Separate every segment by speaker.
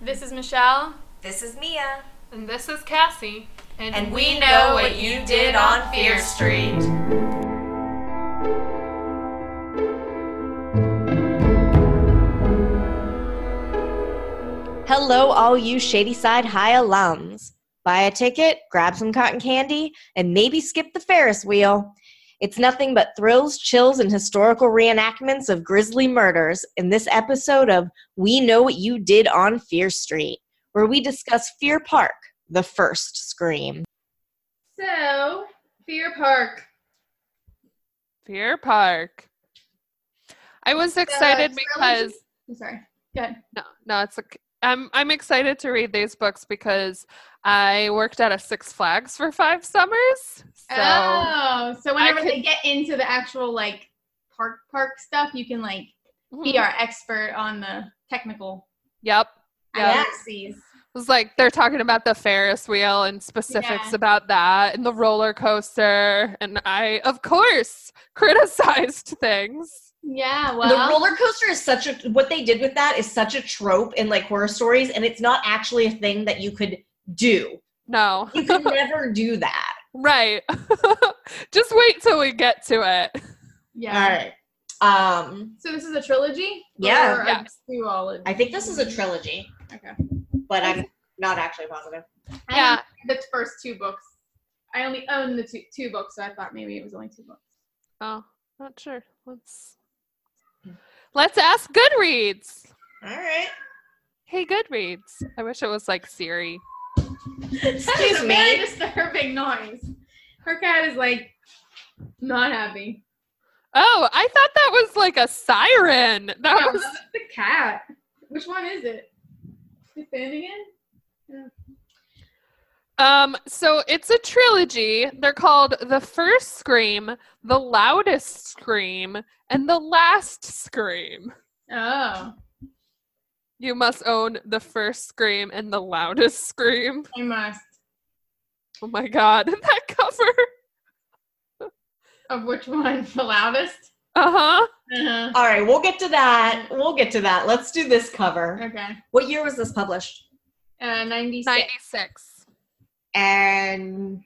Speaker 1: This is Michelle.
Speaker 2: This is Mia,
Speaker 3: And this is Cassie.
Speaker 2: and we know what you did on Fear Street.
Speaker 4: Hello, all you Shady Side High alums. Buy a ticket, grab some cotton candy, and maybe skip the Ferris wheel. It's nothing but thrills, chills, and historical reenactments of grisly murders in this episode of We Know What You Did on Fear Street, where we discuss Fear Park, the first scream.
Speaker 3: So, Fear Park. Fear Park. I was excited
Speaker 1: it's
Speaker 3: because
Speaker 1: Uh, I'm sorry. Good.
Speaker 3: no, no, it's okay. I'm I'm excited to read these books because I worked at a Six Flags for five summers. So
Speaker 1: oh, so
Speaker 3: I
Speaker 1: whenever
Speaker 3: could-
Speaker 1: they get into the actual like park park stuff, you can like be
Speaker 3: Mhm.
Speaker 1: our expert on the technical
Speaker 3: Yep. Yeah.
Speaker 1: axes.
Speaker 3: It was like they're talking about the Ferris wheel and specifics
Speaker 1: Yeah.
Speaker 3: about that and the roller coaster. And I, of course, criticized things.
Speaker 1: Yeah.
Speaker 4: the
Speaker 1: Well.
Speaker 4: roller coaster is such a what they did with that is such a trope in like horror stories, and it's not actually a thing that you could do.
Speaker 3: No.
Speaker 4: You could never do that.
Speaker 3: Right. Just wait till we get to it.
Speaker 1: yeah.
Speaker 4: All right. Um,
Speaker 1: So this is a trilogy.
Speaker 4: Yeah.
Speaker 1: Or
Speaker 3: Yeah.
Speaker 1: A duology?
Speaker 4: I think this is a trilogy,
Speaker 1: Okay.
Speaker 4: but I'm not actually positive.
Speaker 1: I
Speaker 3: Yeah.
Speaker 1: only read the first two books. I only own the two, two books, so I thought maybe it was only two books.
Speaker 3: Oh, not sure. Let's let's ask Goodreads.
Speaker 4: All right.
Speaker 3: Hey, Goodreads. I wish it was like Siri.
Speaker 1: That is
Speaker 4: Excuse
Speaker 1: a very
Speaker 4: me.
Speaker 1: disturbing noise. Her cat is like not happy.
Speaker 3: Oh, I thought that was like a siren. That
Speaker 1: Oh,
Speaker 3: was
Speaker 1: that's the cat. Which one is it? Is it Finn again?
Speaker 3: um. So it's a trilogy. They're called the first scream, the loudest scream, and the last scream.
Speaker 1: Oh,
Speaker 3: You must own the first scream and the loudest scream.
Speaker 1: I must.
Speaker 3: Oh my god, that cover.
Speaker 1: Of which one? The loudest?
Speaker 3: Uh huh.
Speaker 1: Uh-huh.
Speaker 4: All right, we'll get to that. We'll get to that. Let's do this cover.
Speaker 1: Okay.
Speaker 4: What year was this published?
Speaker 1: Uh, 96.
Speaker 3: 96.
Speaker 4: And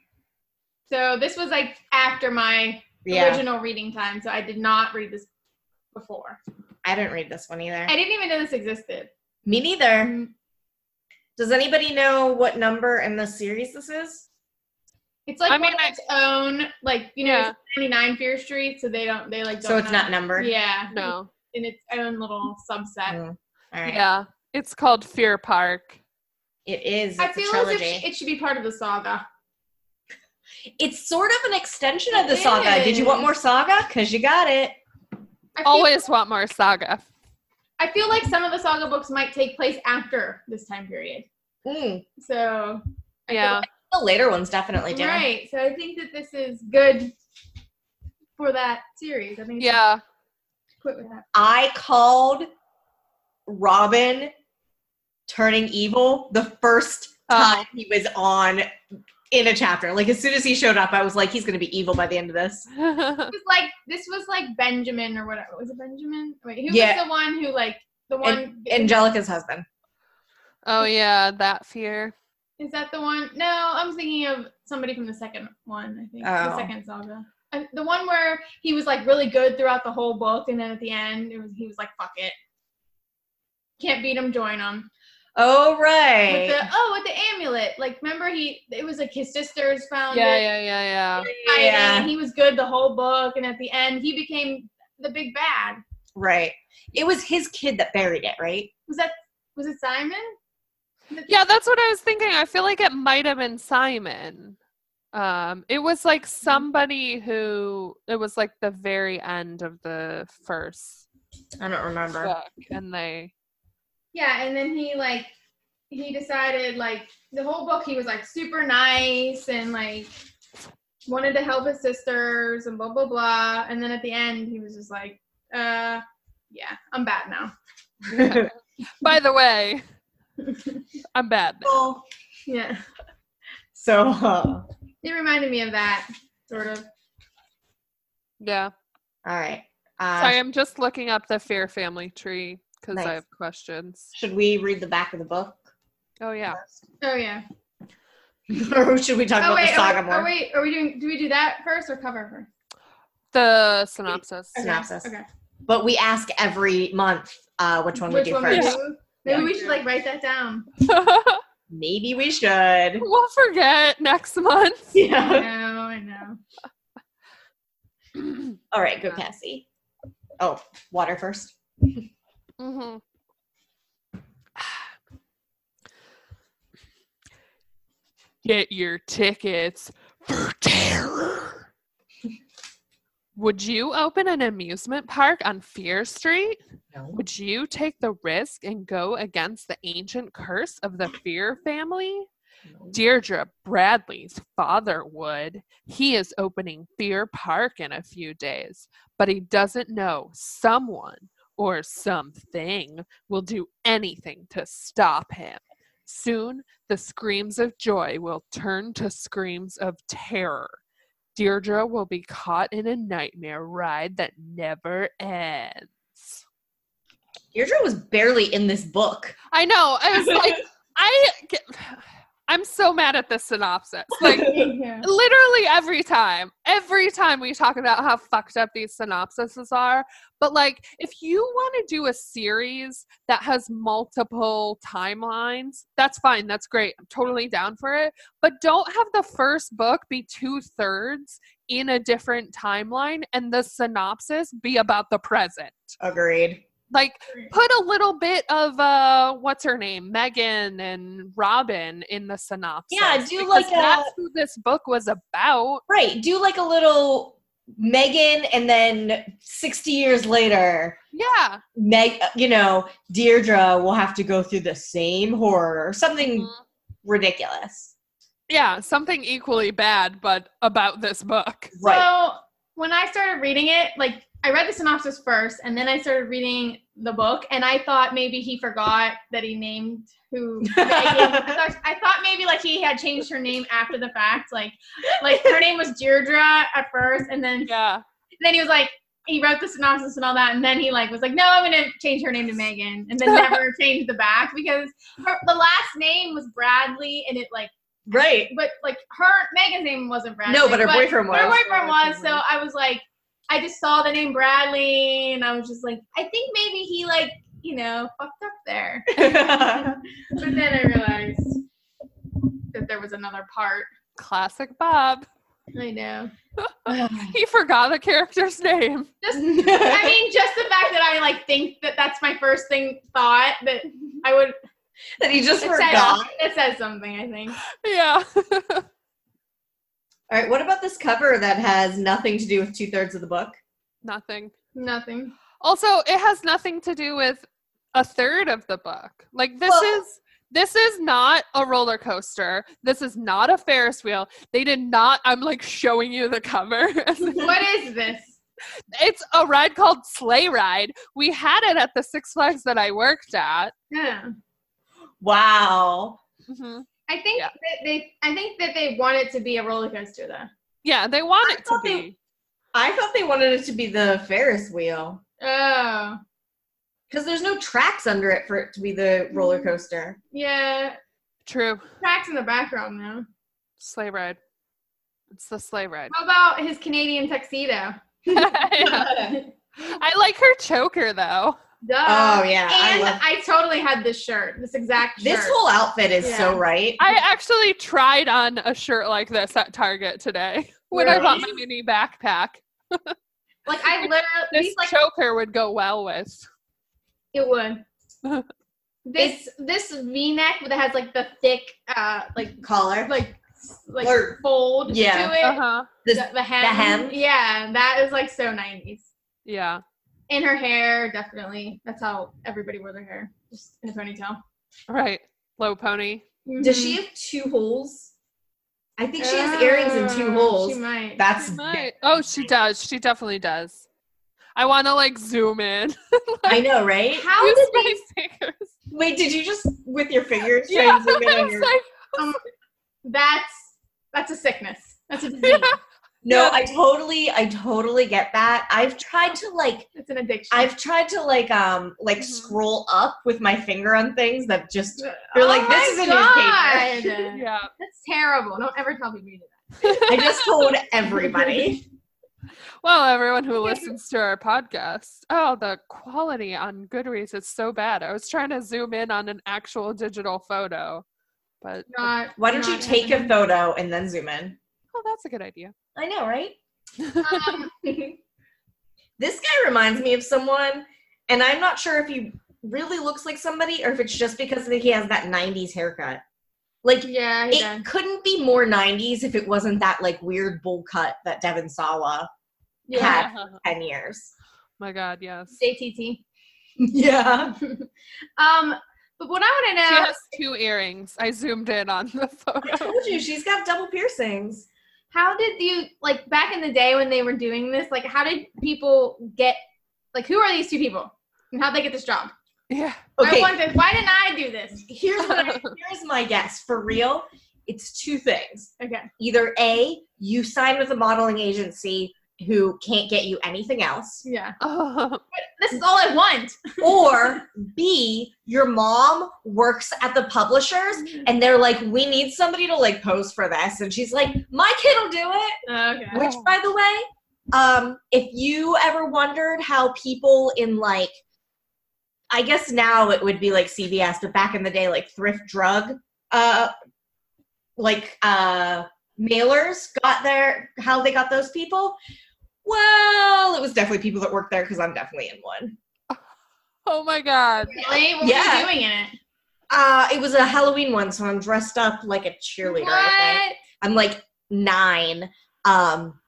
Speaker 1: So this was like after my
Speaker 4: yeah,
Speaker 1: original reading time, so I did not read this before.
Speaker 4: I didn't read this one either.
Speaker 1: I didn't even know this existed.
Speaker 4: Me neither. Does anybody know what number in the series this is?
Speaker 1: It's like
Speaker 3: I
Speaker 1: one
Speaker 3: mean,
Speaker 1: of
Speaker 3: I-
Speaker 1: its own, like you know,
Speaker 3: Yeah.
Speaker 1: it's 99 Fear Street, so they don't, they like.
Speaker 4: So
Speaker 1: don't
Speaker 4: it's not
Speaker 1: know.
Speaker 4: numbered.
Speaker 1: Yeah.
Speaker 3: No.
Speaker 1: in its own little subset.
Speaker 4: Mm, All right.
Speaker 3: Yeah. It's called Fear Park.
Speaker 4: It is. It's
Speaker 1: I feel
Speaker 4: a
Speaker 1: as
Speaker 4: trilogy.
Speaker 1: if sh- it should be part of the saga.
Speaker 4: it's sort of an extension of the
Speaker 1: It
Speaker 4: saga. Did you want
Speaker 1: is.
Speaker 4: more saga? Because you got it.
Speaker 1: I feel,
Speaker 3: Always want more saga.
Speaker 1: I feel like some of the saga books might take place after this time period.
Speaker 4: Mm,
Speaker 1: So, I feel
Speaker 3: Yeah.
Speaker 1: like-
Speaker 4: the later ones definitely did.
Speaker 1: right. So I think that this is good for that series. I think. it's-
Speaker 3: Yeah.
Speaker 1: Quit with that.
Speaker 4: I called Robin turning evil the first
Speaker 3: Uh,
Speaker 4: time he was on in a chapter. Like as soon as he showed up, I was like, he's gonna be evil by the end of this.
Speaker 1: This was like this was like Benjamin or whatever. Was it Benjamin? Wait, who
Speaker 4: Yeah.
Speaker 1: was the one who like the one?
Speaker 4: Angelica's husband.
Speaker 3: oh, yeah. That fear.
Speaker 1: Is that the one? No, I'm thinking of somebody from the second one. I think the
Speaker 4: Oh.
Speaker 1: second saga, And the one where he was like really good throughout the whole book, and then at the end, it was he was like, "Fuck it, can't beat him, join him."
Speaker 4: Oh
Speaker 1: With
Speaker 4: right.
Speaker 1: the oh, with the amulet, like remember he? It was like his sisters found
Speaker 3: Yeah,
Speaker 1: it.
Speaker 3: yeah, yeah, yeah.
Speaker 1: fighting,
Speaker 4: Yeah.
Speaker 1: and He was good the whole book, and at the end, he became the big bad.
Speaker 4: Right. It was his kid that buried it, right?
Speaker 1: Was that was it Simon?
Speaker 3: Yeah, that's what I was thinking. I feel like it might have been Simon. Um, it was like
Speaker 1: Mm-hmm.
Speaker 3: somebody who it was like the very end of the first
Speaker 4: I don't remember.
Speaker 3: book, and they
Speaker 1: Yeah, and then he like he decided like the whole book he was like super nice and like wanted to help his sisters and blah blah blah. And then at the end he was just like, uh yeah, I'm bad now.
Speaker 3: by the way, I'm bad. now.
Speaker 4: Well,
Speaker 1: Yeah.
Speaker 4: so uh,
Speaker 1: It reminded me of that, sort of.
Speaker 3: Yeah.
Speaker 4: all right. Uh,
Speaker 3: Sorry, I'm just looking up the Fear Family tree because
Speaker 4: Nice.
Speaker 3: I have questions.
Speaker 4: Should we read the back of the book?
Speaker 3: Oh yeah.
Speaker 1: Oh yeah.
Speaker 4: or should we talk
Speaker 1: Oh
Speaker 4: about
Speaker 1: wait,
Speaker 4: the
Speaker 1: are,
Speaker 4: saga
Speaker 1: we-
Speaker 4: more?
Speaker 1: are we are we doing? Do we do that first or cover first?
Speaker 3: The synopsis.
Speaker 1: Okay,
Speaker 4: Synopsis.
Speaker 1: Okay.
Speaker 4: But we ask every month uh, which one
Speaker 1: Which
Speaker 4: we do
Speaker 1: one we
Speaker 4: first.
Speaker 1: do? Maybe
Speaker 5: Yeah.
Speaker 1: we should like write that down.
Speaker 4: Maybe we should.
Speaker 3: we'll forget next month.
Speaker 1: I
Speaker 4: Yeah.
Speaker 1: know. I know.
Speaker 4: All right,
Speaker 1: Uh.
Speaker 4: go Cassie. Oh, water first.
Speaker 3: Mhm. Get your tickets for terror. Would you open an amusement park on Fear Street?
Speaker 4: No.
Speaker 3: Would you take the risk and go against the ancient curse of the Fear family? Deirdre Bradley's father would. He is opening Fear Park in a few days, but he doesn't know someone or something will do anything to stop him. Soon, the screams of joy will turn to screams of terror. Deirdre will be caught in a nightmare ride that never ends.
Speaker 4: Deirdre was barely in this book.
Speaker 3: I know. I was like, I get, I'm so mad at this synopsis. Like
Speaker 1: Yeah.
Speaker 3: literally every time, every time we talk about how fucked up these synopsises are. But like, if you want to do a series that has multiple timelines, that's fine. That's great. I'm totally down for it. But don't have the first book be two thirds in a different timeline and the synopsis be about the present.
Speaker 4: Agreed.
Speaker 3: Like, put a little bit of uh what's her name megan and robin in the synopsis
Speaker 4: Yeah, do
Speaker 3: because
Speaker 4: like a-
Speaker 3: that's who this book was about
Speaker 4: Right. Do like a little Megan and then 60 years later,
Speaker 3: yeah
Speaker 4: Meg, you know, Deirdre will have to go through the same horror or something
Speaker 3: Mhm.
Speaker 4: ridiculous.
Speaker 3: yeah something equally bad but about this book
Speaker 1: So when I started reading it, like I read the synopsis first, and then I started reading the book, and I thought maybe he forgot that he named who. Megan- I thought- I thought maybe like he had changed her name after the fact, like like her name was Deirdre at first, and then
Speaker 3: yeah
Speaker 1: then he was like he wrote the synopsis and all that, and then he like was like, no, I'm gonna change her name to Megan, and then never changed the back because her, the last name was Bradley, and it like
Speaker 4: right.
Speaker 1: but like her Megan's name wasn't Bradley.
Speaker 4: No, but her boyfriend was.
Speaker 1: Her boyfriend was. So I was like, I just saw the name Bradley, and I was just like, I think maybe he like you know fucked up there. But then I realized that there was another part.
Speaker 3: classic bob
Speaker 1: I know.
Speaker 4: Oh
Speaker 3: he forgot the character's name
Speaker 1: Just I mean, just the fact that I like think that that's my first thing thought that I would.
Speaker 4: that he just
Speaker 1: It
Speaker 4: forgot.
Speaker 1: says, it says something. I think.
Speaker 3: yeah
Speaker 4: All right, what about this cover that has nothing to do with two thirds of the book?
Speaker 3: nothing
Speaker 1: Nothing.
Speaker 3: also it has nothing to do with a third of the book like this
Speaker 4: Well-
Speaker 3: is this is not a roller coaster this is not a ferris wheel they did not i'm like showing you the cover
Speaker 1: What is this?
Speaker 3: it's a ride called sleigh ride we had it at the six flags that i worked at
Speaker 1: Yeah.
Speaker 4: Wow. Mm-hmm.
Speaker 3: Mhm.
Speaker 1: I think
Speaker 3: Yeah.
Speaker 1: that they. I think that they want it to be a roller coaster though.
Speaker 3: yeah they want
Speaker 4: I
Speaker 3: it to
Speaker 4: thought they-
Speaker 3: be
Speaker 4: I thought they wanted it to be the Ferris wheel
Speaker 1: Oh,
Speaker 4: because there's no tracks under it for it to be the roller
Speaker 1: Mm.
Speaker 4: coaster.
Speaker 1: yeah.
Speaker 3: true
Speaker 1: Tracks in the background, though.
Speaker 3: sleigh ride it's the sleigh ride
Speaker 1: How about his Canadian tuxedo?
Speaker 3: Yeah.
Speaker 1: Duh.
Speaker 3: i like her choker though
Speaker 4: Oh, yeah, I
Speaker 1: And I,
Speaker 4: love-
Speaker 1: totally had this shirt, this exact shirt.
Speaker 4: This whole outfit is so
Speaker 1: Yeah.
Speaker 4: right.
Speaker 3: I actually tried on a shirt like this at Target today when I bought my mini backpack.
Speaker 1: like I literally
Speaker 3: This
Speaker 1: these, like
Speaker 3: choker would go well with.
Speaker 1: it would. this this V neck that has like the thick uh like
Speaker 4: Collar.
Speaker 1: like s- like
Speaker 4: Or-
Speaker 1: fold
Speaker 4: yeah.
Speaker 1: to it.
Speaker 3: Uh-huh.
Speaker 4: This,
Speaker 1: The, the hem.
Speaker 4: hem?
Speaker 1: Yeah, that is like so nineties.
Speaker 3: Yeah.
Speaker 1: And her hair, definitely. That's how everybody wore their hair. Just in a ponytail.
Speaker 3: Right. Low pony.
Speaker 1: mm.
Speaker 4: Does she have two holes? I think she has
Speaker 1: Oh,
Speaker 4: earrings in two
Speaker 1: She
Speaker 4: holes.
Speaker 1: might.
Speaker 4: That's
Speaker 3: Right. Oh, she does. She definitely does. I want to like zoom in.
Speaker 4: I know, right?
Speaker 1: How
Speaker 3: Use
Speaker 1: did they?
Speaker 3: my fingers.
Speaker 4: Wait, did you just with your fingers try
Speaker 3: Yeah,
Speaker 4: and zoom in
Speaker 3: I
Speaker 4: on
Speaker 3: was
Speaker 4: your
Speaker 3: like,
Speaker 1: That's that's a sickness. That's a disease.
Speaker 3: yeah.
Speaker 4: No, I totally, I totally get that. I've tried to like,
Speaker 1: It's an addiction.
Speaker 4: I've tried to like, um, like
Speaker 1: Mhm.
Speaker 3: Mm-hmm.
Speaker 4: scroll up with my finger on things that just
Speaker 3: Uh,
Speaker 4: You're
Speaker 3: oh
Speaker 4: like, this is a
Speaker 1: my
Speaker 4: newspaper.
Speaker 1: Oh God.
Speaker 3: Yeah.
Speaker 1: That's terrible. Don't ever tell people you do
Speaker 4: I just told everybody.
Speaker 3: Well, everyone who listens to our podcast, oh, the quality on Goodreads is so bad. I was trying to zoom in on an actual digital photo, but
Speaker 1: that. Not,
Speaker 4: Why don't you
Speaker 1: not
Speaker 4: take a
Speaker 1: happening.
Speaker 4: photo and then zoom in?
Speaker 3: oh, that's a good idea.
Speaker 4: I know, right?
Speaker 1: Um,
Speaker 4: this guy reminds me of someone, and I'm not sure if he really looks like somebody or if it's just because he has that 90s haircut. Like,
Speaker 1: yeah, he does.
Speaker 4: it couldn't be more 90s if it wasn't that like weird bowl cut that Devin Sawa
Speaker 1: Yeah.
Speaker 4: had 10 years.
Speaker 3: Oh My God, yes. She
Speaker 1: JTT.
Speaker 4: Yeah.
Speaker 1: Um, but what I want to know,
Speaker 3: has two earrings. I zoomed in on the
Speaker 4: I
Speaker 3: photo.
Speaker 4: told you she's got double piercings.
Speaker 1: how did you like back in the day when they were doing this? Like, how did people get? Like, who are these two people, and how would they get this job?
Speaker 3: Yeah.
Speaker 1: I
Speaker 4: Okay,
Speaker 1: wonder why didn't I do this?
Speaker 4: here's, what I, here's my guess for real it's two things.
Speaker 1: Okay.
Speaker 4: Either A, you sign with a modeling agency who can't get you anything else.
Speaker 1: Yeah.
Speaker 3: Oh,
Speaker 1: This is all I want.
Speaker 4: or B, your mom works at the publishers and they're like, we need somebody to like pose for this. And she's like, my kid will do it.
Speaker 1: Okay.
Speaker 4: Which,
Speaker 3: Oh,
Speaker 4: by the way, um, if you ever wondered how people in like, I guess now it would be like CVS, but back in the day, like thrift drug, uh, like uh, mailers got their, how they got those people. Well, it was definitely people that worked there because I'm definitely in one.
Speaker 3: oh my God.
Speaker 1: Really? What
Speaker 4: Yeah.
Speaker 1: were you doing in it?
Speaker 4: Uh, it was a Halloween one, so I'm dressed up like a cheerleader. I think.
Speaker 1: What?
Speaker 4: I'm like nine. Um,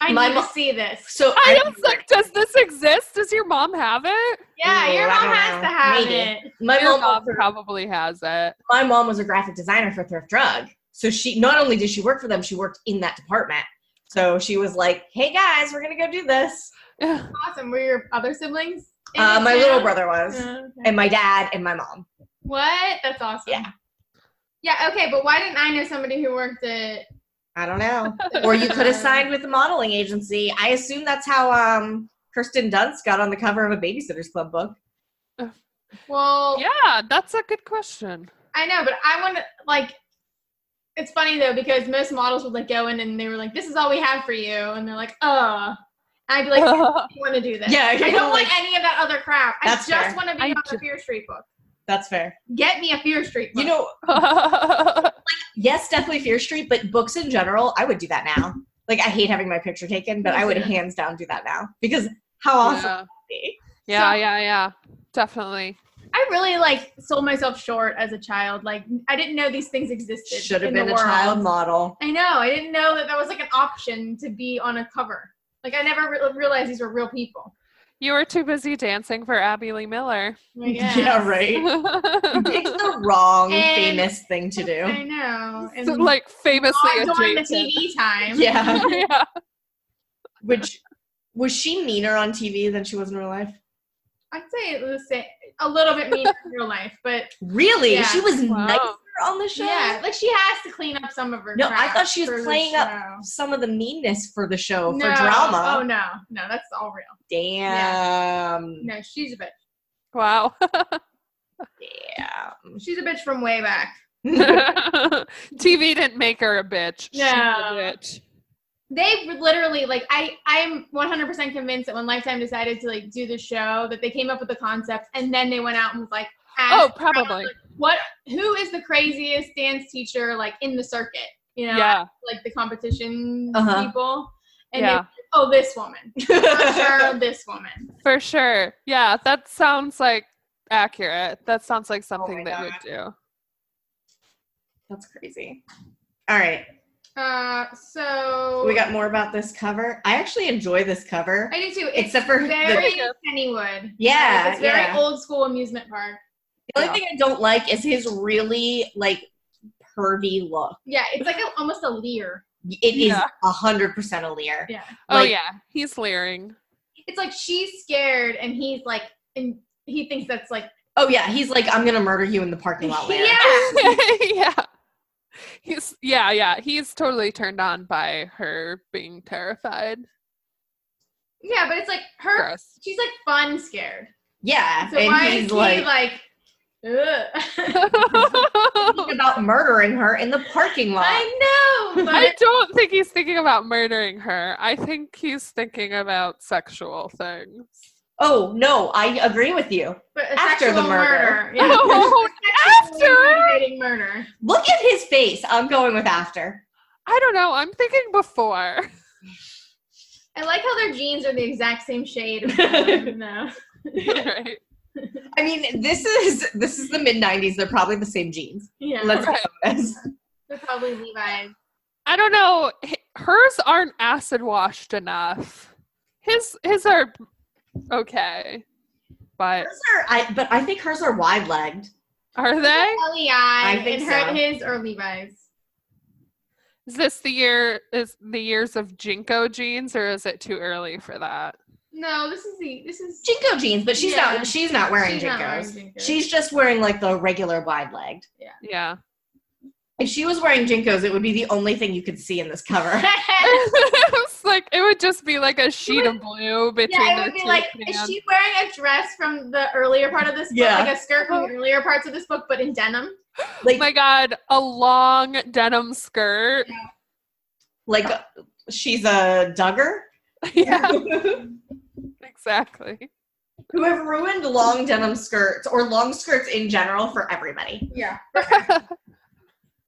Speaker 1: I
Speaker 4: My
Speaker 1: need
Speaker 4: mo-
Speaker 1: to see this.
Speaker 4: so
Speaker 3: I was like, does this exist? Does your mom have it?
Speaker 1: Yeah,
Speaker 4: Ooh,
Speaker 1: your
Speaker 4: I
Speaker 1: mom
Speaker 4: don't
Speaker 1: has
Speaker 4: know.
Speaker 1: to have
Speaker 4: Maybe.
Speaker 1: it.
Speaker 4: my
Speaker 3: Your
Speaker 4: mom,
Speaker 3: mom probably has it.
Speaker 4: my mom was a graphic designer for Thrift Drug. So she not only did she work for them, she worked in that department. So she was like, "Hey guys, we're gonna go do this."
Speaker 1: Awesome. Were your other siblings? in
Speaker 4: Uh,
Speaker 1: it
Speaker 4: my
Speaker 1: too? Oh,
Speaker 4: little brother was,
Speaker 1: Okay.
Speaker 4: and my dad, and my mom.
Speaker 1: What? That's awesome.
Speaker 4: Yeah.
Speaker 1: Yeah, okay, but why didn't I know somebody who worked at
Speaker 4: I don't know. or you could have signed with a modeling agency. I assume that's how um, Kirsten Dunst got on the cover of a Babysitters Club book.
Speaker 1: well
Speaker 3: yeah, that's a good question.
Speaker 1: I know, but I wanna like it's funny though because most models would like go in and they were like, This is all we have for you and they're like, Uh I'd be like, I don't wanna do this.
Speaker 4: Yeah,
Speaker 1: I
Speaker 4: you're
Speaker 1: don't want
Speaker 4: like-
Speaker 1: any of that other crap. I
Speaker 4: That's
Speaker 1: just
Speaker 4: fair.
Speaker 1: wanna be
Speaker 3: I
Speaker 1: on
Speaker 3: ju-
Speaker 1: the Fear Street book.
Speaker 4: That's fair.
Speaker 1: Get me a Fear Street book.
Speaker 4: You know,
Speaker 3: yeah.
Speaker 4: yes, definitely Fear Street, but books in general, I would do that now. Like, I hate having my picture taken, but I would
Speaker 1: Yeah.
Speaker 4: hands down do that now because how awesome would it be?
Speaker 3: Yeah, yeah, yeah. Definitely.
Speaker 1: I really like sold myself short as a child. Like I didn't know these things existed.
Speaker 4: Should have
Speaker 1: in the
Speaker 4: been a
Speaker 1: world.
Speaker 4: child model.
Speaker 1: I know. I didn't know that that was like an option to be on a cover. Like I never re- realized these were real people.
Speaker 3: You were too busy dancing for Abby Lee Miller.
Speaker 4: Yeah, right. Pick
Speaker 3: So,
Speaker 4: the wrong
Speaker 1: And-
Speaker 4: famous thing to do.
Speaker 1: I know. And
Speaker 3: like famously
Speaker 1: on during the
Speaker 3: adjacent.
Speaker 1: TV time.
Speaker 4: Yeah.
Speaker 3: yeah.
Speaker 4: Which was she meaner on TV than she was in real life?
Speaker 1: I'd say it was a, a little bit mean in real life, but
Speaker 4: Really?
Speaker 1: Yeah.
Speaker 4: She was
Speaker 3: Wow.
Speaker 4: nicer on the show.
Speaker 1: yeah, like she has to clean up some of her.
Speaker 4: No, I
Speaker 1: crap
Speaker 4: thought she was
Speaker 1: for the
Speaker 4: playing up
Speaker 1: show.
Speaker 4: Some of the meanness for the show for
Speaker 1: No.
Speaker 4: drama.
Speaker 1: Oh no, no, that's all real.
Speaker 4: Damn.
Speaker 1: No, she's a bitch.
Speaker 3: Wow.
Speaker 1: She's a bitch from way back.
Speaker 4: Damn.
Speaker 3: TV didn't make her a bitch. She's
Speaker 1: No.
Speaker 3: a bitch.
Speaker 1: they literally like I I'm 100% convinced that when Lifetime decided to like do the show that they came up with the concept and then they went out and was like
Speaker 3: Oh,
Speaker 1: asked around,
Speaker 3: probably.
Speaker 1: like, what who is the craziest dance teacher like in the circuit you know
Speaker 3: Yeah.
Speaker 1: like the competition
Speaker 4: Uh-huh.
Speaker 1: people and they
Speaker 3: yeah.
Speaker 1: were like, oh this woman For sure this woman
Speaker 3: For sure. Yeah, that sounds like accurate. That sounds like something
Speaker 4: my
Speaker 3: that
Speaker 4: God.
Speaker 3: would do.
Speaker 4: That's crazy. All right.
Speaker 1: uh so
Speaker 4: We got more about this cover. I actually enjoy this cover.
Speaker 1: I do too it's
Speaker 4: Except for the, the
Speaker 1: very Kennywood
Speaker 4: Yeah,
Speaker 1: Like, it's very
Speaker 4: yeah.
Speaker 1: old school amusement park
Speaker 4: only thing I don't like is his really like pervy look.
Speaker 1: yeah it's like a, almost a leer
Speaker 4: It is
Speaker 3: Yeah.
Speaker 4: a hundred percent a leer.
Speaker 1: yeah
Speaker 3: Oh
Speaker 4: Like-
Speaker 3: yeah, he's leering.
Speaker 1: it's like she's scared and he's like and he thinks that's like
Speaker 4: Oh yeah, he's like, I'm gonna murder you in the parking lot later.
Speaker 1: yeah
Speaker 3: yeah. He's yeah, yeah. He's totally turned on by her being terrified.
Speaker 1: Yeah, but it's like her.
Speaker 3: Gross.
Speaker 1: She's like fun scared.
Speaker 4: Yeah,
Speaker 1: So
Speaker 4: and
Speaker 1: why
Speaker 4: he's
Speaker 1: is he
Speaker 4: like,
Speaker 1: like? ugh.
Speaker 4: thinking about murdering her in the parking lot.
Speaker 1: I know,
Speaker 3: I
Speaker 1: but
Speaker 3: don't think he's thinking about murdering her. I think he's thinking about sexual things.
Speaker 4: Oh no, I agree with you.
Speaker 1: but a
Speaker 4: After the
Speaker 1: sexual
Speaker 4: murder.
Speaker 1: murder. Yeah.
Speaker 3: Oh,
Speaker 1: Sexually
Speaker 3: after?
Speaker 1: motivating murder.
Speaker 4: Look at his face. I'm going with after.
Speaker 3: I don't know. I'm thinking before.
Speaker 1: I like how their jeans are the exact same shade. Of them, no.
Speaker 3: right.
Speaker 4: I mean, this is this is the mid '90s. They're probably the same jeans.
Speaker 1: Yeah.
Speaker 4: Let's
Speaker 3: Right.
Speaker 4: be honest.
Speaker 1: They're probably Levi's.
Speaker 3: I don't know. H- Hers aren't acid washed enough. His his are okay. But
Speaker 4: Hers are, I, but I think hers are wide legged.
Speaker 3: are they?
Speaker 1: LEI
Speaker 4: think
Speaker 1: E and her,
Speaker 4: so.
Speaker 1: his or Levi's.
Speaker 3: Is this the year is the years of Jinko jeans or is it too early for that?
Speaker 1: No, this is the this is
Speaker 4: Jinko jeans, but she's
Speaker 1: Yeah.
Speaker 4: not. She's not wearing
Speaker 1: She's
Speaker 4: jinkos.
Speaker 1: not wearing Jinkos.
Speaker 4: She's just wearing like the regular wide legged.
Speaker 3: Yeah.
Speaker 4: If she was wearing jinkos, it would be the only thing you could see in this cover.
Speaker 3: it's like it would just be like a sheet of blue between
Speaker 1: yeah, it
Speaker 3: the
Speaker 1: would be
Speaker 3: two
Speaker 1: like is
Speaker 3: pants.
Speaker 1: she wearing a dress from the earlier part of this book,
Speaker 4: Yeah.
Speaker 1: like a skirt from the earlier parts of this book, but in denim?
Speaker 3: Oh my god, a long denim skirt.
Speaker 4: like she's a Duggar.
Speaker 3: Yeah, exactly.
Speaker 4: Who have ruined long denim skirts or long skirts in general for everybody.
Speaker 1: Yeah.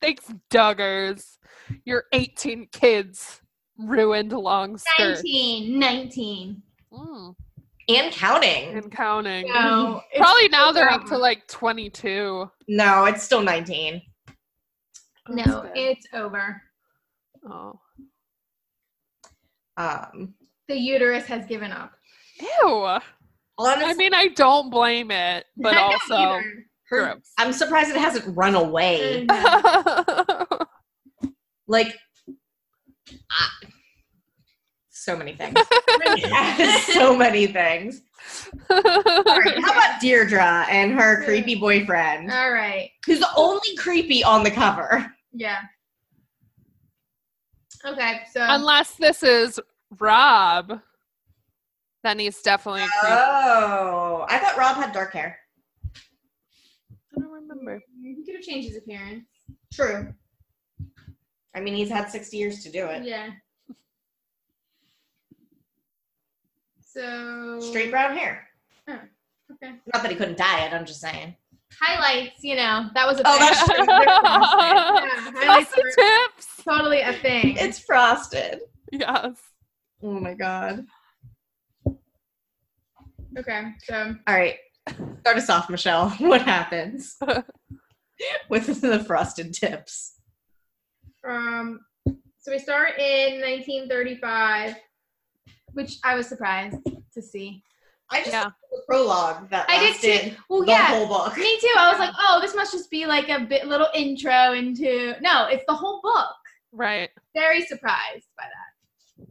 Speaker 3: Thanks, Duggars. Your 18 kids ruined long skirt.
Speaker 1: Nineteen. Nineteen.
Speaker 3: Mm,
Speaker 4: And counting.
Speaker 3: and counting.
Speaker 1: No. it's-
Speaker 3: Probably now they're up
Speaker 1: um,
Speaker 3: to like 22.
Speaker 4: No, it's still 19.
Speaker 3: That's
Speaker 1: No,
Speaker 3: good.
Speaker 1: it's over.
Speaker 3: oh.
Speaker 4: Um,
Speaker 1: The uterus has given up.
Speaker 3: Ew.
Speaker 4: honestly,
Speaker 3: I mean, I don't blame it, but
Speaker 1: I don't
Speaker 3: also
Speaker 1: either.
Speaker 4: her-
Speaker 3: gross.
Speaker 4: I'm surprised it hasn't run away.
Speaker 1: Mm,
Speaker 4: Like, ah, so many things. so many things. All right, how about Deirdre and her creepy boyfriend,
Speaker 1: All right.
Speaker 4: who's the only creepy on the cover?
Speaker 1: Yeah. Okay, so
Speaker 3: Unless this is Rob, then he's definitely. creepy.
Speaker 4: Oh, I thought Rob had dark hair.
Speaker 3: I don't remember.
Speaker 1: he could have changed his appearance.
Speaker 4: True. I mean, he's had 60 years to do it.
Speaker 1: Yeah. So
Speaker 4: Straight brown hair.
Speaker 1: okay.
Speaker 4: Not that he couldn't dye it, I'm just saying.
Speaker 1: highlights. You know that was a
Speaker 4: Oh,
Speaker 3: That's
Speaker 4: that's true. They're frosted.
Speaker 1: thing. yeah, highlights
Speaker 3: the
Speaker 1: were
Speaker 3: tips.
Speaker 1: totally a thing.
Speaker 4: It's frosted.
Speaker 3: Yes.
Speaker 4: Oh my god.
Speaker 1: okay. So
Speaker 4: All right. Start us off, Michelle. What happens with the frosted tips?
Speaker 1: um, so we start in 1935, which I was surprised to see.
Speaker 4: I just
Speaker 3: Yeah.
Speaker 4: saw the prologue that
Speaker 1: I did
Speaker 4: lasted
Speaker 1: too. Well,
Speaker 4: the
Speaker 1: yeah.
Speaker 4: whole book.
Speaker 1: Me too. I was like, oh, this must just be like a bit little intro into. No, it's the whole book.
Speaker 3: Right.
Speaker 1: Very surprised by that.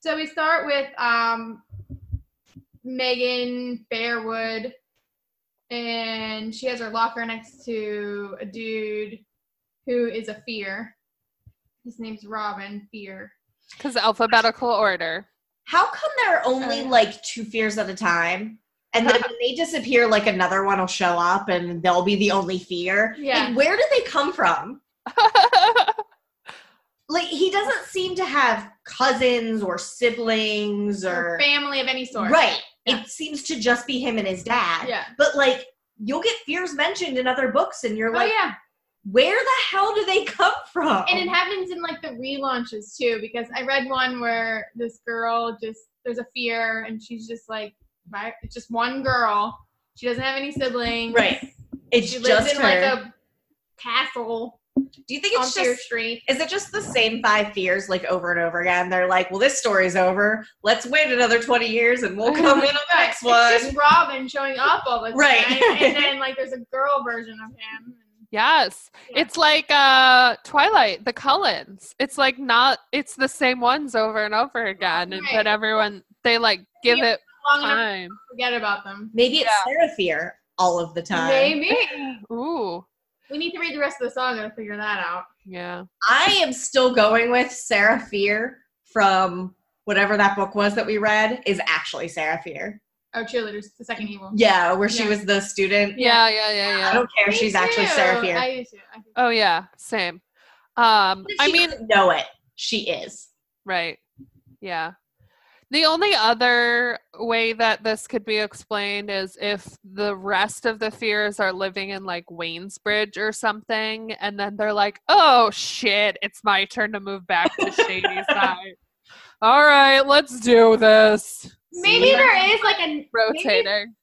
Speaker 1: So we start with um, Megan Fairwood, and she has her locker next to a dude who is a fear. His name's Robin Fear.
Speaker 3: Because alphabetical order.
Speaker 4: How come there are only
Speaker 1: Uh,
Speaker 4: like two fears at a time? And then when they disappear, like another one will show up and they'll be the only fear.
Speaker 1: Yeah.
Speaker 4: Like, where do they come from? Like he doesn't seem to have cousins or siblings
Speaker 1: Or
Speaker 4: or
Speaker 1: family of any sort.
Speaker 4: right.
Speaker 1: Yeah.
Speaker 4: It seems to just be him and his dad.
Speaker 1: Yeah.
Speaker 4: But like you'll get fears mentioned in other books and you're
Speaker 1: Oh
Speaker 4: like,
Speaker 1: yeah,
Speaker 4: where the hell do they come from?
Speaker 1: and it happens in like the relaunches too because i read one where this girl just there's a fear and she's just like vi- it's just one girl she doesn't have any siblings
Speaker 4: Right. it's
Speaker 1: she lives
Speaker 4: just
Speaker 1: in
Speaker 4: her.
Speaker 1: like a castle
Speaker 4: do you think
Speaker 1: on
Speaker 4: it's
Speaker 1: Fear
Speaker 4: just
Speaker 1: street
Speaker 4: is it just the same five fears like over and over again? They're like, well, this story's over. Let's wait another 20 years and we'll come in on the next
Speaker 1: it's
Speaker 4: one.
Speaker 1: just robin showing up all the time
Speaker 4: Right.
Speaker 1: and then like there's a girl version of him
Speaker 3: yes.
Speaker 1: Yeah.
Speaker 3: It's like uh Twilight, the Cullens. It's like not it's the same ones over and over again. and But
Speaker 1: Right.
Speaker 3: everyone they like give it
Speaker 1: long enough
Speaker 3: time.
Speaker 1: to forget about them
Speaker 4: Maybe it's
Speaker 3: Yeah.
Speaker 4: Sarah fear all of the time.
Speaker 1: maybe
Speaker 3: Ooh.
Speaker 1: We need to read the rest of the song and figure that out.
Speaker 3: Yeah.
Speaker 4: I am still going with Sarah Fear from whatever that book was that we read is actually Sarah Fear.
Speaker 1: Oh, cheerleaders, the second evil.
Speaker 4: Yeah, where she
Speaker 1: Yeah.
Speaker 4: was the student.
Speaker 3: Yeah, yeah, yeah,
Speaker 4: I
Speaker 3: yeah.
Speaker 4: don't care.
Speaker 1: Me
Speaker 4: She's actually
Speaker 1: too.
Speaker 4: Sarah Fear.
Speaker 1: I do too. I do.
Speaker 3: Oh yeah, same. Um I
Speaker 4: She
Speaker 3: mean
Speaker 4: doesn't know it. She is.
Speaker 3: Right. Yeah. The only other way that this could be explained is if the rest of the fears are living in like Waynesbridge or something, and then they're like, oh shit, it's my turn to move back to Shady Side. All right, let's do this.
Speaker 1: Maybe there is like a
Speaker 3: Rotating.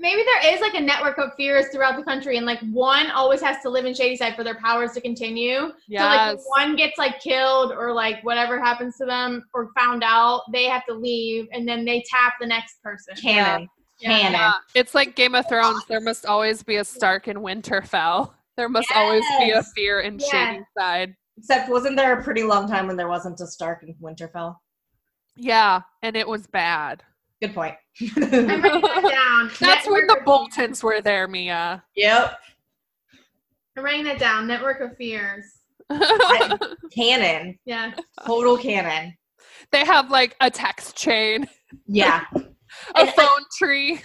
Speaker 1: maybe there is like a network of fears throughout the country, and like one always has to live in Shadyside for their powers to continue. So like
Speaker 3: Yes.
Speaker 1: if one gets like killed or like whatever happens to them or found out, they have to leave and then they tap the next person.
Speaker 4: Canon.
Speaker 1: Yeah.
Speaker 4: Canon.
Speaker 3: Yeah, It's like Game of Thrones. There must always be a Stark in Winterfell. There must always be a
Speaker 4: Yes.
Speaker 3: fear in
Speaker 1: Yes.
Speaker 3: Shady Side.
Speaker 4: Except wasn't there a pretty long time when there wasn't a Stark in Winterfell?
Speaker 3: Yeah, and it was bad.
Speaker 4: Good point.
Speaker 1: I'm writing that down.
Speaker 3: That's when the
Speaker 1: Network of fears.
Speaker 3: Boltons were there, Mia.
Speaker 4: yep.
Speaker 1: I'm writing that down. Network of fears.
Speaker 4: Canon.
Speaker 1: Yeah.
Speaker 4: Total canon.
Speaker 3: they have like a text chain,
Speaker 4: Yeah.
Speaker 3: a
Speaker 4: And I-
Speaker 3: phone tree.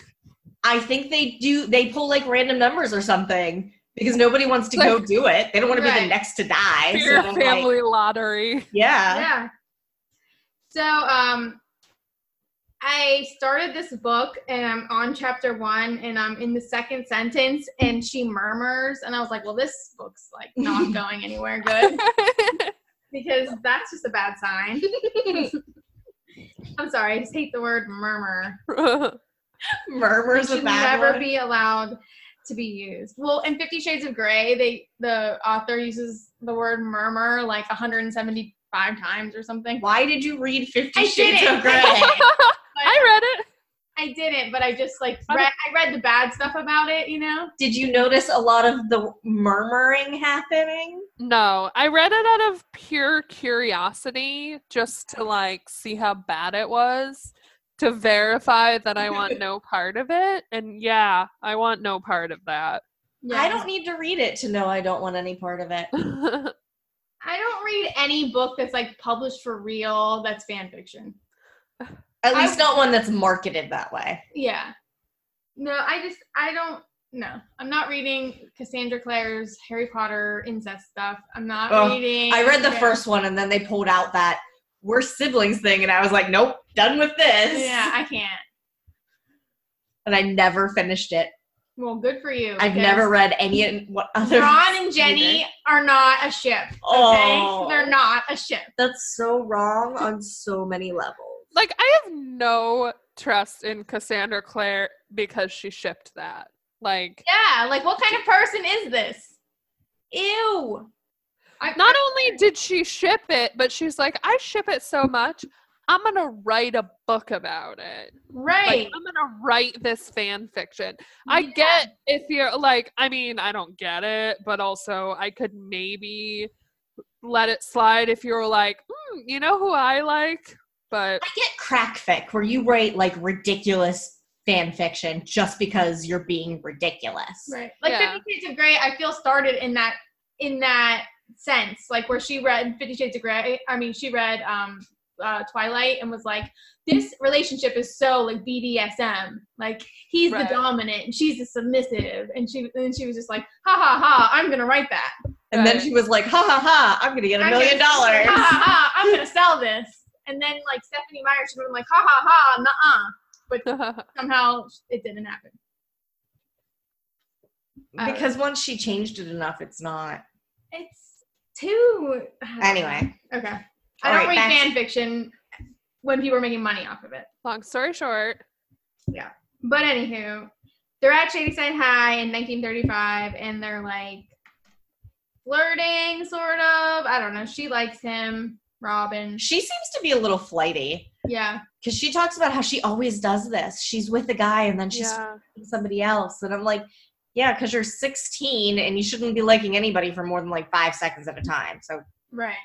Speaker 4: I think they do. They pull like random numbers or something because nobody wants to go
Speaker 3: Like-
Speaker 4: do it. They don't want to be
Speaker 1: Right.
Speaker 4: the next to die. so
Speaker 3: Your
Speaker 4: they're like,
Speaker 3: family lottery.
Speaker 4: yeah.
Speaker 1: yeah. So um I started this book and I'm on chapter one and I'm in the second sentence and she murmurs and I was like, Well, this book's like not going anywhere good because that's just a bad sign. I'm sorry, I just hate the word murmur. It
Speaker 4: Murmurs
Speaker 1: should
Speaker 4: of bad
Speaker 1: never
Speaker 4: word.
Speaker 1: be allowed to be used. Well, in Fifty Shades of Grey, they the author uses the word murmur like 175 times or something.
Speaker 4: Why did you read Fifty
Speaker 1: I
Speaker 4: Shades
Speaker 1: didn't.
Speaker 4: of Grey?
Speaker 3: I read it.
Speaker 1: I didn't, but I just like
Speaker 3: I
Speaker 1: read, I read the bad stuff about it, you know.
Speaker 4: did you notice a lot of the murmuring happening?
Speaker 3: No, I read it out of pure curiosity, just to like see how bad it was, to verify that I want no part of it. And yeah, I want no part of that.
Speaker 1: Yeah.
Speaker 4: I don't need to read it to know I don't want any part of it.
Speaker 1: I don't read any book that's like published for real that's fan fiction.
Speaker 4: At
Speaker 1: I-
Speaker 4: least not one that's marketed that way.
Speaker 1: Yeah. No, I just I don't no. I'm not reading Cassandra Clare's Harry Potter incest stuff. I'm not
Speaker 4: Oh,
Speaker 1: reading
Speaker 4: I read the
Speaker 1: Yeah.
Speaker 4: first one and then they pulled out that we're siblings thing, and I was like, nope, done with this.
Speaker 1: Yeah, I can't.
Speaker 4: And I never finished it.
Speaker 1: Well, good for you.
Speaker 4: I've
Speaker 1: because
Speaker 4: never read any what other.
Speaker 1: Ron and Jenny are not a ship. Okay?
Speaker 4: Oh.
Speaker 1: They're not a ship.
Speaker 4: That's so wrong on so many levels.
Speaker 3: like, I have no trust in Cassandra Clare because she shipped that. Like,
Speaker 1: Yeah, like what kind of person is this? Ew. I,
Speaker 3: not only did she ship it, but she's like, I ship it so much, I'm gonna write a book about it.
Speaker 1: right.
Speaker 3: Like, I'm gonna write this fan fiction. I
Speaker 1: Yeah.
Speaker 3: get if you're like, I mean, I don't get it, but also I could maybe let it slide if you were like, "Hmm, you know who I like, but
Speaker 4: I get crackfic where you write like ridiculous fan fiction just because you're being ridiculous.
Speaker 1: Right. Like
Speaker 3: Yeah.
Speaker 1: Fifty Shades of Grey, I feel started in that in that sense, like where she read Fifty Shades of Grey. I mean, she read um, uh, Twilight and was like, "This relationship is so like BDSM. Like he's
Speaker 3: Right.
Speaker 1: the dominant and she's the submissive." And she and she was just like, "Ha ha ha! I'm gonna write that.
Speaker 4: And then
Speaker 3: Right.
Speaker 4: she was like, ha ha ha, I'm gonna get a
Speaker 1: I'm
Speaker 4: million
Speaker 1: gonna-
Speaker 4: dollars.
Speaker 1: Ha ha ha! I'm gonna sell this." And then like Stephanie Meyer, she would have been like, "Ha ha ha! Nuh-uh. Somehow it didn't happen. Uh,
Speaker 4: Because once she changed it enough, it's not.
Speaker 1: It's too.
Speaker 4: Anyway,
Speaker 1: Okay.
Speaker 4: All
Speaker 1: I don't
Speaker 4: right,
Speaker 1: read
Speaker 4: back-
Speaker 1: fan fiction when people are making money off of it.
Speaker 3: long story short,
Speaker 1: But anywho, they're at Shadyside High in 1935 and they're like flirting, sort of. I don't know. She likes him, Robin.
Speaker 4: she seems to be a little flighty
Speaker 1: Yeah.
Speaker 4: because she talks about how she always does this. She's with a guy and then she's
Speaker 3: yeah.
Speaker 4: fucking somebody else. And I'm like, yeah, because you're 16 and you shouldn't be liking anybody for more than like five seconds at a time. So,
Speaker 1: Right.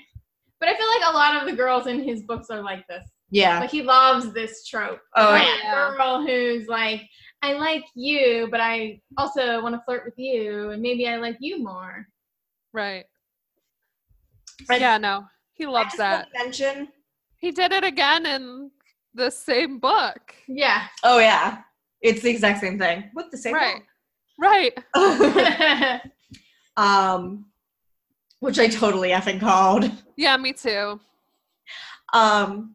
Speaker 1: But I feel like a lot of the girls in his books are like this.
Speaker 4: yeah.
Speaker 1: Like he loves this trope.
Speaker 4: Oh,
Speaker 1: Like,
Speaker 3: yeah.
Speaker 1: Girl who's like, I like you, but I also want to flirt with you, and maybe I like you more.
Speaker 3: Right.
Speaker 4: I-
Speaker 3: yeah, no. He
Speaker 4: I
Speaker 3: loves
Speaker 4: just want
Speaker 3: that.
Speaker 4: to Mention.
Speaker 3: He did it again in the same book.
Speaker 1: Yeah.
Speaker 4: Oh yeah, it's the exact same thing with the same.
Speaker 3: Right. Right.
Speaker 4: Right.
Speaker 1: I
Speaker 4: um, which I totally effing called.
Speaker 3: Yeah, me too.
Speaker 4: Um,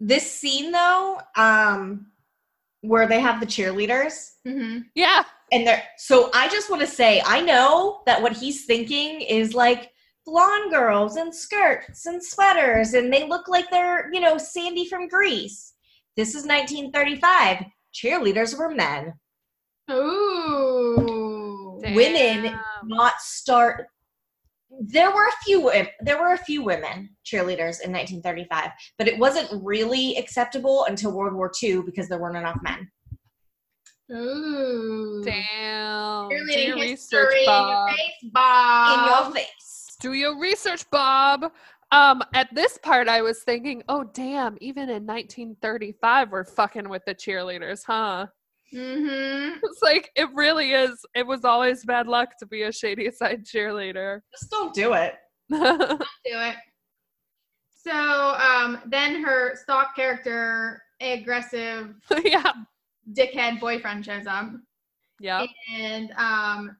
Speaker 4: this scene though, um, where they have the cheerleaders
Speaker 3: Yeah.
Speaker 4: and they're so I just want to say I know that what he's thinking is like blonde girls in skirts and sweaters and they look like they're you know Sandy from Greece. This is 1935. Cheerleaders were men.
Speaker 1: Ooh.
Speaker 4: Women-
Speaker 3: Damn.
Speaker 4: not start there were a few wo- there were a few women cheerleaders in 1935 but it wasn't really acceptable until world war ii because there weren't enough men
Speaker 1: Ooh.
Speaker 3: Damn. Do your
Speaker 1: Cheerleading
Speaker 3: research,
Speaker 1: history.
Speaker 3: Bob.
Speaker 1: Face Bob.
Speaker 4: in your face
Speaker 3: Do your research, Bob. Um, at this part, I was thinking, oh, damn, even in 1935, we're fucking with the cheerleaders, huh?
Speaker 1: Mm-hmm.
Speaker 3: It's like, it really is. It was always bad luck to be a shady side cheerleader.
Speaker 4: just don't do it
Speaker 1: do it. So um, then her stock character, aggressive
Speaker 3: yeah.
Speaker 1: dickhead boyfriend shows up,
Speaker 3: Yeah.
Speaker 1: and um,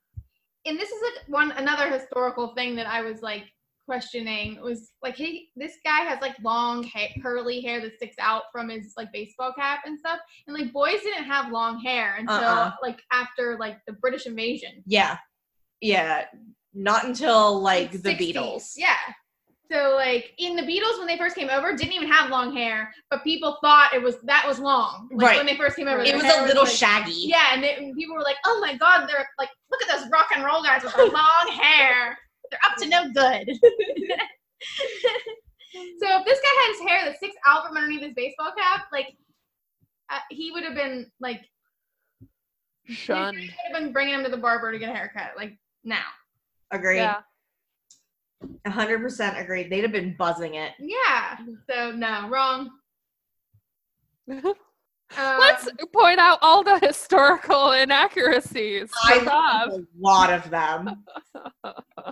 Speaker 1: and this is a, one another historical thing that I was like questioning was like he this guy has like long ha- curly hair that sticks out from his like baseball cap and stuff, and like boys didn't have long hair until
Speaker 4: Uh-uh.
Speaker 1: like after like the British invasion.
Speaker 4: yeah yeah not until like the
Speaker 1: 60s.
Speaker 4: beatles
Speaker 1: Yeah. So like in the Beatles when they first came over, didn't even have long hair, but people thought it was that was long. Like,
Speaker 4: Right.
Speaker 1: When they first came over,
Speaker 4: it
Speaker 1: their
Speaker 4: was
Speaker 1: hair
Speaker 4: a little
Speaker 1: like-
Speaker 4: shaggy
Speaker 1: Yeah, and, they, and people were like, "Oh my God, they're like, look at those rock and roll guys with their long hair. They're up to no good." so if this guy had his hair that sticks out from underneath his baseball cap, like uh, he would have been like
Speaker 3: Shunned.
Speaker 1: would have been bringing him to the barber to get a haircut, like now.
Speaker 4: agreed
Speaker 3: Yeah.
Speaker 4: 100% agreed they'd have been buzzing it
Speaker 1: Yeah. So no, wrong. Um,
Speaker 3: Let's point out all the historical inaccuracies. for
Speaker 4: i
Speaker 3: Bob.
Speaker 4: love a lot of them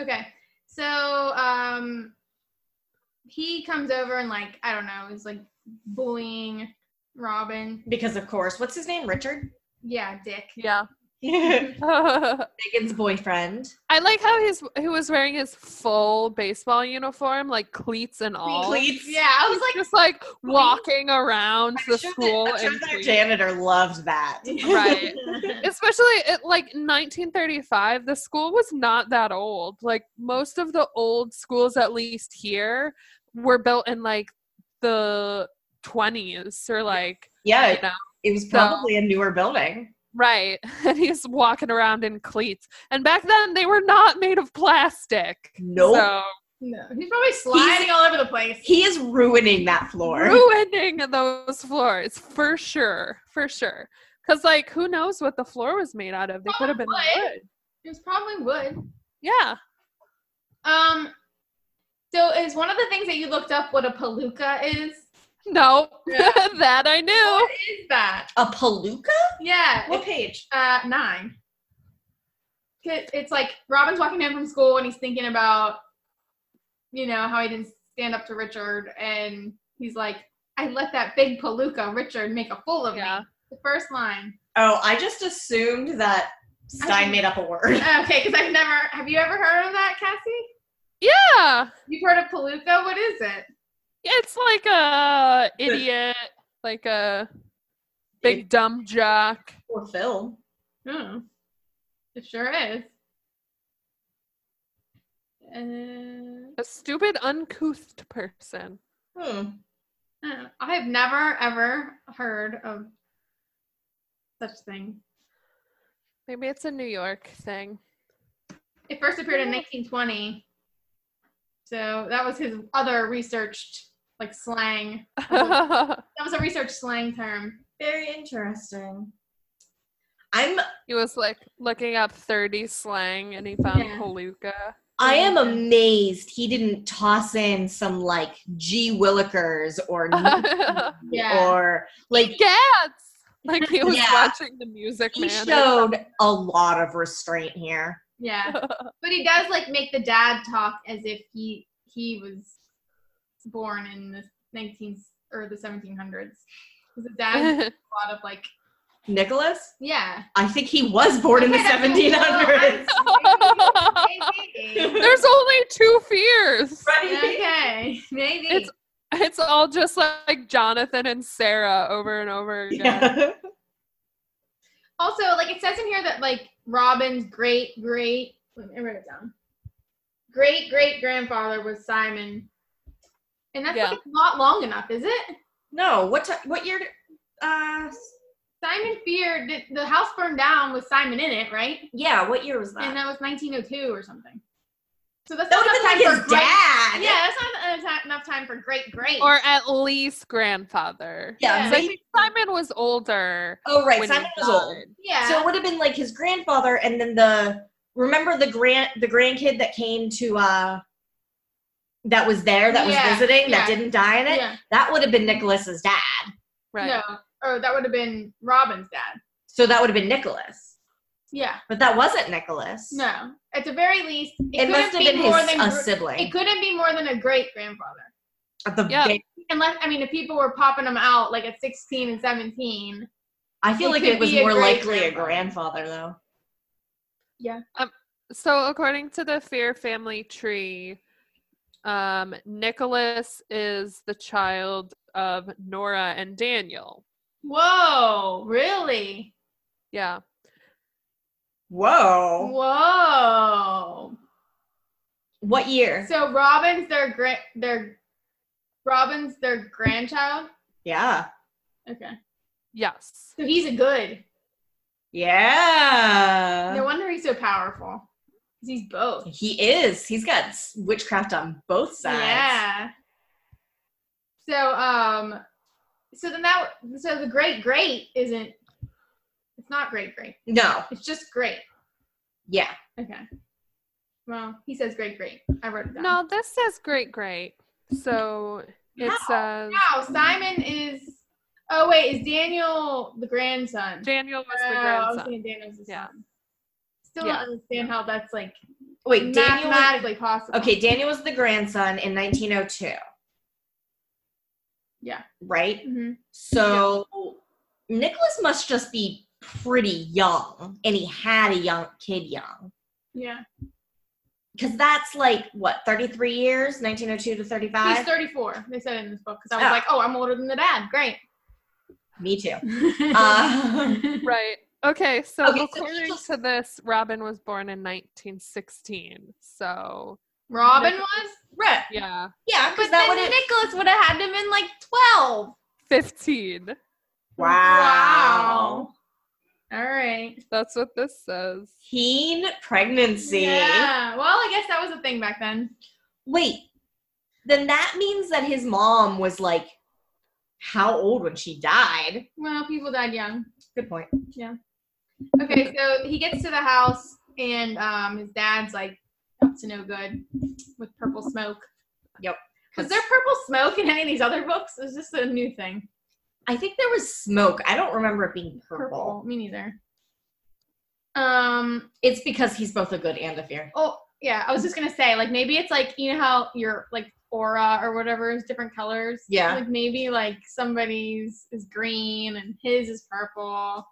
Speaker 1: Okay. So um he comes over and like, I don't know, is like bullying Robin.
Speaker 4: because of course what's his name richard
Speaker 1: Yeah, dick.
Speaker 3: Yeah.
Speaker 4: megan's boyfriend
Speaker 3: I like how he's he was wearing his full baseball uniform, like cleats and all.
Speaker 4: Pleats.
Speaker 1: Yeah, I was
Speaker 3: He's
Speaker 1: like
Speaker 3: just like walking around
Speaker 4: I'm
Speaker 3: the
Speaker 4: sure that-
Speaker 3: school
Speaker 4: I'm sure
Speaker 3: in
Speaker 4: their
Speaker 3: cleats.
Speaker 4: janitor loved that.
Speaker 3: Right. Especially at like 1935, the school was not that old. Like most of the old schools, at least here, were built in like the 20s or like
Speaker 4: yeah,
Speaker 3: you know.
Speaker 4: it was probably a newer building.
Speaker 3: Right. And he's walking around in cleats. And back then they were not made of plastic.
Speaker 4: Nope.
Speaker 3: So
Speaker 1: no. He's probably sliding all over the place.
Speaker 4: He is ruining that floor.
Speaker 3: ruining those floors for sure. For sure. Cause like who knows what the floor was made out of. They could have been
Speaker 1: Probably wood.
Speaker 3: wood.
Speaker 1: It was probably wood.
Speaker 3: Yeah.
Speaker 1: Um so is one of the things that you looked up what a palooka is?
Speaker 3: No.
Speaker 1: Yeah.
Speaker 3: that I knew.
Speaker 1: What is that?
Speaker 4: a palooka?
Speaker 1: Yeah.
Speaker 4: What page?
Speaker 1: Uh, nine. 'Cause It's like Robin's walking home from school and he's thinking about, you know, how he didn't stand up to Richard, and he's like, "I let that big palooka Richard make a fool of
Speaker 3: Yeah.
Speaker 1: me." The first line.
Speaker 4: Oh, I just assumed that Stein made up a word.
Speaker 1: Okay, because I've never. Have you ever heard of that, Cassie?
Speaker 3: Yeah.
Speaker 1: You've heard of palooka? What is it?
Speaker 3: It's like a idiot, like a big dumb jock.
Speaker 4: Or Phil.
Speaker 1: Hmm. It sure is. Uh,
Speaker 3: A stupid, uncouth person.
Speaker 4: Hmm.
Speaker 1: Uh, I have never ever heard of such thing.
Speaker 3: Maybe it's a New York thing.
Speaker 1: It first appeared in 1920. So that was his other researched like slang. That was a research slang term.
Speaker 4: Very interesting. I'm
Speaker 3: He was like looking up 30 slang and he found
Speaker 1: Yeah.
Speaker 3: palooka.
Speaker 4: I am amazed he didn't toss in some like G Willikers or
Speaker 1: Yeah.
Speaker 4: or like
Speaker 3: Cats! Like he was
Speaker 4: Yeah.
Speaker 3: watching the music
Speaker 4: he
Speaker 3: man.
Speaker 4: showed a lot of restraint here.
Speaker 1: Yeah. But he does like make the dad talk as if he he was born in the 19th or the 1700s. 'Cause The dad has a lot of like
Speaker 4: Nicholas,
Speaker 1: yeah.
Speaker 4: I think he was born in the 1700s.
Speaker 1: Maybe.
Speaker 3: There's only two fears.
Speaker 4: Right?
Speaker 1: okay, maybe.
Speaker 3: It's- It's all just like Jonathan and Sarah over and over again.
Speaker 4: Yeah.
Speaker 1: also, like it says in here that like Robin's great great wait, I wrote it down. Great great grandfather was Simon. And that's
Speaker 3: Yeah.
Speaker 1: like not long enough, is it?
Speaker 4: No, what ti what year? did- Uh,
Speaker 1: Simon feared that the house burned down with Simon in it, right?
Speaker 4: yeah, what year was
Speaker 1: And
Speaker 3: uh,
Speaker 4: that?
Speaker 1: that was 1902 or something. So that's
Speaker 4: That
Speaker 1: not
Speaker 4: would have
Speaker 1: enough time
Speaker 4: been
Speaker 1: for
Speaker 4: like his
Speaker 1: great-
Speaker 4: dad.
Speaker 1: Yeah, that's not enough- enough time for great great.
Speaker 3: Or at least grandfather.
Speaker 1: Yeah.
Speaker 4: yeah.
Speaker 3: So I
Speaker 4: maybe-
Speaker 3: think Simon was older.
Speaker 4: oh, right.
Speaker 3: when he
Speaker 4: Simon was old.
Speaker 3: died.
Speaker 1: yeah.
Speaker 4: So it would have been like his grandfather, and then the remember the grand the grandkid that came to uh that was there that
Speaker 1: Yeah,
Speaker 4: was visiting that
Speaker 1: yeah.
Speaker 4: didn't die in it.
Speaker 1: yeah.
Speaker 4: That would have been Nicholas's dad.
Speaker 3: Right.
Speaker 1: No. Oh, that would have been Robin's dad.
Speaker 4: So that would have been Nicholas,
Speaker 1: Yeah.
Speaker 4: but that wasn't Nicholas.
Speaker 1: No. At the very least, it,
Speaker 4: it
Speaker 1: couldn't
Speaker 4: must have
Speaker 1: be
Speaker 4: been
Speaker 1: more
Speaker 4: his
Speaker 1: than
Speaker 4: a
Speaker 1: gr-
Speaker 4: sibling.
Speaker 1: it couldn't be more than a great grandfather.
Speaker 4: At the
Speaker 3: Yeah.
Speaker 4: very-
Speaker 1: Unless I mean, if people were popping them out like at 16 and 17.
Speaker 4: I feel
Speaker 1: It
Speaker 4: like
Speaker 1: could
Speaker 4: it was
Speaker 1: be a
Speaker 4: more
Speaker 1: great
Speaker 4: likely a
Speaker 1: grandfather.
Speaker 4: grandfather though.
Speaker 3: So according to the Fear family tree, um, Nicholas is the child of Nora and Daniel.
Speaker 1: Whoa! Really?
Speaker 3: Yeah.
Speaker 4: Whoa.
Speaker 1: Whoa!
Speaker 4: What year?
Speaker 1: So Robin's their great their Robin's their grandchild.
Speaker 4: Yeah.
Speaker 1: Okay.
Speaker 3: Yes.
Speaker 1: So he's a good.
Speaker 4: Yeah.
Speaker 1: No wonder he's so powerful. 'Cause He's both.
Speaker 4: He is. He's got s- witchcraft on both sides.
Speaker 1: Yeah. So um, so then that so the great great isn't. It's not great great.
Speaker 4: No.
Speaker 1: It's just great.
Speaker 4: Yeah.
Speaker 1: Okay. Well, he says great great. I wrote it down.
Speaker 3: No, this says great great. So it says
Speaker 1: Wow, Simon is. Oh wait, is Daniel the grandson?
Speaker 3: Daniel was
Speaker 1: Oh,
Speaker 3: the
Speaker 1: I was
Speaker 3: grandson.
Speaker 1: thinking Daniel's the
Speaker 3: Yeah.
Speaker 1: son. Still
Speaker 3: Yeah.
Speaker 1: don't understand how that's like
Speaker 4: Wait, Daniel. was-
Speaker 1: mathematically possible.
Speaker 4: Okay, Daniel was the grandson in 1902.
Speaker 1: Yeah.
Speaker 4: Right?
Speaker 1: hmm
Speaker 4: So Nicholas must just be pretty young, and he had a young kid young.
Speaker 1: Yeah.
Speaker 4: Because that's like, what, 33 years? 1902 to
Speaker 1: He's
Speaker 4: 35?
Speaker 1: 34. They said it in this book because I was
Speaker 4: Yeah.
Speaker 1: like, oh, I'm older than the dad. Great.
Speaker 4: Me too. Uh,
Speaker 3: Right. Okay, so
Speaker 4: Okay, so
Speaker 3: according
Speaker 4: Nicholas-
Speaker 3: to this, Robin was born in 1916. So
Speaker 1: Robin was right.
Speaker 3: yeah,
Speaker 4: yeah,
Speaker 1: But
Speaker 4: because that would have.
Speaker 1: then Nicholas would have had him in like 12.
Speaker 3: 15.
Speaker 1: Wow. All right.
Speaker 3: That's what this says.
Speaker 4: Teen pregnancy.
Speaker 1: Yeah. Well, I guess that was a thing back then.
Speaker 4: Wait, then that means that his mom was like, how old when she died?
Speaker 1: Well, people died young.
Speaker 4: Good point.
Speaker 1: Okay, so he gets to the house and um, his dad's like up to no good with purple smoke.
Speaker 4: Yep.
Speaker 1: Was there purple smoke in any of these other books? Is this a new thing?
Speaker 4: I think there was smoke. I don't remember it being purple.
Speaker 1: Me neither. Um.
Speaker 4: It's because he's both a good and a fear.
Speaker 1: Oh, yeah. I was just gonna say, like, maybe it's like you know how your like aura or whatever is different colors.
Speaker 4: Yeah.
Speaker 1: Like maybe like somebody's is green and his is purple.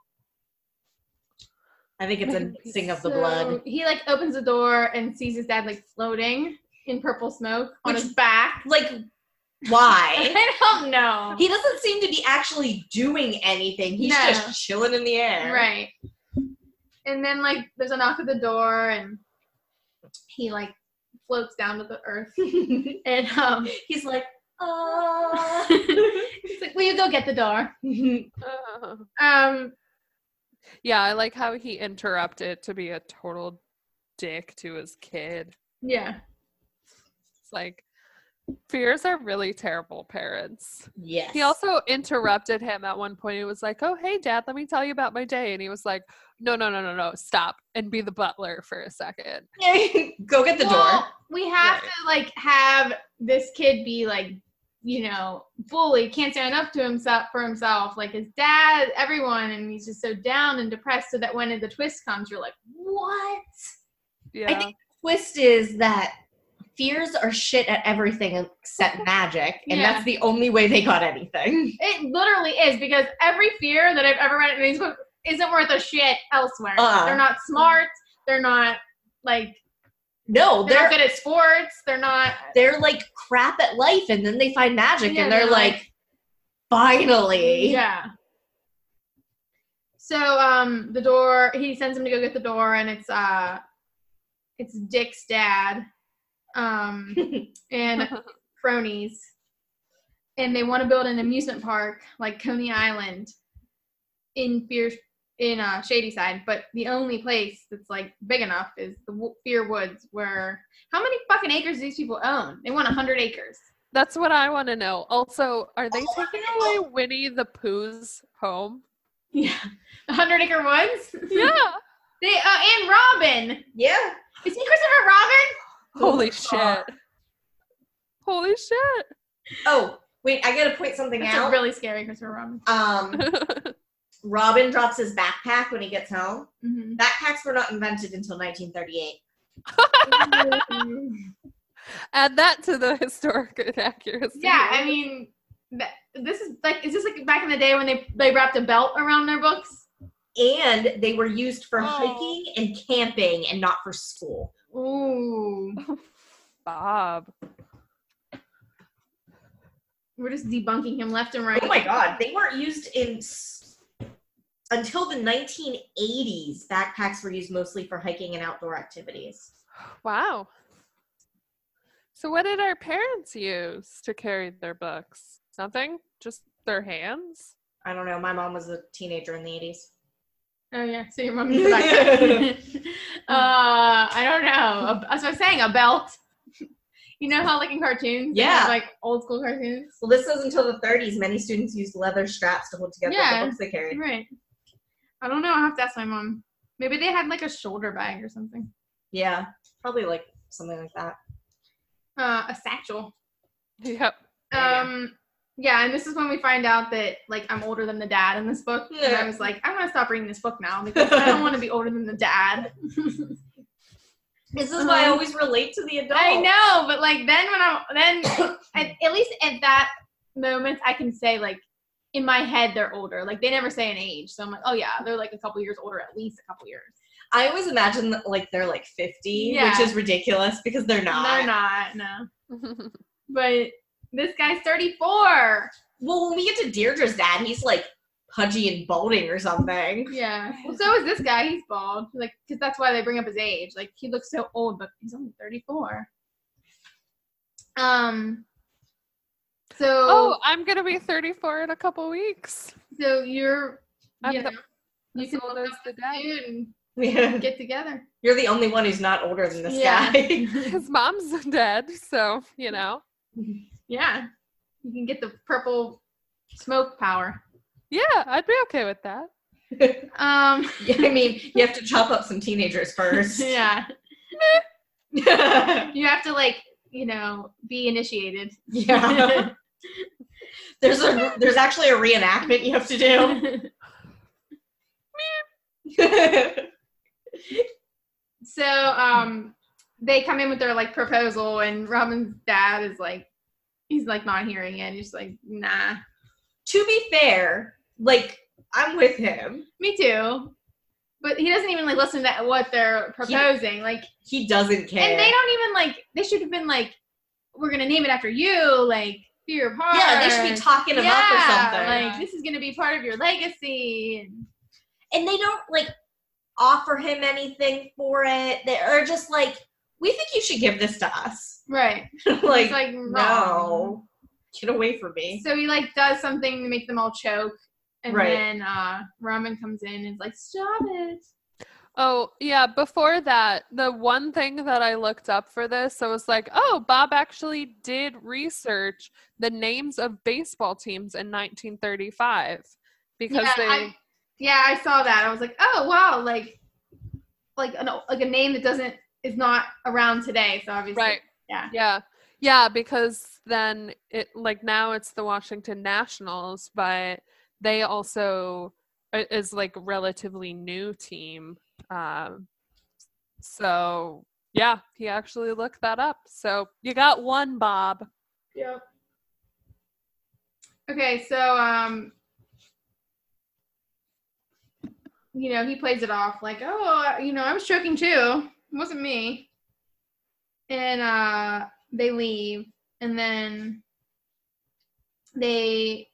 Speaker 4: I think it's a mixing of the blood.
Speaker 1: So He like opens the door and sees his dad like floating in purple smoke on
Speaker 4: Which-
Speaker 1: his back.
Speaker 4: Like, why?
Speaker 1: I don't know.
Speaker 4: he doesn't seem to be actually doing anything. He's
Speaker 1: No.
Speaker 4: just chilling in the air.
Speaker 1: right. And then like there's a knock at the door and he like floats down to the earth
Speaker 4: Right.
Speaker 1: and um
Speaker 4: he's like, oh.
Speaker 1: he's like, Will you go get the door?
Speaker 3: Uh,
Speaker 1: Um
Speaker 3: yeah, I like how he interrupted to be a total dick to his kid.
Speaker 1: yeah.
Speaker 3: It's like, Fears are really terrible parents.
Speaker 4: Yes.
Speaker 3: He also interrupted him at one point. He was like, "Oh, hey, Dad, let me tell you about my day." And he was like, "No, no, no, no, no, stop and be the butler for a second.
Speaker 4: Go get the door.
Speaker 1: We have
Speaker 3: Right.
Speaker 1: to like have this kid be like, you know, bullied, can't stand up to himself for himself, like his dad, everyone, and he's just so down and depressed. So that when the twist comes, you're like, what?
Speaker 3: Yeah,
Speaker 4: think- Twist is that fears are shit at everything except magic, and
Speaker 1: Yeah.
Speaker 4: that's the only way they got anything.
Speaker 1: It literally is because every fear that I've ever read in this book isn't worth a shit elsewhere.
Speaker 4: Uh-uh.
Speaker 1: They're not smart. They're not like
Speaker 4: No,
Speaker 1: they're
Speaker 4: they're
Speaker 1: not good at sports. They're not.
Speaker 4: they're like crap at life, and then they find magic,
Speaker 1: Yeah,
Speaker 4: and they're
Speaker 1: they're
Speaker 4: like,
Speaker 1: like-
Speaker 4: finally.
Speaker 1: Yeah. So um the door he sends him to go get the door and it's uh it's Dick's dad. Um and cronies. And they want to build an amusement park like Coney Island in Fear in uh Shadyside, but the only place that's like big enough is the Wo- Fear Woods where how many fucking acres do these people own? They want 100 acres.
Speaker 3: that's what I want to know. Also, are they
Speaker 4: Oh, I
Speaker 3: taking
Speaker 4: wanna
Speaker 3: away Winnie the Pooh's home?
Speaker 1: Yeah. 100 acre woods?
Speaker 3: Yeah.
Speaker 1: They uh, and Robin.
Speaker 4: yeah.
Speaker 1: Is he Christopher Robin?
Speaker 3: Holy
Speaker 4: my
Speaker 3: shit. Oh, Holy shit.
Speaker 4: Oh, wait, I gotta point something
Speaker 1: That's a
Speaker 4: out.
Speaker 1: really scary Christopher Robin.
Speaker 4: um, Robin drops his backpack when he gets home.
Speaker 1: Mhm.
Speaker 4: Backpacks were not invented until 1938.
Speaker 3: Add that to the historic inaccuracy.
Speaker 1: yeah, I mean, that, this is like, is this like back in the day when they they wrapped a belt around their books?
Speaker 4: And they were used for
Speaker 3: Oh.
Speaker 4: hiking and camping and not for school.
Speaker 1: Ooh,
Speaker 3: Bob.
Speaker 1: we're just debunking him left and right.
Speaker 4: Oh my god, they weren't used in s- until the 1980s. Backpacks were used mostly for hiking and outdoor activities.
Speaker 3: Wow. So, what did our parents use to carry their books? Nothing? Just their hands?
Speaker 4: I don't know, my mom was a teenager in the 80s.
Speaker 1: Oh yeah, so your mom needs a backpack. uh, I don't know. As I was saying, a belt. You know how like in cartoons, they
Speaker 4: Yeah.
Speaker 1: have, like old school cartoons.
Speaker 4: Well, this was until the 30s. Many students used leather straps to hold together
Speaker 1: Yeah.
Speaker 4: the books they carried.
Speaker 1: Right. I don't know. I have to ask my mom. Maybe they had like a shoulder bag or something.
Speaker 4: Yeah, probably like something like that.
Speaker 1: Uh, a satchel.
Speaker 3: Yep.
Speaker 4: Yeah.
Speaker 1: Um, yeah, and this is when we find out that like I'm older than the dad in this book. And I
Speaker 4: Yeah.
Speaker 1: was like, I'm gonna stop reading this book now because I don't want to be older than the dad.
Speaker 4: This is why I
Speaker 1: Um,
Speaker 4: always relate to the adult.
Speaker 1: I know, but like then when I'm then at, at least at that moment I can say like in my head they're older. Like they never say an age, so I'm like, oh yeah, they're like a couple years older, at least a couple years.
Speaker 4: I always imagine that like they're like 50,
Speaker 1: Yeah.
Speaker 4: which is ridiculous because they're not.
Speaker 1: They're not, no. But this guy's 34.
Speaker 4: Well, when we get to Deirdre's dad, he's like pudgy and balding or something.
Speaker 1: Yeah. Well, so is this guy. He's bald. Like, because that's why they bring up his age. Like, he looks so old, but he's only 34. Um. So,
Speaker 3: oh, I'm going to be 34 in a couple weeks.
Speaker 1: so you're,
Speaker 3: I'm
Speaker 1: you
Speaker 3: the-
Speaker 1: know, you
Speaker 3: as
Speaker 1: can
Speaker 3: old
Speaker 1: look
Speaker 3: as
Speaker 1: up
Speaker 3: the
Speaker 1: with dude and
Speaker 4: You're
Speaker 1: get together.
Speaker 4: the only one who's not older than this
Speaker 1: Yeah.
Speaker 4: guy.
Speaker 3: His mom's dead. So, you know.
Speaker 1: Yeah. You can get the purple smoke power.
Speaker 3: Yeah, I'd be okay with that.
Speaker 1: Um.
Speaker 4: Yeah, I mean, you have to chop up some teenagers first.
Speaker 1: Yeah.
Speaker 4: yeah.
Speaker 1: You have to like, you know, be initiated.
Speaker 4: There's a there's actually a reenactment you have to do.
Speaker 1: So um they come in with their like proposal and Robin's dad is like he's like not hearing it. He's like, nah.
Speaker 4: to be fair, like I'm with him.
Speaker 1: Me too. But he doesn't even like listen to what they're proposing. like
Speaker 4: He doesn't care.
Speaker 1: and they don't even like they should have been like, We're gonna name it after you, like fear of heart.
Speaker 4: yeah, they should be talking him up or something.
Speaker 1: Like this is gonna be part of your legacy and
Speaker 4: and they don't like offer him anything for it. They are just like, we think you should give this to us.
Speaker 1: Right.
Speaker 4: like,
Speaker 1: it's like no.
Speaker 4: no, get away from me.
Speaker 1: So he like does something to make them all choke, and
Speaker 4: Right.
Speaker 1: then uh, Ramen comes in and is like, "Stop it!"
Speaker 3: Oh, yeah. Before that, the one thing that I looked up for this, I was like, oh, Bob actually did research the names of baseball teams in 1935 because
Speaker 1: Yeah,
Speaker 3: they.
Speaker 1: I- Yeah, I saw that. I was like, oh wow, like like an like a name that doesn't is not around today. So obviously,
Speaker 3: Right.
Speaker 1: yeah.
Speaker 3: Yeah. Yeah, because then it like now it's the Washington Nationals, but they also i- is like relatively new team. Um so yeah, he actually looked that up. So you got one, Bob.
Speaker 1: Yep. Okay, so um, you know, he plays it off like, oh, you know, I was choking too. It wasn't me. And uh, they leave, and then they,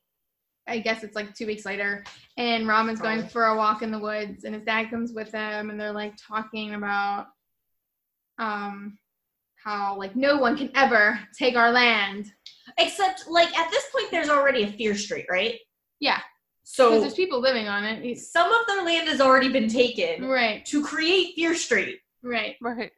Speaker 1: I guess it's like two weeks later, and Raman's going for a walk in the woods, and his dad comes with them, and they're like talking about um how like no one can ever take our land.
Speaker 4: Except, like, at this point, there's already a Fear Street, right?
Speaker 1: Yeah. Because
Speaker 4: So
Speaker 1: there's people living on it. It's-
Speaker 4: some of their land has already been taken
Speaker 1: right,
Speaker 4: to create Fear Street.
Speaker 1: right.
Speaker 3: Right.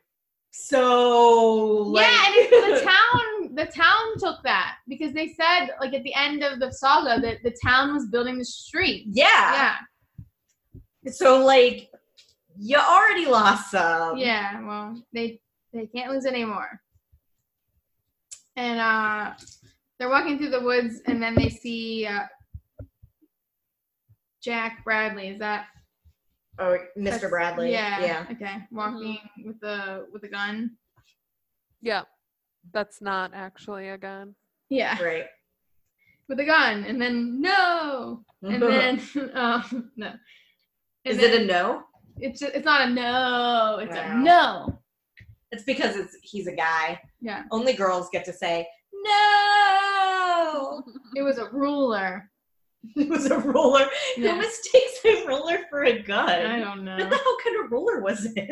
Speaker 4: So, like,
Speaker 1: yeah, and it's the town. The town took that because they said, like at the end of the saga, that the town was building the street.
Speaker 4: yeah.
Speaker 1: Yeah,
Speaker 4: So, like, you already lost some.
Speaker 1: yeah. Well, they they can't lose anymore. And uh, they're walking through the woods, and then they see uh, Jack Bradley. Is that
Speaker 4: Oh, Mr.
Speaker 1: That's-
Speaker 4: Bradley.
Speaker 1: Yeah.
Speaker 4: Yeah. Mm-hmm.
Speaker 1: Okay. Walking with the with the gun.
Speaker 3: Yeah. That's not actually a gun.
Speaker 1: Yeah.
Speaker 4: Right.
Speaker 1: With a gun, and then no, and then um, no.
Speaker 4: Is
Speaker 1: And
Speaker 4: it a
Speaker 1: then
Speaker 4: no?
Speaker 1: It's just, it's not a no. It's
Speaker 4: Wow.
Speaker 1: a no.
Speaker 4: It's because it's he's a guy.
Speaker 1: Yeah.
Speaker 4: Only girls get to say no.
Speaker 1: It was a ruler.
Speaker 4: It was a ruler.
Speaker 1: Yeah.
Speaker 4: Who mistakes a ruler for a
Speaker 1: I
Speaker 4: gun?
Speaker 1: don't
Speaker 4: What
Speaker 1: know.
Speaker 4: the hell kind of ruler was it?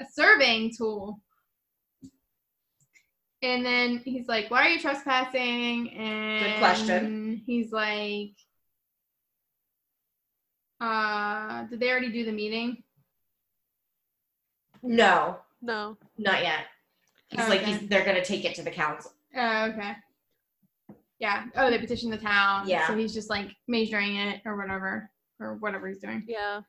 Speaker 1: a surveying tool. And then he's like, "Why are you trespassing?" And
Speaker 4: question.
Speaker 1: He's like, "Uh, did they already do the meeting?"
Speaker 4: No,
Speaker 3: No.
Speaker 4: not yet. He's like
Speaker 1: Oh, Okay.
Speaker 4: he's, they're gonna take it to the council.
Speaker 1: Oh, okay. Yeah. Oh, they petitioned the town.
Speaker 4: Yeah.
Speaker 1: So he's just like measuring it or whatever or whatever he's doing.
Speaker 3: Yeah.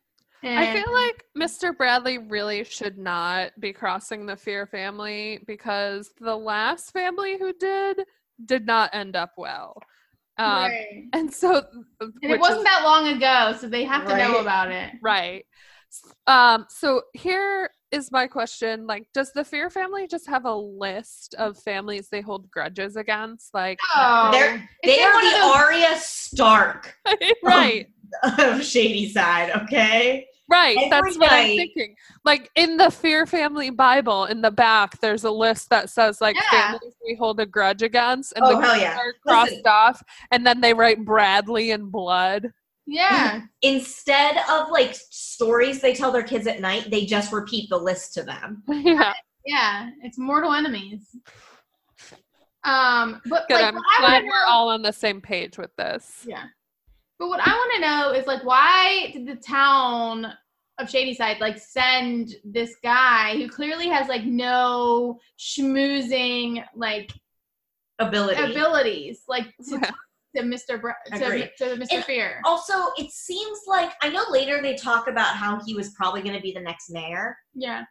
Speaker 1: And
Speaker 3: I feel like Mr. Bradley really should not be crossing the Fear family because the last family who did did not end up well. Um,
Speaker 1: Right.
Speaker 3: And so, uh,
Speaker 1: And it wasn't that long ago, so they have to know
Speaker 4: Right.
Speaker 1: about it.
Speaker 3: right. S- Um, so here is my question: Like, does the Fear family just have a list of families they hold grudges against? Like,
Speaker 1: Oh,
Speaker 4: They're-
Speaker 1: Is
Speaker 4: They
Speaker 1: there
Speaker 4: are
Speaker 1: one of
Speaker 4: the
Speaker 1: those-
Speaker 4: Arya Stark
Speaker 3: right,
Speaker 4: of Shady Side. Okay.
Speaker 3: right.
Speaker 4: Every
Speaker 3: That's what I'm
Speaker 4: night-
Speaker 3: thinking. Like in the Fear family Bible, in the back, there's a list that says like
Speaker 1: Yeah.
Speaker 3: families we hold a grudge against, and
Speaker 4: Oh
Speaker 3: the
Speaker 4: hell yeah!
Speaker 3: are crossed
Speaker 4: Listen.
Speaker 3: off, and then they write Bradley in blood.
Speaker 1: yeah.
Speaker 4: Instead of like stories they tell their kids at night, they just repeat the list to them.
Speaker 3: yeah,
Speaker 1: Yeah. It's mortal enemies. Um, but
Speaker 3: good.
Speaker 1: like,
Speaker 3: I'm
Speaker 1: what I
Speaker 3: glad
Speaker 1: wanna
Speaker 3: we're
Speaker 1: know-
Speaker 3: all on the same page with this.
Speaker 1: Yeah. But what I want to know is like, why did the town of Shadyside like send this guy who clearly has like no schmoozing like
Speaker 4: Ability.
Speaker 1: abilities like to,
Speaker 3: Yeah.
Speaker 1: to Mr. Bra- to,
Speaker 4: Agree.
Speaker 1: to Mr.
Speaker 4: And
Speaker 1: Fear?
Speaker 4: Also, it seems like I know later they talk about how he was probably going to be the next mayor.
Speaker 1: yeah,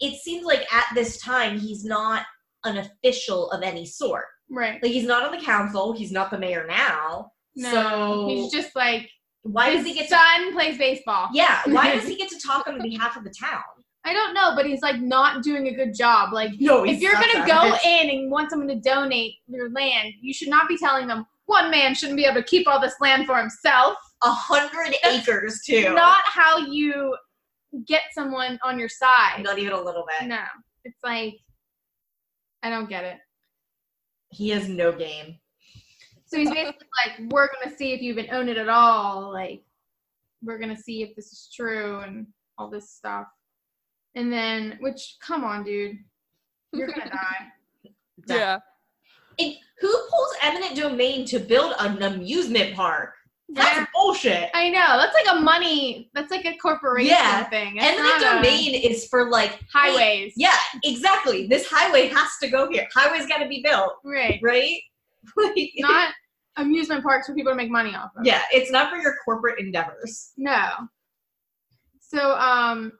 Speaker 4: It seems like at this time he's not an official of any sort.
Speaker 1: right.
Speaker 4: Like he's not on the council. He's not the mayor now.
Speaker 1: No,
Speaker 4: so
Speaker 1: he's just like
Speaker 4: why
Speaker 1: his
Speaker 4: does he get to?
Speaker 1: son plays baseball.
Speaker 4: Yeah, why does he get to talk on behalf of the town?
Speaker 1: I don't know, but he's like not doing a good job. Like
Speaker 4: No,
Speaker 1: if you're gonna go in and want someone to donate your land, you should not be telling them one man shouldn't be able to keep all this land for himself.
Speaker 4: a hundred acres too,
Speaker 1: Not how you get someone on your side.
Speaker 4: Not even a little bit.
Speaker 1: No, it's like I don't get it.
Speaker 4: He has no game.
Speaker 1: So he's basically like, we're gonna see if you've been owned it at all. Like, we're gonna see if this is true and all this stuff. And then, which, come on, dude, you're gonna die.
Speaker 3: Yeah,
Speaker 4: And who pulls eminent domain to build an amusement park? That's
Speaker 1: Yeah.
Speaker 4: bullshit.
Speaker 1: I know. That's like a money. That's like a corporation
Speaker 4: Yeah,
Speaker 1: thing. It's
Speaker 4: And the
Speaker 1: not uh, a-
Speaker 4: domain is for like hey,
Speaker 1: highways.
Speaker 4: Yeah, exactly. This highway has to go here. Highway's got to be built,
Speaker 1: Right.
Speaker 4: right? Like,
Speaker 1: Not amusement parks for people to make money off of.
Speaker 4: yeah, it's not for your corporate endeavors.
Speaker 1: No. So um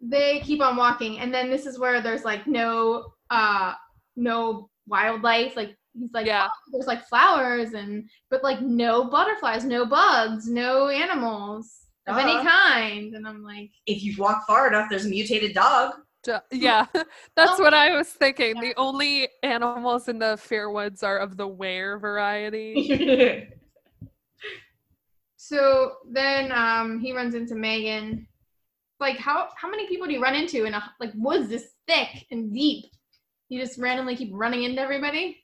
Speaker 1: they keep on walking and then this is where there's like no uh no wildlife like he's like
Speaker 3: Yeah.
Speaker 1: "Oh, there's like flowers and but like no butterflies, no bugs, no animals of any
Speaker 4: Duh.
Speaker 1: kind and I'm like
Speaker 4: If you walk far enough, there's a mutated dog.
Speaker 3: Ju- Yeah, that's what I was thinking.
Speaker 1: Yeah.
Speaker 3: The only animals in the Fairwoods are of the ware variety.
Speaker 1: so then um he runs into Megan like how how many people do you run into in a like woods this thick and deep you just randomly keep running into everybody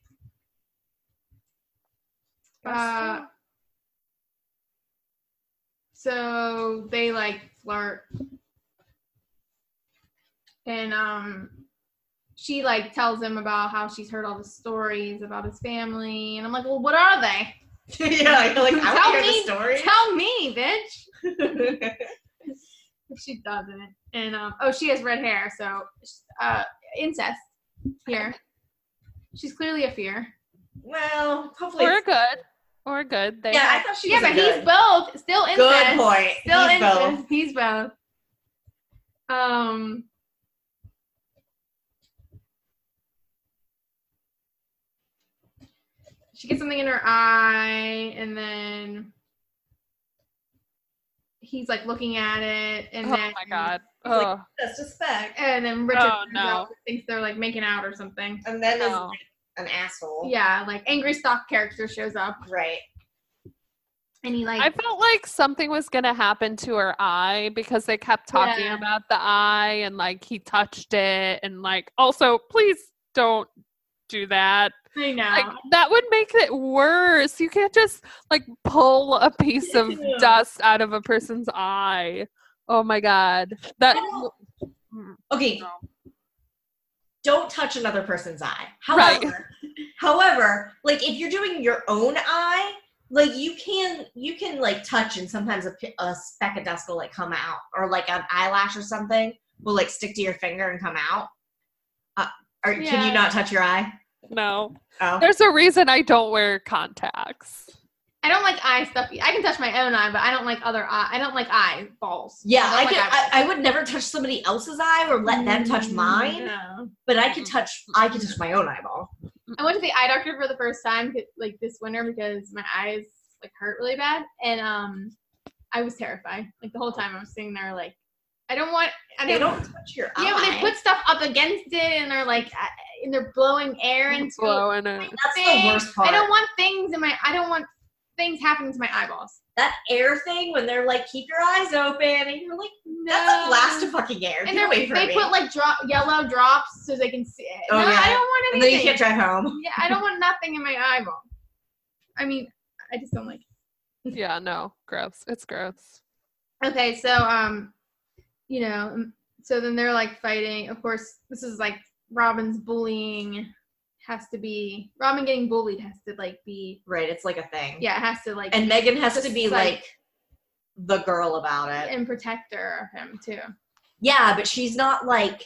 Speaker 1: Uh, so they like flirt and um she like tells him about how she's heard all the stories about his family and i'm like well what are they
Speaker 4: yeah, you're like, I
Speaker 1: Tell
Speaker 4: want to hear
Speaker 1: me-
Speaker 4: the story.
Speaker 1: tell me bitch But she doesn't and um oh she has red hair so uh incest here she's clearly a fear
Speaker 4: well, hopefully.
Speaker 3: Or
Speaker 4: it's-
Speaker 3: good. Or good. They
Speaker 4: Yeah, I
Speaker 3: have-
Speaker 4: thought she
Speaker 1: yeah
Speaker 4: was
Speaker 1: but
Speaker 4: a
Speaker 1: he's both still incest
Speaker 4: Good point.
Speaker 1: Still
Speaker 4: He's
Speaker 1: he's
Speaker 4: both.
Speaker 1: both. He's both. Um. She gets something in her eye, and then he's like looking at it, and
Speaker 3: oh
Speaker 1: then
Speaker 3: my god. Oh,
Speaker 4: He's like-
Speaker 3: Ugh.
Speaker 4: That's just fact.
Speaker 1: and then Richard
Speaker 3: Oh,
Speaker 1: turns
Speaker 3: no.
Speaker 1: out thinks they're like making out or something.
Speaker 4: And then there's
Speaker 3: No.
Speaker 4: an asshole.
Speaker 1: Yeah, like angry stock character shows up,
Speaker 4: Right.
Speaker 1: and he like
Speaker 3: I felt like something was gonna happen to her eye because they kept talking
Speaker 1: Yeah.
Speaker 3: about the eye and like he touched it and like also please don't do that.
Speaker 1: I know.
Speaker 3: Like that would make it worse. You can't just like pull a piece of
Speaker 4: Yeah.
Speaker 3: dust out of a person's eye. Oh my god. That Mm,
Speaker 4: I don't- Okay.
Speaker 3: No.
Speaker 4: Don't touch another person's eye.
Speaker 3: Right.
Speaker 4: However, however, like if you're doing your own eye, like you can you can like touch and sometimes a, pi- a speck of dust will like come out or like an eyelash or something will like stick to your finger and come out. Uh, or can
Speaker 1: Yeah.
Speaker 4: you not touch your eye?
Speaker 3: no.
Speaker 4: Oh.
Speaker 3: There's a reason I don't wear contacts.
Speaker 1: I don't like eye stuff. e, I can touch my own eye, but I don't like other eye. I don't like eyeballs.
Speaker 4: Yeah, I
Speaker 1: don't
Speaker 4: could.
Speaker 1: like eyeballs.
Speaker 4: I, I would never touch somebody else's eye or let them touch mine. But I could touch. I could touch my own eyeball.
Speaker 1: I went to the eye doctor for the first time like this winter because my eyes like hurt really bad, and um, I was terrified. Like the whole time I was sitting there like, I don't want. I
Speaker 4: They
Speaker 1: don't.
Speaker 4: don't touch your eye.
Speaker 1: Yeah, but they put stuff up against it, and they're like, uh, and they're blowing air into it.
Speaker 3: Blowing it.
Speaker 4: That's
Speaker 1: thing.
Speaker 4: the worst part.
Speaker 1: I don't want things in my. I don't want things happening to my eyeballs.
Speaker 4: that air thing when they're like, keep your eyes open, and you're like,
Speaker 1: No.
Speaker 4: that's a blast of fucking air.
Speaker 1: And
Speaker 4: Get
Speaker 1: they're,
Speaker 4: away from
Speaker 1: they
Speaker 4: me.
Speaker 1: put like drop yellow drops so they can see it.
Speaker 4: Oh,
Speaker 1: no,
Speaker 4: yeah.
Speaker 1: I don't want
Speaker 4: and
Speaker 1: anything.
Speaker 4: then you can't drive home.
Speaker 1: yeah, I don't want nothing in my eyeball. I mean, I just don't like.
Speaker 3: Yeah, no. Gross. It's gross.
Speaker 1: It. Okay, so um, you know, um, so then they're like fighting. Of course, this is like Robin's bullying has to be Robin getting bullied has to like be
Speaker 4: Right, it's like a thing.
Speaker 1: yeah it has to like
Speaker 4: and Megan has
Speaker 1: Just
Speaker 4: to be like,
Speaker 1: like-
Speaker 4: the girl about it.
Speaker 1: and protector of him too.
Speaker 4: Yeah, but she's not like.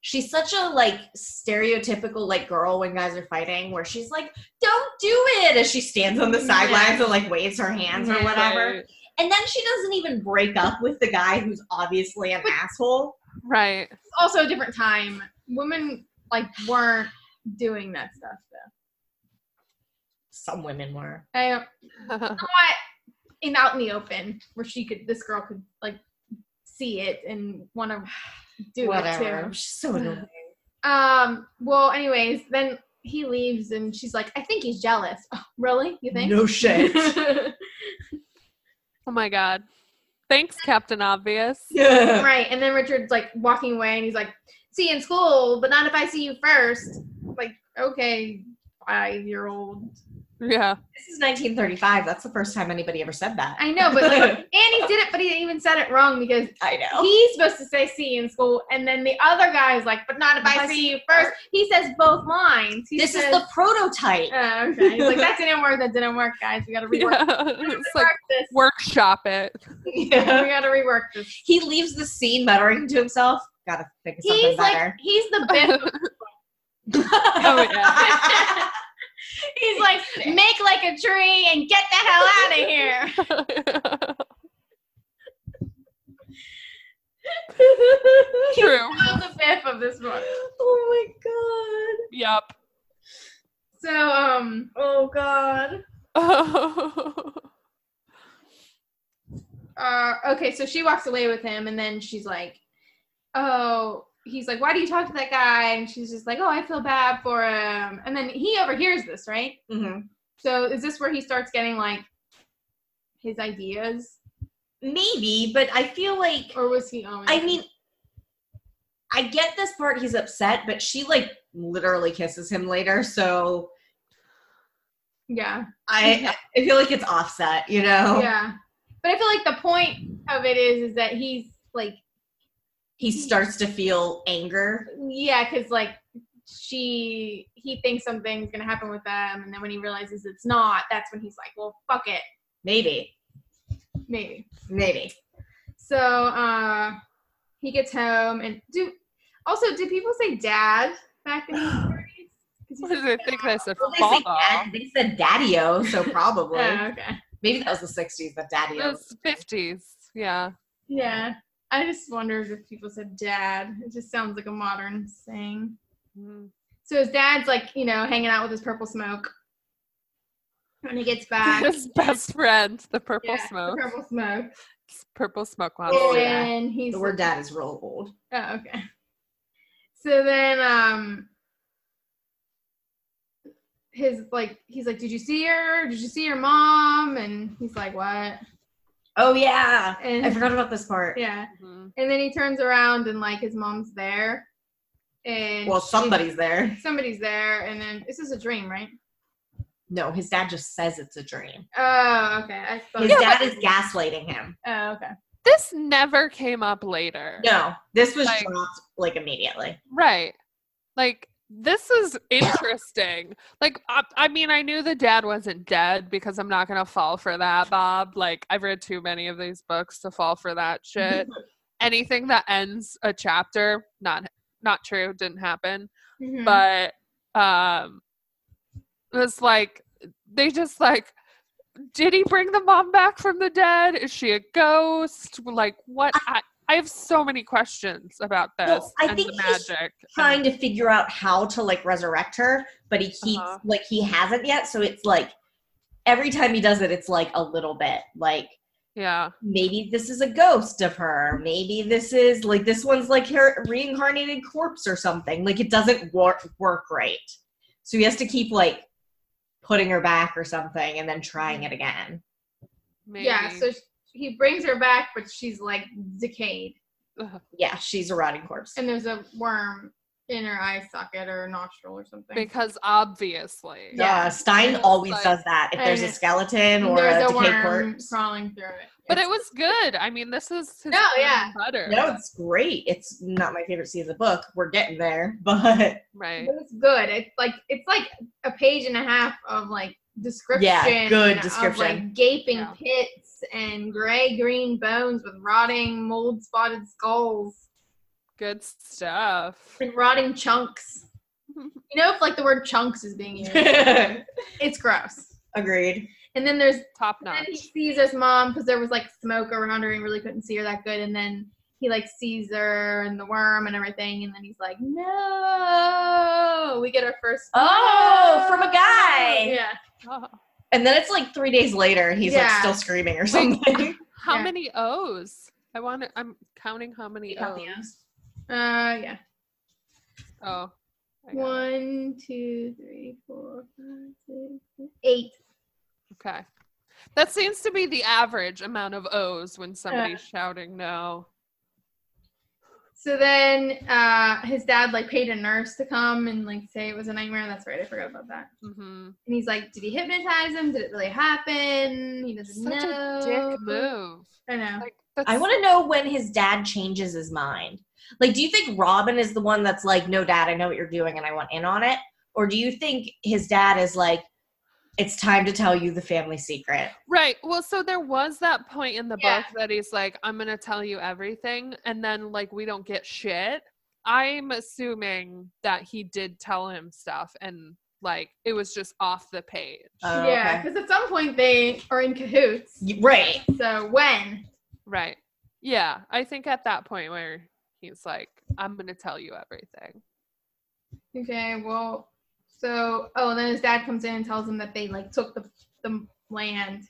Speaker 4: She's such a like stereotypical like girl when guys are fighting, where she's like, "Don't do it," as she stands on the
Speaker 1: Yeah.
Speaker 4: sidelines and like waves her hands or
Speaker 1: Yeah.
Speaker 4: whatever.
Speaker 3: Right.
Speaker 4: And then she doesn't even break up with the guy who's obviously an asshole.
Speaker 3: Right.
Speaker 1: It's also a different time. Women like weren't doing that stuff though.
Speaker 4: Some women were.
Speaker 1: I don't not in out in the open where she could this girl could like see it and want to do it too.
Speaker 4: Whatever. She's so annoying.
Speaker 1: Um. Well, anyways, then he leaves, and she's like, "I think he's jealous." Oh, really? You think?
Speaker 4: No shit.
Speaker 3: Oh my god. Thanks, Captain Obvious.
Speaker 4: yeah.
Speaker 1: right. And then Richard's like walking away, and he's like, "See you in school, but not if I see you first. Like, okay, five year old.
Speaker 3: Yeah.
Speaker 4: This is 1935. That's the first time anybody ever said that.
Speaker 1: I know, but like, and he did it, but he even said it wrong because
Speaker 4: I know.
Speaker 1: he's supposed to say C in school, and then the other guy is like, but not if
Speaker 4: If
Speaker 1: I
Speaker 4: I
Speaker 1: see you first. He says both lines. He
Speaker 4: This is
Speaker 1: says,
Speaker 4: the prototype.
Speaker 1: Oh, okay. He's like, that didn't work. That didn't work, guys. We got to rework.
Speaker 3: it's like
Speaker 1: this.
Speaker 3: workshop it.
Speaker 1: We got to rework this.
Speaker 4: He leaves the scene muttering to himself. Gotta think of something
Speaker 1: He's like,
Speaker 4: better.
Speaker 1: he's the best.
Speaker 3: Oh yeah.
Speaker 1: He's like, make like a tree and get the hell out of here.
Speaker 3: True.
Speaker 1: I'm the fifth of this book.
Speaker 4: oh my god.
Speaker 3: Yup.
Speaker 1: So, um,
Speaker 4: Oh god.
Speaker 1: uh, okay, so she walks away with him, and then she's like, oh, he's like, why do you talk to that guy? And she's just like, oh, I feel bad for him. And then he overhears this, right?
Speaker 4: Mhm.
Speaker 1: So is this where he starts getting like his ideas,
Speaker 4: Maybe, but I feel like
Speaker 1: or was he always?
Speaker 4: I mean, I get this part. He's upset, but she like literally kisses him later. So
Speaker 1: yeah,
Speaker 4: I I feel like it's offset. You know,
Speaker 1: yeah. But I feel like the point of it is, is that he's like,
Speaker 4: he starts to feel anger.
Speaker 1: yeah, because like she, he thinks something's gonna happen with them, and then when he realizes it's not, that's when he's like, well, fuck it,
Speaker 4: Maybe,
Speaker 1: maybe.
Speaker 4: maybe.
Speaker 1: So uh he gets home, and do also do people say dad back in the 30s? 'Cause
Speaker 3: what
Speaker 1: he's-
Speaker 3: did I think that's a
Speaker 4: Well, they, say
Speaker 3: fall
Speaker 4: dad, they said daddy-o, so probably.
Speaker 1: Oh, okay.
Speaker 4: Maybe that was the 60s, but daddy-o.
Speaker 3: It's fifties. Yeah.
Speaker 1: Yeah. I just wondered if people said dad. It just sounds like a modern saying.
Speaker 3: Mm.
Speaker 1: So his dad's like, you know, hanging out with his purple smoke. When he gets back,
Speaker 3: His best friend, the purple
Speaker 1: Yeah, the
Speaker 3: smoke.
Speaker 1: purple smoke.
Speaker 3: It's Purple smoke monster.
Speaker 4: Oh, yeah.
Speaker 1: and he's
Speaker 4: The word dad is real old.
Speaker 1: Oh, okay. So then um his like he's like, Did you see her? Did you see your mom? And he's like, What?
Speaker 4: Oh, yeah. I
Speaker 1: And
Speaker 4: forgot about this part.
Speaker 1: yeah.
Speaker 3: Mhm.
Speaker 1: And then he turns around and like his mom's there. And
Speaker 4: Well, somebody's there.
Speaker 1: somebody's there and then this is a dream, right?
Speaker 4: No, his dad just says it's a dream.
Speaker 1: Oh, okay. I thought.
Speaker 4: His
Speaker 1: Yeah.
Speaker 4: dad is gaslighting him.
Speaker 1: Oh, okay.
Speaker 3: This never came up later.
Speaker 4: No, this was
Speaker 3: Like-
Speaker 4: dropped like immediately.
Speaker 3: Right. Like, this is interesting. Like, I, I mean, I knew the dad wasn't dead because I'm not going to fall for that, Bob. Like, I've read too many of these books to fall for that shit. Anything that ends a chapter, not not true, didn't happen.
Speaker 1: Mhm.
Speaker 4: Mm-hmm.
Speaker 3: But um it's like they just like did he bring the mom back from the dead? Is she a ghost? Like what I, I have so many questions about this
Speaker 4: Well, I
Speaker 3: and
Speaker 4: think
Speaker 3: the
Speaker 4: he's
Speaker 3: magic. and-
Speaker 4: Trying to figure out how to like resurrect her, but he keeps
Speaker 3: Uh-huh.
Speaker 4: like he hasn't yet. So it's like every time he does it, it's like a little bit like
Speaker 3: Yeah.
Speaker 4: maybe this is a ghost of her. Maybe this is like this one's like her reincarnated corpse or something. Like it doesn't work work right. So he has to keep like putting her back or something and then trying it again.
Speaker 3: Maybe.
Speaker 1: yeah, so sh- he brings her back, but she's like decayed,
Speaker 4: Yeah, she's a rotting corpse.
Speaker 1: and there's a worm in her eye socket or nostril or something.
Speaker 3: because obviously.
Speaker 4: yeah,
Speaker 1: yeah.
Speaker 4: uh, Stein
Speaker 3: It's
Speaker 4: always
Speaker 3: like-
Speaker 4: does that. If there's a
Speaker 1: and
Speaker 4: skeleton
Speaker 1: And
Speaker 4: or
Speaker 1: there's
Speaker 4: a
Speaker 1: a,
Speaker 4: decayed
Speaker 1: worm
Speaker 4: corpse.
Speaker 1: crawling through it.
Speaker 3: But
Speaker 1: It's-
Speaker 3: it was good. I mean, this is his
Speaker 1: No,
Speaker 3: bread and
Speaker 1: yeah.
Speaker 3: butter.
Speaker 4: No, it's great. It's not my favorite scene of the book. We're getting there, but
Speaker 3: Right.
Speaker 1: it was good. It's like it's like a page and a half of like description.
Speaker 4: good
Speaker 1: Of like
Speaker 4: description.
Speaker 1: gaping
Speaker 3: Yeah.
Speaker 1: pits and gray green bones with rotting mold spotted skulls.
Speaker 3: Good stuff.
Speaker 1: and rotting chunks. You know, if like the word chunks is being used, it's gross.
Speaker 4: agreed.
Speaker 1: And then there's
Speaker 3: Top
Speaker 1: then he
Speaker 3: notch.
Speaker 1: sees his mom because there was like smoke around her and really couldn't see her that good. And then he like sees her and the worm and everything. And then he's like, "No!" We get our first.
Speaker 4: Oh, from a
Speaker 1: "No!"
Speaker 4: guy.
Speaker 1: Yeah.
Speaker 3: Oh.
Speaker 4: And then it's like three days later, and he's like
Speaker 1: Yeah.
Speaker 4: still screaming or something.
Speaker 3: How
Speaker 1: Yeah.
Speaker 3: many O's? I want to, I'm counting how many O's.
Speaker 1: Uh, yeah.
Speaker 3: Oh. I got it.
Speaker 1: One, two, three, four, five, six, seven, eight.
Speaker 3: Okay. That seems to be the average amount of O's when somebody's shouting no.
Speaker 1: So then uh, his dad like paid a nurse to come and like say it was a nightmare. That's right, I forgot about that.
Speaker 3: hmm
Speaker 1: And he's like, did he hypnotize him? Did it really happen? He doesn't
Speaker 3: Such
Speaker 1: know.
Speaker 3: a dick move.
Speaker 1: I know.
Speaker 3: Like that's
Speaker 4: I
Speaker 6: I want to know when his dad changes his mind. Like, do you think Robin is the one that's like, no, dad, I know what you're doing and I want in on it? Or do you think his dad is like, it's time to tell you the family secret?
Speaker 3: Right. Well, so there was that point in the
Speaker 1: Yeah.
Speaker 3: book that he's like, I'm going to tell you everything. And then, like, we don't get shit. I'm assuming that he did tell him stuff and, like, it was just off the page.
Speaker 4: Oh,
Speaker 1: yeah,
Speaker 4: okay.
Speaker 1: because at some point they are in cahoots.
Speaker 4: Y- Right.
Speaker 1: So when?
Speaker 3: right. Yeah. I think at that point where he's like, I'm going to tell you everything.
Speaker 1: Okay, well, so oh, and then his dad comes in and tells him that they like took the the land,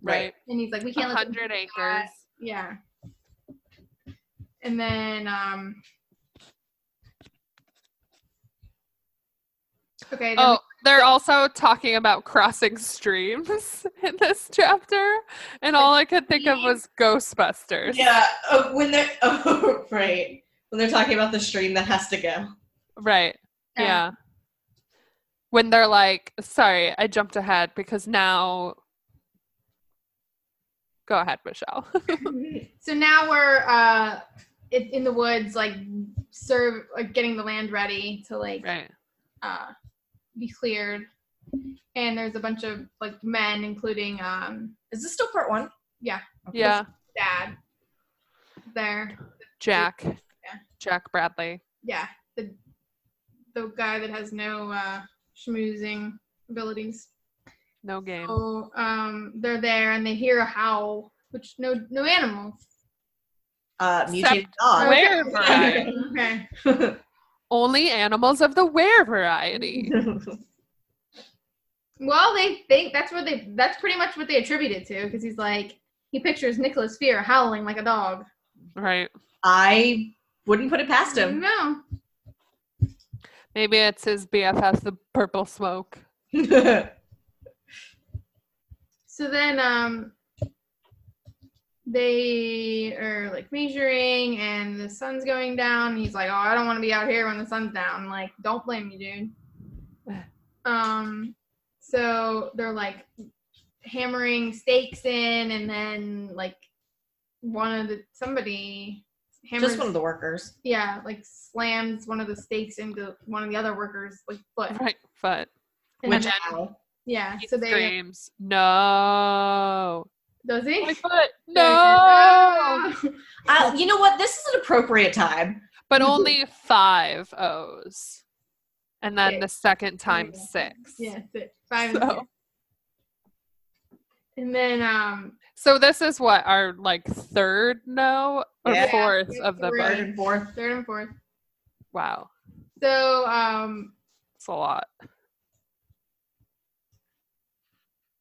Speaker 3: Right.
Speaker 4: Right.
Speaker 1: and he's like, we
Speaker 3: A
Speaker 1: can't. let them
Speaker 3: 100
Speaker 1: do that."
Speaker 3: acres.
Speaker 1: Yeah. And then um. Okay. Then
Speaker 3: Oh, they're also talking about crossing streams in this chapter. And all I could think of was Ghostbusters.
Speaker 4: Yeah. Oh, when they're oh, right when they're talking about the stream that has to go.
Speaker 3: Right.
Speaker 1: Yeah.
Speaker 3: Yeah. When they're like, sorry, I jumped ahead because now. Go ahead, Michelle.
Speaker 1: So now we're uh in, in the woods, like serve, like getting the land ready to like
Speaker 3: right.
Speaker 1: uh, be cleared. And there's a bunch of like men, including um,
Speaker 4: Is this still part one?
Speaker 3: Yeah.
Speaker 1: dad. There,
Speaker 3: Jack. Jack Bradley.
Speaker 1: yeah, the the guy that has no uh, schmoozing abilities.
Speaker 3: No game.
Speaker 1: So um, they're there and they hear a howl, which no no animals.
Speaker 4: Uh, mutated
Speaker 1: Oh,
Speaker 4: dog.
Speaker 3: Were variety.
Speaker 1: Okay.
Speaker 3: Only animals of the were variety.
Speaker 1: Well, they think that's what they that's pretty much what they attribute it to because he's like he pictures Nicholas Fear howling like a dog.
Speaker 3: right.
Speaker 4: I wouldn't put it past him.
Speaker 1: No.
Speaker 3: Maybe it's his BFF, the purple smoke.
Speaker 1: So then um they are like measuring and the sun's going down. He's like, Oh, I don't want to be out here when the sun's down. I'm like, don't blame me, dude. Um so they're like hammering stakes in and then like one of the somebody hammers
Speaker 4: Just one of the workers.
Speaker 1: yeah, like slams one of the stakes into one of the other workers like foot.
Speaker 3: Right foot.
Speaker 1: And
Speaker 3: Which
Speaker 1: then-
Speaker 4: Ow.
Speaker 1: yeah,
Speaker 3: He
Speaker 1: so they
Speaker 3: screams, No.
Speaker 1: does he?
Speaker 3: My foot.
Speaker 1: They're like,
Speaker 3: No.
Speaker 1: "Ah!"
Speaker 4: Uh, you know what? This is an appropriate time.
Speaker 3: but only five O's. And then
Speaker 1: Six.
Speaker 3: the second time,
Speaker 1: Yeah.
Speaker 3: six.
Speaker 1: Yeah, six, five and
Speaker 3: So-
Speaker 1: six. And then um
Speaker 3: So this is what our like third no or
Speaker 4: Yeah.
Speaker 3: fourth of the
Speaker 1: Right.
Speaker 4: Third
Speaker 3: book.
Speaker 4: and fourth.
Speaker 1: third and fourth.
Speaker 3: Wow,
Speaker 1: So um
Speaker 3: it's a lot.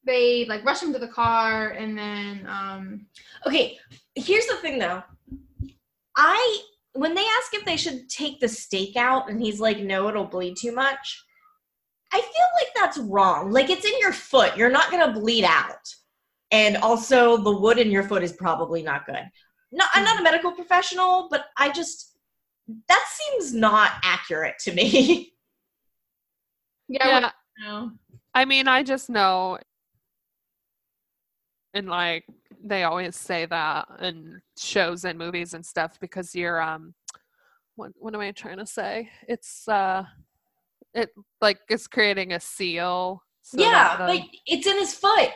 Speaker 1: they like rush him to the car and then um
Speaker 4: Okay, here's the thing though. I when they ask if they should take the steak out and he's like, no, it'll bleed too much. I feel like that's wrong. Like it's in your foot. You're not gonna bleed out. And also the wood in your foot is probably not good. No, I'm not a medical professional, but I just that seems not accurate to me.
Speaker 1: yeah,
Speaker 3: Yeah,
Speaker 1: what- no.
Speaker 3: I mean, I just know, and like they always say that in shows and movies and stuff because you're um, what what am I trying to say? It's uh, it like it's creating a seal. so that
Speaker 4: yeah,
Speaker 3: the-
Speaker 4: like it's in his foot.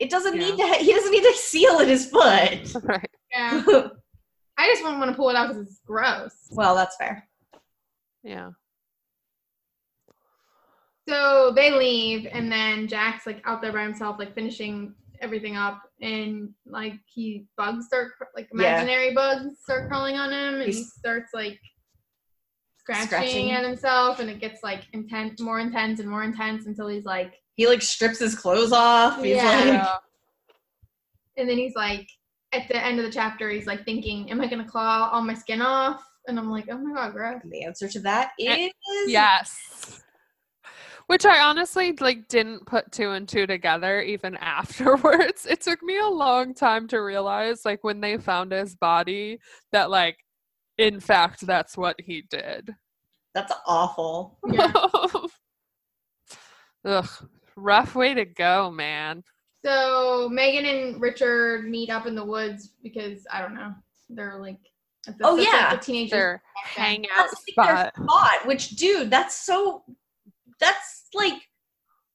Speaker 4: It doesn't
Speaker 3: Yeah.
Speaker 4: need to. He doesn't need a seal in his foot.
Speaker 3: right.
Speaker 1: yeah. I just wouldn't want to pull it out because it's gross.
Speaker 4: well, that's fair.
Speaker 3: Yeah.
Speaker 1: So they leave and then Jack's like out there by himself, like finishing everything up and like he bugs start cr- like
Speaker 4: Yeah.
Speaker 1: imaginary bugs start crawling on him and he
Speaker 4: He's-
Speaker 1: starts like scratching,
Speaker 4: Scratching.
Speaker 1: at himself and it gets like intense more intense and more intense until he's like
Speaker 4: He like strips his clothes off. He's
Speaker 1: Yeah.
Speaker 4: like,
Speaker 3: Yeah.
Speaker 1: and then he's like at the end of the chapter he's like thinking am i gonna claw all my skin off and i'm like oh my god gross
Speaker 4: And the answer to that
Speaker 3: Eh,
Speaker 4: is
Speaker 3: Yes. Which I honestly like didn't put two and two together even afterwards. It took me a long time to realize like when they found his body that like in fact, that's what he did.
Speaker 4: That's awful.
Speaker 1: Yeah.
Speaker 3: Ugh, rough way to go, man.
Speaker 1: So Megan and Richard meet up in the woods because I don't know. They're like it's
Speaker 4: Oh,
Speaker 1: it's
Speaker 4: yeah.
Speaker 1: like a teenager.
Speaker 3: Their hangout
Speaker 4: That's like their
Speaker 3: spot.
Speaker 4: spot, which dude, that's so that's like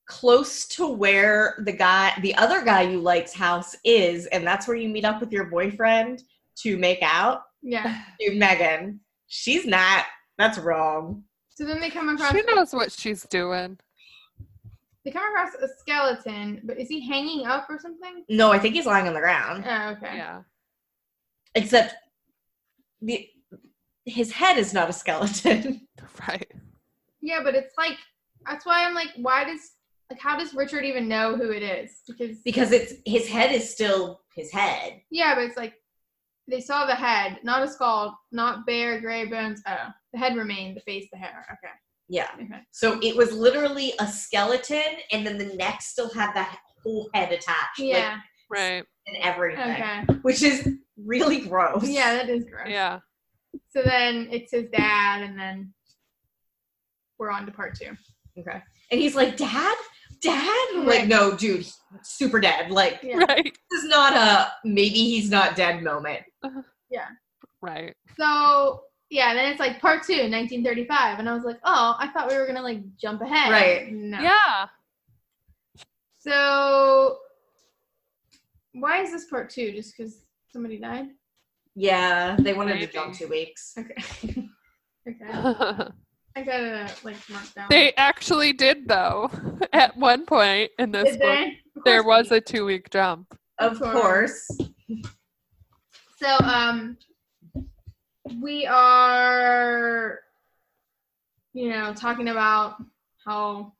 Speaker 4: close to where the guy the other guy you like's house is, and that's where you meet up with your boyfriend to make out.
Speaker 1: yeah.
Speaker 4: Dude, Megan. She's not that's wrong.
Speaker 1: So then they come across
Speaker 3: She knows what she's doing.
Speaker 1: they come across a skeleton, but is he hanging up or something?
Speaker 4: No, I think he's lying on the ground.
Speaker 1: Oh, okay.
Speaker 3: Yeah.
Speaker 4: Except the his head is not a skeleton.
Speaker 3: Right.
Speaker 1: Yeah, but it's like that's why I'm like, why does like how does Richard even know who it is? Because
Speaker 4: because it's his head is still his head.
Speaker 1: yeah, but it's like they saw the head, not a skull, not bare gray bones. Oh, the head remained, the face, the hair. Okay,
Speaker 4: Yeah.
Speaker 1: okay.
Speaker 4: So it was literally a skeleton, and then the neck still had that whole head attached, like,
Speaker 1: Yeah.
Speaker 3: Right.
Speaker 4: and everything,
Speaker 1: Okay.
Speaker 4: which is really gross.
Speaker 1: Yeah, that is gross.
Speaker 3: Yeah.
Speaker 1: So then it's his dad, and then we're on to part two.
Speaker 4: Okay. And he's like, "Dad, Dad," I'm
Speaker 1: Right.
Speaker 4: like, "No, dude, he's super dead. Like,
Speaker 1: Yeah.
Speaker 3: Right.
Speaker 4: this is not a maybe he's not dead moment."
Speaker 3: Right.
Speaker 1: So yeah, then it's like part two, 1935, and I was like, oh, I thought we were gonna like jump ahead.
Speaker 4: Right.
Speaker 1: No.
Speaker 3: Yeah.
Speaker 1: So why is this part two? Just because somebody died?
Speaker 4: Yeah, they wanted
Speaker 3: Maybe.
Speaker 4: to jump two weeks.
Speaker 1: Okay. okay. I gotta like mark down.
Speaker 3: they actually did though. At one point in this
Speaker 1: Did
Speaker 3: book,
Speaker 1: they? Of
Speaker 3: there
Speaker 1: course
Speaker 3: was
Speaker 1: they
Speaker 3: a two-week jump.
Speaker 4: Of
Speaker 1: Of
Speaker 4: course.
Speaker 1: did. So um, we are, you know, talking about how,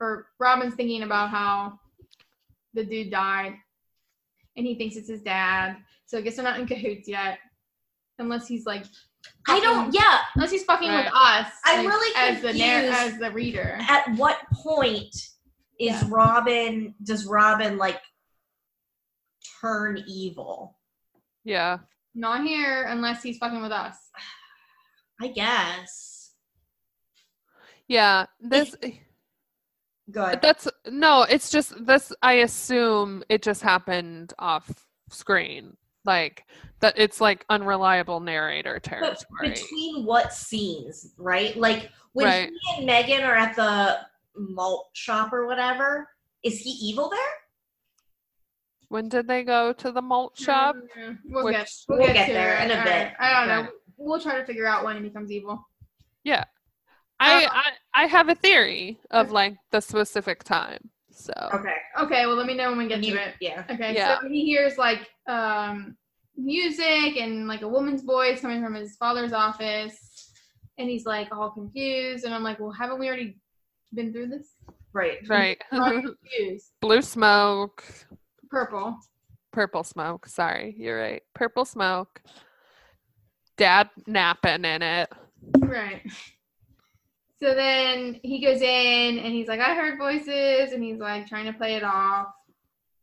Speaker 1: or Robin's thinking about how the dude died, and he thinks it's his dad. So I guess they're not in cahoots yet, unless he's like,
Speaker 4: I don't. Yeah,
Speaker 1: unless he's fucking
Speaker 3: Right.
Speaker 1: with us.
Speaker 4: I'm
Speaker 1: like,
Speaker 4: really
Speaker 1: as the narr-
Speaker 4: confused.
Speaker 1: as the reader.
Speaker 4: at what point is
Speaker 1: Yeah.
Speaker 4: Robin does Robin like turn evil?
Speaker 3: Yeah.
Speaker 1: Not here unless he's fucking with us.
Speaker 4: I guess.
Speaker 3: Yeah. This
Speaker 4: Good.
Speaker 3: that's no, it's just this I assume it just happened off screen. Like that it's like unreliable narrator
Speaker 4: But
Speaker 3: territory.
Speaker 4: between what scenes, right? Like when
Speaker 3: Right.
Speaker 4: he and Megan are at the malt shop or whatever, is he evil there?
Speaker 3: When did they go to the malt
Speaker 1: Mm.
Speaker 3: shop?
Speaker 1: Yeah, Mm-hmm. We'll,
Speaker 3: Which-
Speaker 1: get, we'll, get, there in a bit. I don't know. We'll try to figure out when he becomes evil.
Speaker 3: I,
Speaker 1: Uh,
Speaker 3: I I have a theory of like the specific time. So
Speaker 4: Okay.
Speaker 1: Okay, well, let me know when we get
Speaker 4: You-
Speaker 1: to it.
Speaker 4: Yeah.
Speaker 1: Okay,
Speaker 3: Yeah.
Speaker 1: so he hears like um, music and like a woman's voice coming from his father's office, and he's like all confused. And I'm like, well, haven't we already been through this?
Speaker 4: Right.
Speaker 3: right,
Speaker 1: Not confused.
Speaker 3: blue smoke,
Speaker 1: Purple.
Speaker 3: purple smoke. Sorry, you're right. Purple smoke. Dad napping in it.
Speaker 1: Right. So then he goes in and he's like, I heard voices, and he's like trying to play it off.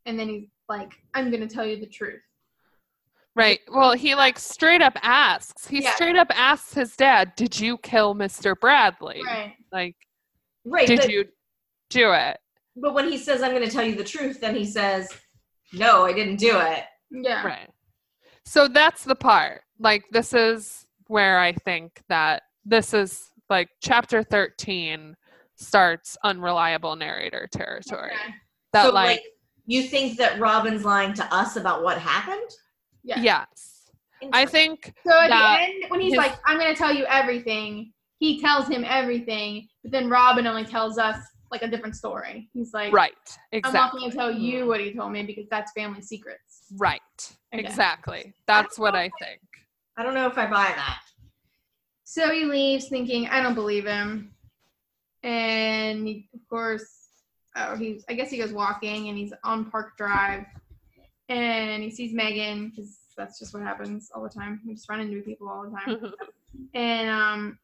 Speaker 1: And then he's like, I'm gonna tell you the truth.
Speaker 3: Right. Well, he like straight up asks. He
Speaker 1: Yeah.
Speaker 3: straight up asks his dad, "Did you kill Mr. Bradley?
Speaker 1: Right.
Speaker 3: Like,
Speaker 4: Right.
Speaker 3: did
Speaker 4: but,
Speaker 3: you do it?"
Speaker 4: but when he says I'm gonna tell you the truth, then he says, No, I didn't do it.
Speaker 1: Yeah.
Speaker 3: Right. So that's the part. Like this is where I think that this is like chapter 13 starts unreliable narrator territory.
Speaker 1: Okay.
Speaker 3: That
Speaker 4: so
Speaker 3: like,
Speaker 4: you think that Robin's lying to us about what happened?
Speaker 1: Yeah.
Speaker 3: yes. I think
Speaker 1: So at
Speaker 3: that
Speaker 1: the end, when he's
Speaker 3: his-
Speaker 1: like, I'm gonna tell you everything, he tells him everything, but then Robin only tells us like a different story. He's like,
Speaker 3: right.
Speaker 1: I'm
Speaker 3: Exactly. Mm-hmm.
Speaker 1: not gonna tell you what he told me because that's family secrets.
Speaker 3: Right.
Speaker 1: Okay.
Speaker 3: Exactly. That's what I think.
Speaker 4: I don't know if I buy that.
Speaker 1: So he leaves thinking, I don't believe him. And he- of course, oh, he's, I guess he goes walking and he's on Park Drive and he sees Megan because that's just what happens all the time. We just run into people all the
Speaker 3: Hmm.
Speaker 1: time. And um,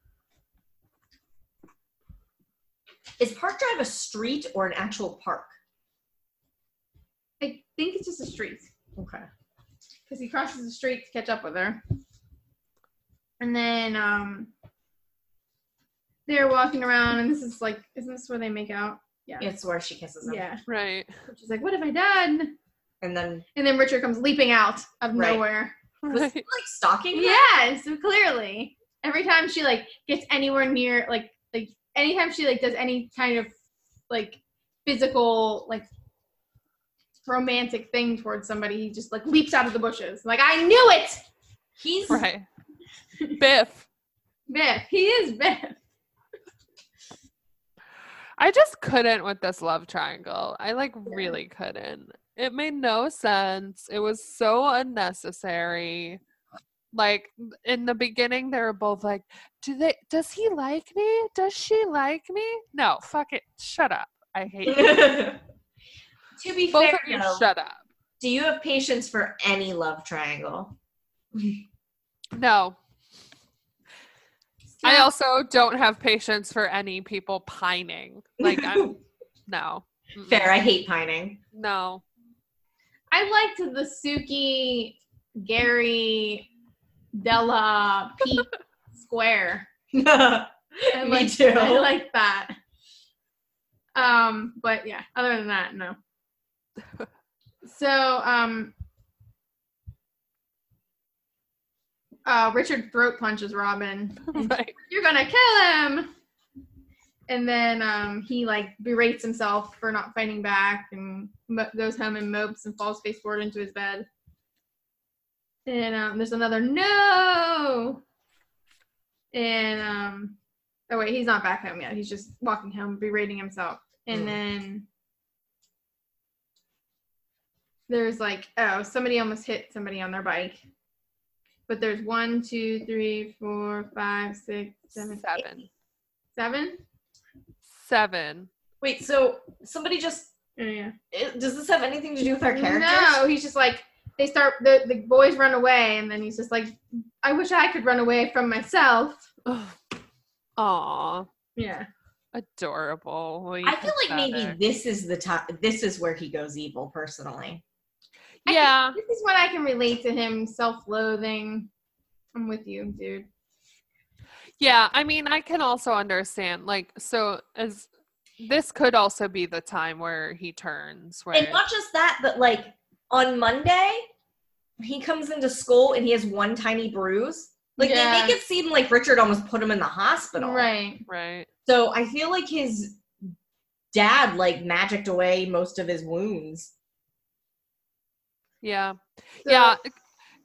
Speaker 4: Is Park Drive a street or an actual park?
Speaker 1: I think it's just a street
Speaker 4: Okay.
Speaker 1: because he crosses the street to catch up with her. And then um, they're walking around, and this is like, isn't this where they make out?
Speaker 4: It's where she kisses him.
Speaker 1: Yeah.
Speaker 3: Right.
Speaker 1: She's like, what have I done?
Speaker 4: And then
Speaker 1: And then Richard comes leaping out of
Speaker 4: Right.
Speaker 1: nowhere.
Speaker 4: was he
Speaker 3: Right.
Speaker 4: like stalking her?
Speaker 1: Yeah, so clearly, every time she like gets anywhere near, like like anytime she like does any kind of like physical like romantic thing towards somebody, he just like leaps out of the bushes. Like I knew it,
Speaker 4: He's
Speaker 3: Right. Biff.
Speaker 1: Biff. He is Biff.
Speaker 3: I just couldn't with this love triangle. I like really couldn't. It made no sense. It was so unnecessary. Like in the beginning, they were both like, "Do they? Does he like me? Does she like me? No, fuck it. Shut up. I hate you.
Speaker 4: to be
Speaker 3: both of
Speaker 4: fair,
Speaker 3: you.
Speaker 4: though,
Speaker 3: Shut up.
Speaker 4: do you have patience for any love triangle?
Speaker 3: No. I also don't have patience for any people pining. Like, I'm, no. Mm-mm.
Speaker 4: fair. I hate pining.
Speaker 3: No.
Speaker 1: I liked the Suki, Gary, Della, Pete square. I
Speaker 4: Me
Speaker 1: like,
Speaker 4: too.
Speaker 1: I like that. Um, but yeah, other than that, no. so, um, uh, Richard throat punches Robin.
Speaker 3: Right.
Speaker 1: You're gonna kill him. And then um, he like berates himself for not fighting back and mo- goes home and mopes and falls face forward into his bed. And um, there's another no. And um, oh wait, he's not back home yet. He's just walking home, berating himself. And
Speaker 4: Mm.
Speaker 1: then there's like oh, somebody almost hit somebody on their bike. But there's one, two, three, four, five, six, seven, eight,
Speaker 3: Seven.
Speaker 1: seven.
Speaker 3: Seven.
Speaker 4: Wait, so somebody just
Speaker 1: Oh, yeah.
Speaker 4: it- does this have anything to do with our characters?
Speaker 1: No, he's just like they start the the boys run away, and then he's just like, I wish I could run away from myself.
Speaker 3: Ugh. Aw.
Speaker 1: Yeah.
Speaker 3: Adorable. Well, you
Speaker 4: I feel like maybe
Speaker 3: pathetic.
Speaker 4: this is the top. This is where he goes evil, personally.
Speaker 1: I
Speaker 3: Yeah.
Speaker 1: can- this is what I can relate to him: self-loathing. I'm with you, dude.
Speaker 3: Yeah. I mean, I can also understand. Like, so as this could also be the time where he turns, where
Speaker 4: And not just that, but like on Monday, he comes into school and he has one tiny bruise. Like
Speaker 1: Yeah.
Speaker 4: they make it seem like Richard almost put him in the hospital.
Speaker 1: Right.
Speaker 3: right.
Speaker 4: So I feel like his dad like magicked away most of his wounds.
Speaker 3: Yeah.
Speaker 1: So-
Speaker 3: yeah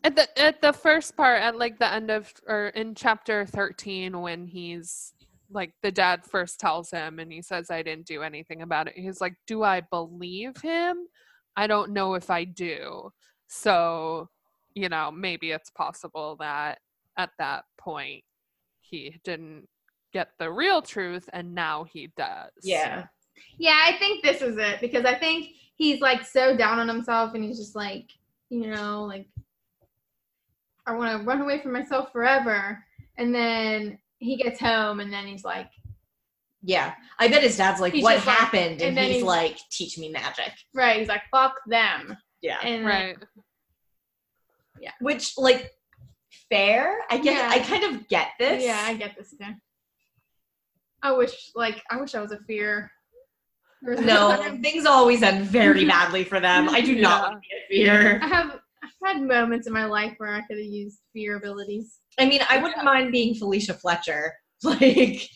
Speaker 3: at the at the first part at like the end of or in chapter 13 when he's like the dad first tells him and he says i didn't do anything about it he's like do i believe him i don't know if i do so you know maybe it's possible that at that point he didn't get the real truth and now he does
Speaker 1: Yeah, I think this is it because I think he's like so down on himself, and he's just like, you know, like I want to run away from myself forever. And then he gets home, and then he's like,
Speaker 4: Yeah. I bet his dad's like,
Speaker 1: He's
Speaker 4: what
Speaker 1: just like-
Speaker 4: happened?
Speaker 1: and
Speaker 4: and
Speaker 1: then
Speaker 4: he's,
Speaker 1: he's-
Speaker 4: like, teach me magic.
Speaker 1: right, he's like, fuck them.
Speaker 4: Yeah.
Speaker 1: And
Speaker 3: right
Speaker 4: Which like fair. I get
Speaker 1: Yeah.
Speaker 4: I kind of get this.
Speaker 1: Yeah, I get this now. I wish, like, I wish I was a fear. There was
Speaker 4: no, things always end very badly for them. I do not want to be a fear.
Speaker 1: I have I've had moments in my life where I could have used fear abilities.
Speaker 4: I mean, I wouldn't mind being Felicia Fletcher. Like,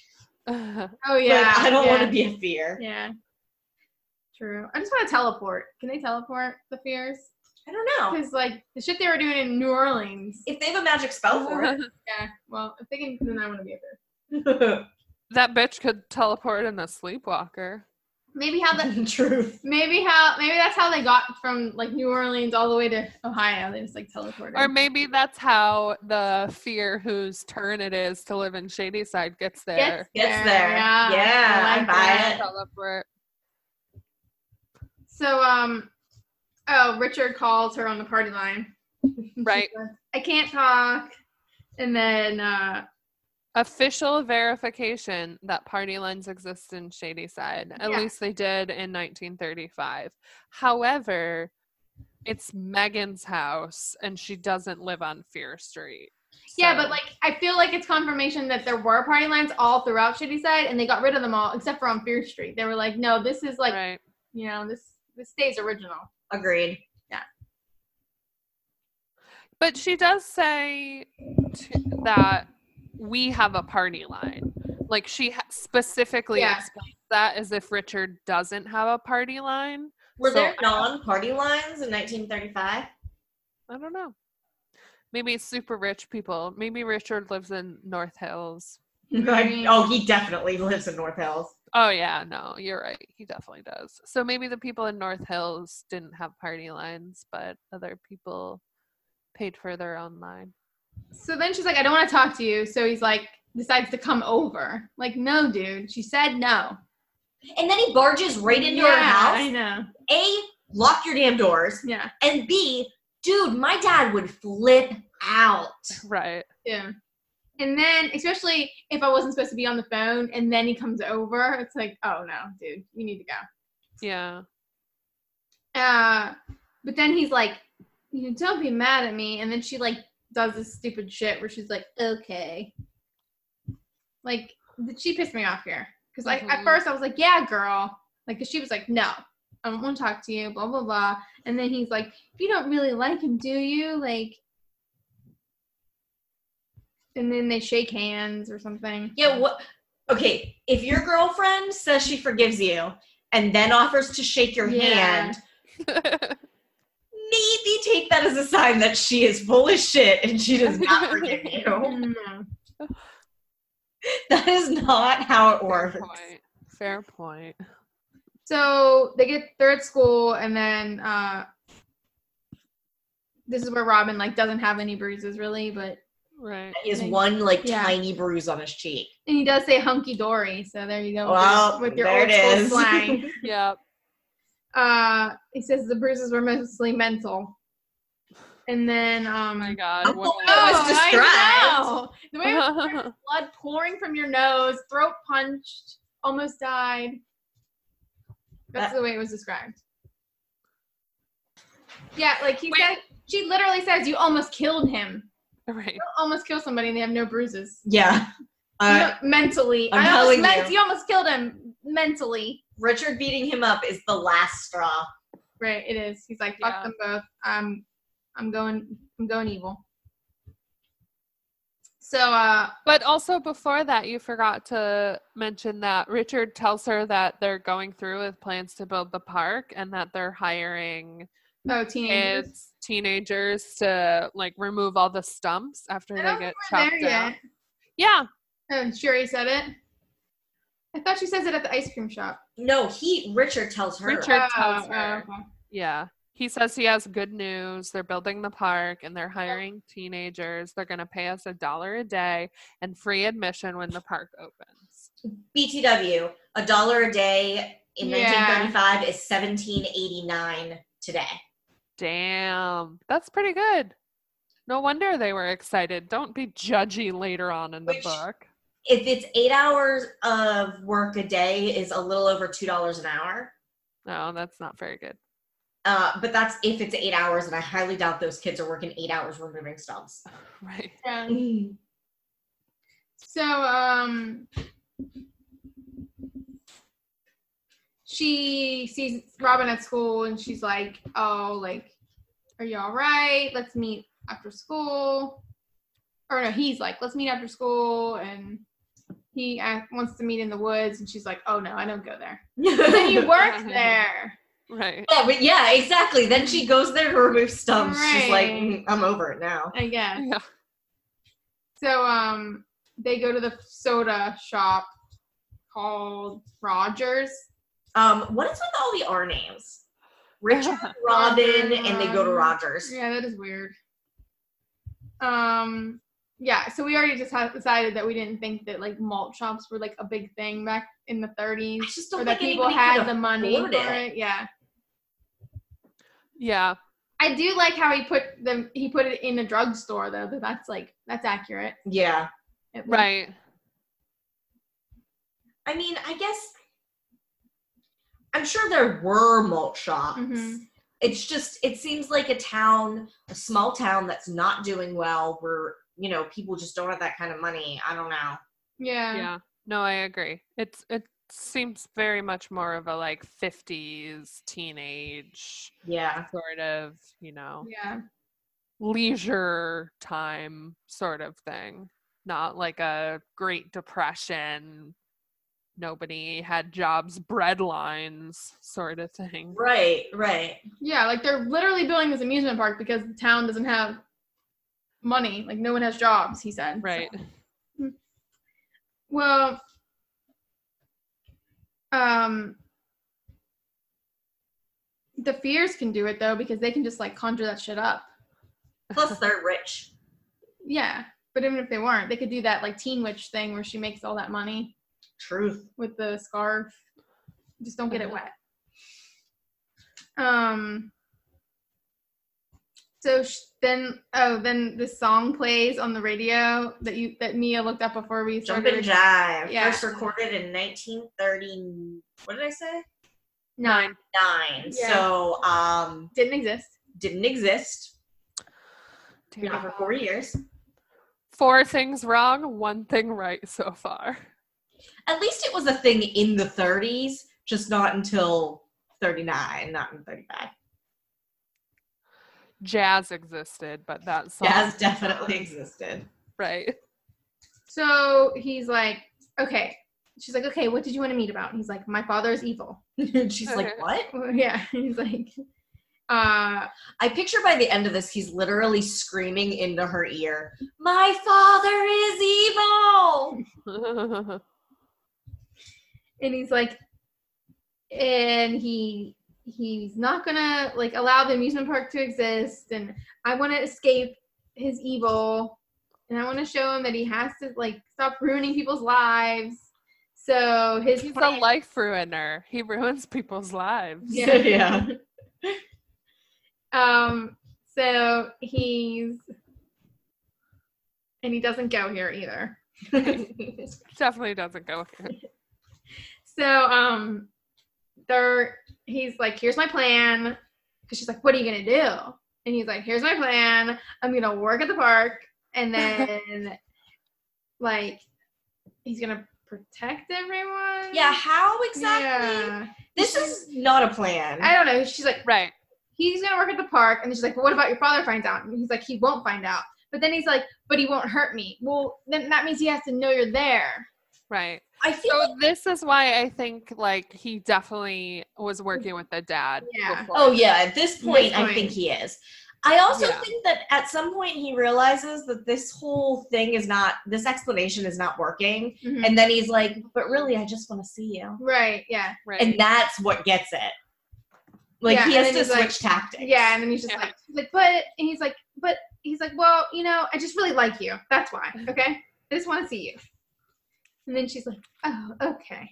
Speaker 1: Oh
Speaker 4: but
Speaker 1: yeah,
Speaker 4: I don't
Speaker 1: yeah,
Speaker 4: want to be a fear.
Speaker 1: Yeah, true. I just want to teleport. Can they teleport the fears?
Speaker 4: I don't know.
Speaker 1: Because like the shit they were doing in New Orleans.
Speaker 4: If they have a magic spell for it.
Speaker 1: Yeah. Well, if they can, then I want to be a fear.
Speaker 3: that bitch could teleport in a sleepwalker
Speaker 1: Maybe how the
Speaker 4: Truth.
Speaker 1: maybe how maybe that's how they got from like New Orleans all the way to Ohio. They just like teleported.
Speaker 3: Or maybe that's how the fear whose turn it is to live in Shadyside gets there.
Speaker 4: Gets there.
Speaker 1: Yeah,
Speaker 4: Yeah,
Speaker 1: I
Speaker 4: I
Speaker 1: like
Speaker 4: buy
Speaker 1: that.
Speaker 4: it.
Speaker 3: Teleport.
Speaker 1: So um, oh, Richard calls her on the party line.
Speaker 3: Right.
Speaker 1: I can't talk. And then uh,
Speaker 3: Official verification that party lines exist in Shadyside. At
Speaker 1: Yeah.
Speaker 3: least they did in 1935. However, it's Megan's house and she doesn't live on Fear Street.
Speaker 1: Yeah,
Speaker 6: So-
Speaker 1: but like I feel like it's confirmation that there were party lines all throughout Shitty Side, and they got rid of them all except for on Fear Street. They were like, no, this is like
Speaker 3: right.
Speaker 1: you know this this stays original.
Speaker 4: Agreed.
Speaker 3: But she does say to, that we have a party line. Like she ha- specifically
Speaker 1: Yeah.
Speaker 3: explains that as if Richard doesn't have a party line.
Speaker 4: Were
Speaker 3: So-
Speaker 4: there non-party lines in 1935?
Speaker 3: I don't know. Maybe it's super rich people. Maybe Richard lives in North Hills.
Speaker 1: Right.
Speaker 4: oh, he definitely lives in North Hills.
Speaker 3: Oh yeah, no, you're right. He definitely does. So maybe the people in North Hills didn't have party lines, but other people paid for their own line.
Speaker 1: So then she's like, I don't want to talk to you. So he's like, decides to come over. Like, no, dude. She said no.
Speaker 4: And then he barges right into
Speaker 1: yeah,
Speaker 4: our house.
Speaker 1: I know.
Speaker 4: A, lock your damn doors.
Speaker 1: Yeah.
Speaker 4: And B, dude, my dad would flip out.
Speaker 3: Right.
Speaker 1: Yeah. And then, especially if I wasn't supposed to be on the phone, and then he comes over, it's like, oh no, dude, you need to go.
Speaker 3: Yeah.
Speaker 1: Uh, but then he's like, you know, don't be mad at me. And then she like does this stupid shit where she's like, okay. Like th- she pissed me off here because like at
Speaker 3: Mhm.
Speaker 1: first I was like, yeah, girl, like 'cause she was like, no, I don't want to talk to you, blah blah blah. And then he's like, if you don't really like him, do you? Like. And then they shake hands or something.
Speaker 4: Yeah, what? Okay, if your girlfriend says she forgives you and then offers to shake your
Speaker 1: Yeah.
Speaker 4: hand, maybe take that as a sign that she is full of shit and she does not forgive you.
Speaker 1: Mm.
Speaker 4: That is not how it
Speaker 3: Fair
Speaker 4: works.
Speaker 3: point. Fair point.
Speaker 1: So they get they're at school, and then uh, this is where Robin like doesn't have any bruises really, but
Speaker 3: Right.
Speaker 4: He has
Speaker 1: Thank-
Speaker 4: one like
Speaker 1: Yeah.
Speaker 4: tiny bruise on his cheek.
Speaker 1: and he does say hunky dory. So there you go. with
Speaker 4: Well,
Speaker 1: your- with your
Speaker 4: there
Speaker 1: old
Speaker 4: it
Speaker 1: school
Speaker 4: is.
Speaker 1: slang.
Speaker 3: Yeah.
Speaker 1: uh, he says the bruises were mostly mental, and then um.
Speaker 3: Oh my
Speaker 4: I'm
Speaker 3: god. what
Speaker 4: all
Speaker 3: a-
Speaker 4: I was
Speaker 1: Oh, I
Speaker 4: distressed.
Speaker 1: know. The way it was blood pouring from your nose, throat punched, almost died. That's
Speaker 4: That-
Speaker 1: the way it was described. Yeah, like he said, she literally says you almost killed him.
Speaker 3: right.
Speaker 1: You almost kill somebody and they have no bruises.
Speaker 4: Yeah.
Speaker 1: You
Speaker 4: Uh,
Speaker 1: don't- mentally,
Speaker 4: I'm
Speaker 1: I almost
Speaker 4: telling
Speaker 1: meant
Speaker 4: you.
Speaker 1: you almost killed him mentally.
Speaker 4: Richard beating him up is the last straw.
Speaker 1: Right, it is. He's like, fuck
Speaker 3: Yeah.
Speaker 1: them both. I'm, I'm going, I'm going evil. So, uh,
Speaker 3: But also before that, you forgot to mention that Richard tells her that they're going through with plans to build the park and that they're hiring
Speaker 1: oh, teenagers.
Speaker 3: kids, teenagers to like remove all the stumps after
Speaker 1: I
Speaker 3: they
Speaker 1: don't
Speaker 3: get
Speaker 1: think we're
Speaker 3: chopped
Speaker 1: there
Speaker 3: down.
Speaker 1: yet.
Speaker 3: Yeah.
Speaker 1: Oh, And Sherry said it. I thought she says it at the ice cream shop.
Speaker 4: No, he Richard tells her.
Speaker 3: Richard- tells
Speaker 1: oh,
Speaker 3: her.
Speaker 1: okay.
Speaker 3: Yeah. He says he has good news. They're building the park and they're hiring teenagers. They're going to pay us a dollar a day and free admission when the park opens.
Speaker 4: BTW, a dollar a day in
Speaker 1: Yeah.
Speaker 4: 1935 is 1789 today.
Speaker 3: Damn. That's pretty good. No wonder they were excited. Don't be judgy later on in the
Speaker 4: Which-
Speaker 3: book.
Speaker 4: If it's eight hours of work a day, is a little over two dollars an hour.
Speaker 3: No, that's not very good.
Speaker 4: Uh, but that's if it's eight hours, and I highly doubt those kids are working eight hours removing stumps.
Speaker 3: Right.
Speaker 1: Yeah. So um she sees Robin at school and she's like, Oh, like, are you all right? Let's meet after school. Or no, he's like, let's meet after school and he uh, wants to meet in the woods and she's like, Oh no, I don't go there. Then you work there.
Speaker 3: Right.
Speaker 4: Yeah, but yeah, exactly. Then she goes there to remove stumps. She's like,
Speaker 1: Right.
Speaker 4: "Mm, I'm over it now.
Speaker 1: I guess.
Speaker 3: Yeah.
Speaker 1: So um they go to the soda shop called Rogers.
Speaker 4: Um, what is with all the R names? Richard, Robin, and they go to Rogers.
Speaker 1: Yeah, that is weird. Um, yeah. So we already just had decided that we didn't think that like malt shops were like a big thing back in the
Speaker 4: I
Speaker 1: 30s,
Speaker 4: just
Speaker 1: or
Speaker 4: don't
Speaker 1: that
Speaker 4: think
Speaker 1: people
Speaker 4: anybody
Speaker 1: had
Speaker 4: could
Speaker 1: the money for
Speaker 4: afford it.
Speaker 1: it. Yeah.
Speaker 3: Yeah.
Speaker 1: I do like how he put the he put it in a drugstore though. That that's like that's accurate.
Speaker 4: Yeah.
Speaker 1: at least.
Speaker 3: Right.
Speaker 4: I mean, I guess I'm sure there were malt shops.
Speaker 1: Mhm.
Speaker 4: It's just it seems like a town, a small town that's not doing well where you know, people just don't have that kind of money. I don't know.
Speaker 1: Yeah.
Speaker 3: yeah no i agree it's it seems very much more of a like 50s teenage
Speaker 4: Yeah.
Speaker 3: sort of you know
Speaker 1: Yeah.
Speaker 3: leisure time sort of thing not like a great depression nobody had jobs breadlines sort of thing
Speaker 4: Right, right.
Speaker 1: Yeah, like they're literally building this amusement park because the town doesn't have money. Like no one has jobs, he said.
Speaker 3: right
Speaker 1: Well, um, the fears can do it though because they can just like conjure that shit up.
Speaker 4: Plus they're rich.
Speaker 1: Yeah, but even if they weren't, they could do that like Teen Witch thing where she makes all that money
Speaker 4: Truth.
Speaker 1: with the scarf. Just don't get it wet. Um. So sh- then, oh, then the song plays on the radio that you that Mia looked up before we
Speaker 4: Jump
Speaker 1: started.
Speaker 4: and Jive.
Speaker 1: Yeah.
Speaker 4: First recorded in 1930. What did I say?
Speaker 1: Nine
Speaker 4: Nine.
Speaker 1: Yeah.
Speaker 4: So um
Speaker 1: didn't exist.
Speaker 4: didn't exist
Speaker 3: Terrible.
Speaker 4: for four years.
Speaker 3: four things wrong one thing right so far
Speaker 4: At least it was a thing in the 30s, just not until 39, not in 35.
Speaker 3: jazz existed but that song
Speaker 4: Jazz definitely existed.
Speaker 3: right
Speaker 1: So he's like, okay. She's like, okay, what did you want to meet about? And he's like, my father is evil.
Speaker 4: And She's like,
Speaker 3: Okay.
Speaker 4: what?
Speaker 1: yeah. He's like, uh,
Speaker 4: I picture by the end of this, he's literally screaming into her ear, My father is evil!
Speaker 1: and he's like, and he he's not gonna like allow the amusement park to exist. And I want to escape his evil, and I want to show him that he has to like stop ruining people's lives. So his
Speaker 3: He's a
Speaker 1: plan-
Speaker 3: life ruiner. He ruins people's lives.
Speaker 1: Yeah.
Speaker 4: yeah.
Speaker 1: Um, so he's and he doesn't go here either.
Speaker 3: Definitely doesn't go here.
Speaker 1: So um there he's like, here's my plan. Cause she's like, what are you gonna do? And he's like, here's my plan. I'm gonna work at the park and then like he's gonna protect everyone.
Speaker 4: yeah, how exactly?
Speaker 1: Yeah.
Speaker 4: This is not a plan.
Speaker 1: I don't know. She's like,
Speaker 3: Right.
Speaker 1: he's gonna work at the park and she's like well, what about your father finds out and he's like he won't find out but then he's like but he won't hurt me well then that means he has to know you're there
Speaker 3: Right.
Speaker 4: I feel
Speaker 3: So this is why I think like he definitely was working with the dad.
Speaker 1: Yeah.
Speaker 3: before.
Speaker 4: Oh yeah, at this point,
Speaker 1: This
Speaker 4: I
Speaker 1: point.
Speaker 4: think he is. I also
Speaker 3: Yeah.
Speaker 4: think that at some point he realizes that this whole thing is not this explanation is not working. And then he's like, but really I just want to see you.
Speaker 1: right yeah
Speaker 3: Right.
Speaker 4: And that's what gets it. Like
Speaker 1: Yeah,
Speaker 4: he
Speaker 1: and
Speaker 4: has to
Speaker 1: then he's
Speaker 4: switch
Speaker 1: like-
Speaker 4: tactics.
Speaker 1: yeah and then he's just
Speaker 3: Yeah.
Speaker 1: like he's like but and he's like but he's like well you know i just really like you that's why okay i just want to see you and then she's like oh okay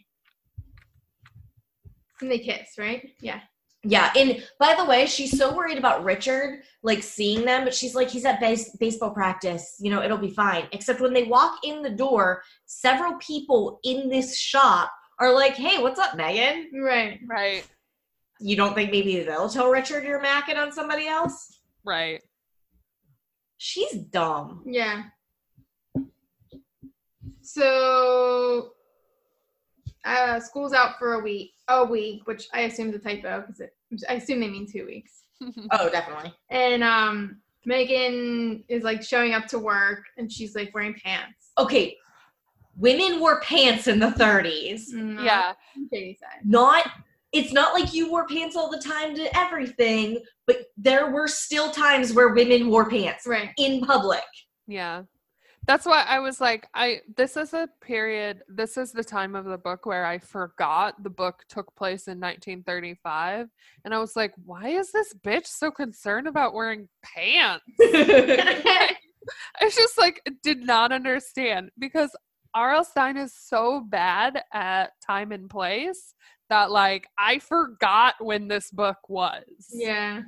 Speaker 1: and they kiss right yeah
Speaker 4: Yeah. And by the way, she's so worried about Richard like seeing them, but she's like, he's at base- baseball practice. You know, it'll be fine. Except when they walk in the door, several people in this shop are like, hey, what's up, Megan?
Speaker 1: right
Speaker 3: Right.
Speaker 4: you don't think maybe they'll tell Richard you're macking on somebody else?
Speaker 3: Right.
Speaker 4: She's dumb.
Speaker 1: Yeah. So, uh, school's out for a week, a week, which I assume is a typo because I assume they mean two weeks.
Speaker 4: Oh, definitely.
Speaker 1: And um, Megan is like showing up to work, and she's like wearing pants.
Speaker 4: Okay, women wore pants in the 30s.
Speaker 1: Not
Speaker 3: yeah.
Speaker 1: Shady side.
Speaker 4: Not, it's not like you wore pants all the time to everything, but there were still times where women wore pants
Speaker 1: Right.
Speaker 4: in public.
Speaker 3: Yeah. That's why I was like, I this is a period, this is the time of the book where I forgot the book took place in 1935. And I was like, why is this bitch so concerned about wearing pants? I just like did not understand because R.L. Stein is so bad at time and place that like I forgot when this book was.
Speaker 1: yeah.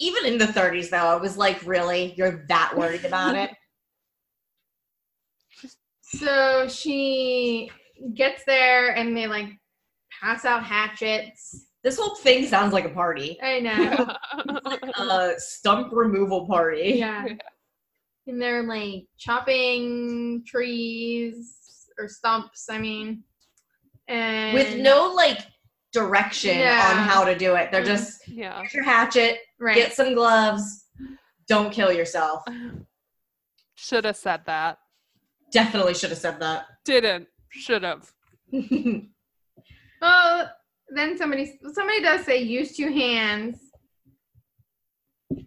Speaker 4: Even in the 30s, though, I was like, really? You're that worried about it?
Speaker 1: So she gets there, and they like pass out hatchets.
Speaker 4: this whole thing sounds like a party,
Speaker 1: I know.
Speaker 4: a stump removal party.
Speaker 1: Yeah. and they're like chopping trees or stumps. I mean, and
Speaker 4: with no like direction
Speaker 1: Yeah.
Speaker 4: on how to do it. They're
Speaker 1: Mm.
Speaker 4: just
Speaker 3: Yeah.
Speaker 4: get your hatchet,
Speaker 1: right.
Speaker 4: get some gloves, don't kill yourself.
Speaker 3: Should have said that.
Speaker 4: Definitely should have said that.
Speaker 3: Didn't. Should have.
Speaker 1: Well, then somebody somebody does say use two hands.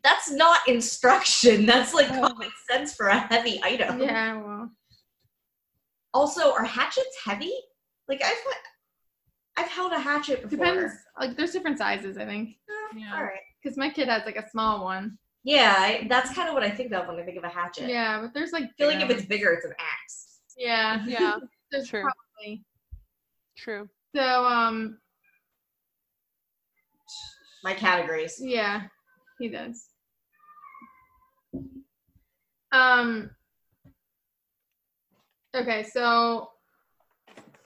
Speaker 4: That's not instruction. That's like
Speaker 3: Oh.
Speaker 4: common sense for a heavy item.
Speaker 1: Yeah, well,
Speaker 4: Also, are hatchets heavy? Like I've I've held a hatchet before.
Speaker 1: depends. Like there's different sizes, I think,
Speaker 4: Oh,
Speaker 3: Yeah.
Speaker 4: All right.
Speaker 1: because my kid has like a small one.
Speaker 4: Yeah, I, that's kind of what I think of when I think of a hatchet.
Speaker 1: Yeah, but there's like
Speaker 4: I feel like if
Speaker 1: bigger
Speaker 4: it's bigger, it's an axe.
Speaker 1: ones. yeah,
Speaker 3: Yeah.
Speaker 1: there's
Speaker 3: True.
Speaker 1: probably
Speaker 3: True.
Speaker 1: so um
Speaker 4: My categories.
Speaker 1: Yeah, he does. Um. Okay, so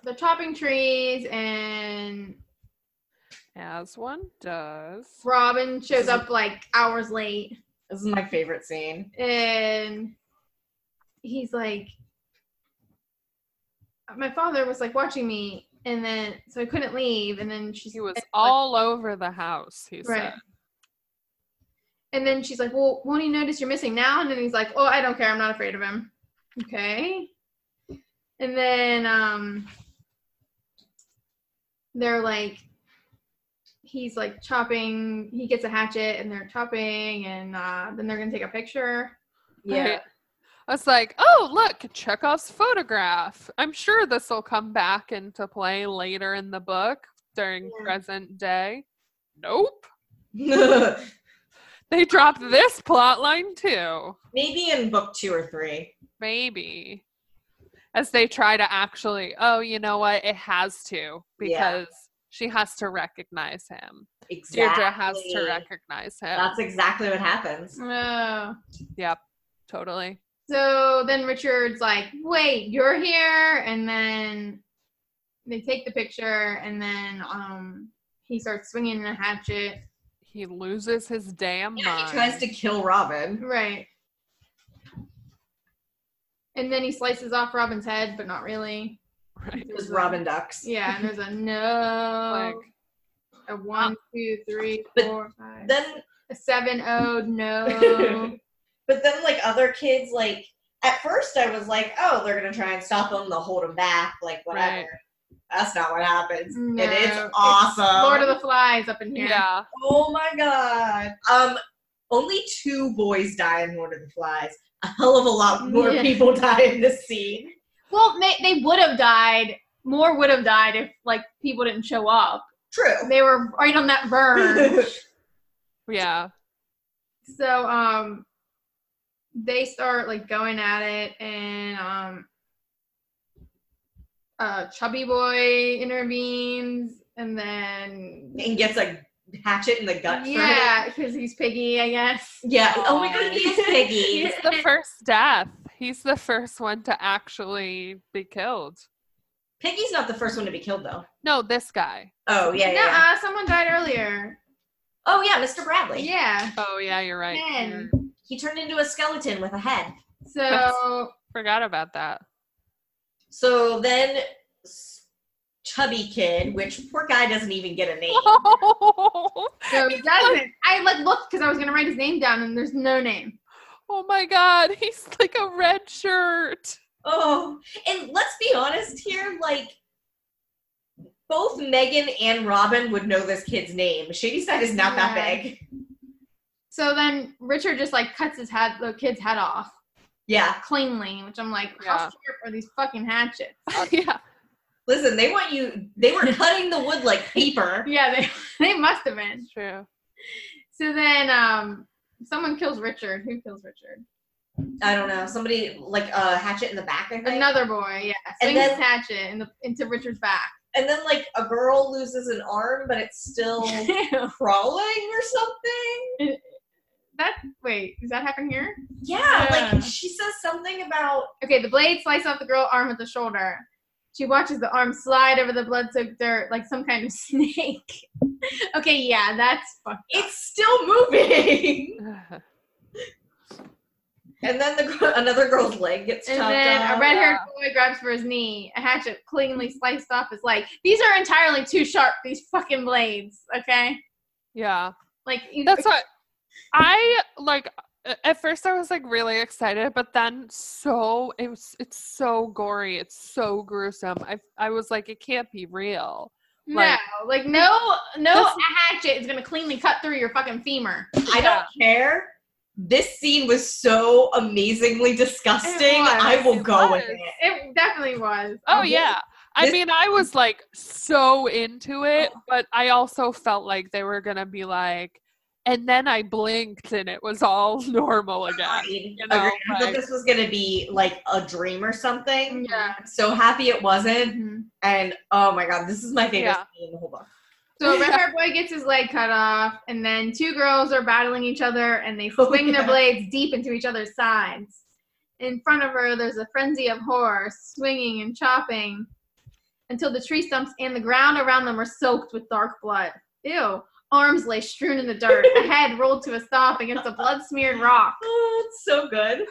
Speaker 1: they're chopping trees, and
Speaker 3: As one does.
Speaker 1: Robin shows up like hours late,
Speaker 4: This is my favorite scene.
Speaker 1: and he's like, "My father was like watching me, and then so I couldn't leave." And then she's
Speaker 3: He was all over the house, he said.
Speaker 1: Right. And then she's like, Well, won't he notice you're missing now? And then he's like, Oh, I don't care. I'm not afraid of him. Okay. And then um they're like he's like chopping he gets a hatchet and they're chopping and uh then they're gonna take a picture.
Speaker 3: Right. I was like, oh, look, Chekhov's photograph. I'm sure this will come back into play later in the book during
Speaker 1: Yeah.
Speaker 3: present day. Nope.
Speaker 4: Maybe
Speaker 3: They dropped this plot line too.
Speaker 4: in book two or three.
Speaker 3: Maybe. As they try to actually, oh, you know what? It has to
Speaker 4: Yeah.
Speaker 3: because she has to recognize him.
Speaker 4: Exactly.
Speaker 3: Deirdre has to recognize him.
Speaker 4: That's exactly what happens.
Speaker 1: Oh.
Speaker 3: yep. Totally.
Speaker 1: So then Richard's like, Wait, you're here and then they take the picture and then um he starts swinging the hatchet.
Speaker 3: He loses his damn
Speaker 4: Yeah,
Speaker 3: mind.
Speaker 4: he tries to kill Robin.
Speaker 1: Right. And then he slices off Robin's head, but not really.
Speaker 3: Right.
Speaker 4: Because Robin ducks.
Speaker 1: Yeah, and there's a no,
Speaker 3: Like,
Speaker 1: a one, two, three,
Speaker 4: But
Speaker 1: four, five,
Speaker 4: Then,
Speaker 1: a seven, oh, no.
Speaker 4: but then like other kids, like at first I was like, oh, they're gonna try and stop him, they'll hold him back, like whatever.
Speaker 3: Right.
Speaker 4: That's not what happens.
Speaker 1: No,
Speaker 4: and it's
Speaker 1: it's
Speaker 4: awesome.
Speaker 1: Lord of the Flies up in here.
Speaker 3: yeah.
Speaker 4: oh my god. Um, only two boys die in Lord of the Flies. A hell of a lot more
Speaker 1: Yeah.
Speaker 4: people die in this scene.
Speaker 1: Well, they, they would have died. More would have died if like people didn't show up.
Speaker 4: True.
Speaker 1: They were right on that burn.
Speaker 3: Yeah.
Speaker 1: so um they start like going at it and um uh chubby boy intervenes and then
Speaker 4: and gets a hatchet in the gut. for it.
Speaker 1: yeah because he's piggy i guess
Speaker 4: Yeah. Oh my god, he's piggy.
Speaker 3: He's the first death. He's the first one to actually be killed.
Speaker 4: Piggy's not the first one to be killed though.
Speaker 3: No, this guy.
Speaker 4: Oh yeah, yeah.
Speaker 1: no
Speaker 4: yeah.
Speaker 1: uh, someone died earlier
Speaker 4: Oh yeah, Mr. Bradley.
Speaker 1: yeah
Speaker 3: Oh, yeah, you're right.
Speaker 1: Ken.
Speaker 3: You're-
Speaker 4: He turned into a skeleton with a head.
Speaker 1: so
Speaker 3: Forgot about that.
Speaker 4: So then s- Chubby Kid, which poor guy doesn't even get a name.
Speaker 3: Oh,
Speaker 1: so it doesn't i like looked because i was gonna write his name down and there's no name
Speaker 3: my God. He's like a red shirt.
Speaker 4: Oh, and let's be honest here, like both Megan and Robin would know this kid's name. Shady Side is not that
Speaker 1: Yeah.
Speaker 4: big.
Speaker 1: so then richard just like cuts his head the kid's head off
Speaker 4: Yeah.
Speaker 1: cleanly which i'm like how
Speaker 3: Yeah.
Speaker 1: sharp are these fucking hatchets
Speaker 3: yeah.
Speaker 4: Listen, they want you they were cutting the wood like paper.
Speaker 1: Yeah, they they must have been.
Speaker 3: True.
Speaker 1: So then um someone kills Richard. Who kills Richard?
Speaker 4: I don't know. Somebody like a hatchet in the back, I think.
Speaker 1: Another boy, yeah.
Speaker 4: And
Speaker 1: Swings
Speaker 4: then-
Speaker 1: his hatchet in the, into Richard's back.
Speaker 4: and then like a girl loses an arm, but it's still crawling or something.
Speaker 1: that wait, does that happen here?
Speaker 4: Yeah,
Speaker 1: Yeah.
Speaker 4: like she says something about
Speaker 1: Okay, the blade slices off the girl arm at the shoulder. She watches the arm slide over the blood-soaked dirt like some kind of snake. okay, yeah, that's fucked.
Speaker 4: it's still moving. And then the gr- another girl's leg gets
Speaker 1: And
Speaker 4: chopped
Speaker 1: then
Speaker 4: off.
Speaker 1: a red-haired boy grabs for his knee, a hatchet cleanly sliced off his leg. These are entirely too sharp. These fucking blades. Okay,
Speaker 3: Yeah.
Speaker 1: like you-
Speaker 3: That's what I like. a- At first, I was like really excited, but then so it was. It's so gory. It's so gruesome. I I was like, it can't be real.
Speaker 1: no,
Speaker 3: like-
Speaker 1: like, no, no
Speaker 3: That's-
Speaker 1: hatchet is gonna cleanly cut through your fucking femur.
Speaker 4: I don't care. This scene was so amazingly disgusting. I will
Speaker 3: It
Speaker 4: go
Speaker 3: was.
Speaker 4: with it.
Speaker 1: It definitely was.
Speaker 3: Oh yeah. I
Speaker 4: This-
Speaker 3: mean, I was like so into it, but I also felt like they were gonna be like, and then I blinked and it was all normal again.
Speaker 4: Agreed.
Speaker 3: You know,
Speaker 4: Agreed. I thought
Speaker 3: like-
Speaker 4: this was gonna be like a dream or something.
Speaker 3: Mm.
Speaker 1: Yeah.
Speaker 4: I'm so happy it wasn't.
Speaker 1: Mhm.
Speaker 4: And oh my god, this is my favorite
Speaker 3: Yeah.
Speaker 4: scene in the whole book.
Speaker 1: So a red-haired boy gets his leg cut off, and then two girls are battling each other, and they
Speaker 4: Oh,
Speaker 1: swing
Speaker 4: yeah.
Speaker 1: their blades deep into each other's sides. In front of her, there's a frenzy of horror, swinging and chopping, until the tree stumps and the ground around them are soaked with dark blood. Ew. Arms lay strewn in the dirt, a head rolled to a stop against a blood-smeared rock.
Speaker 4: Oh, it's so good.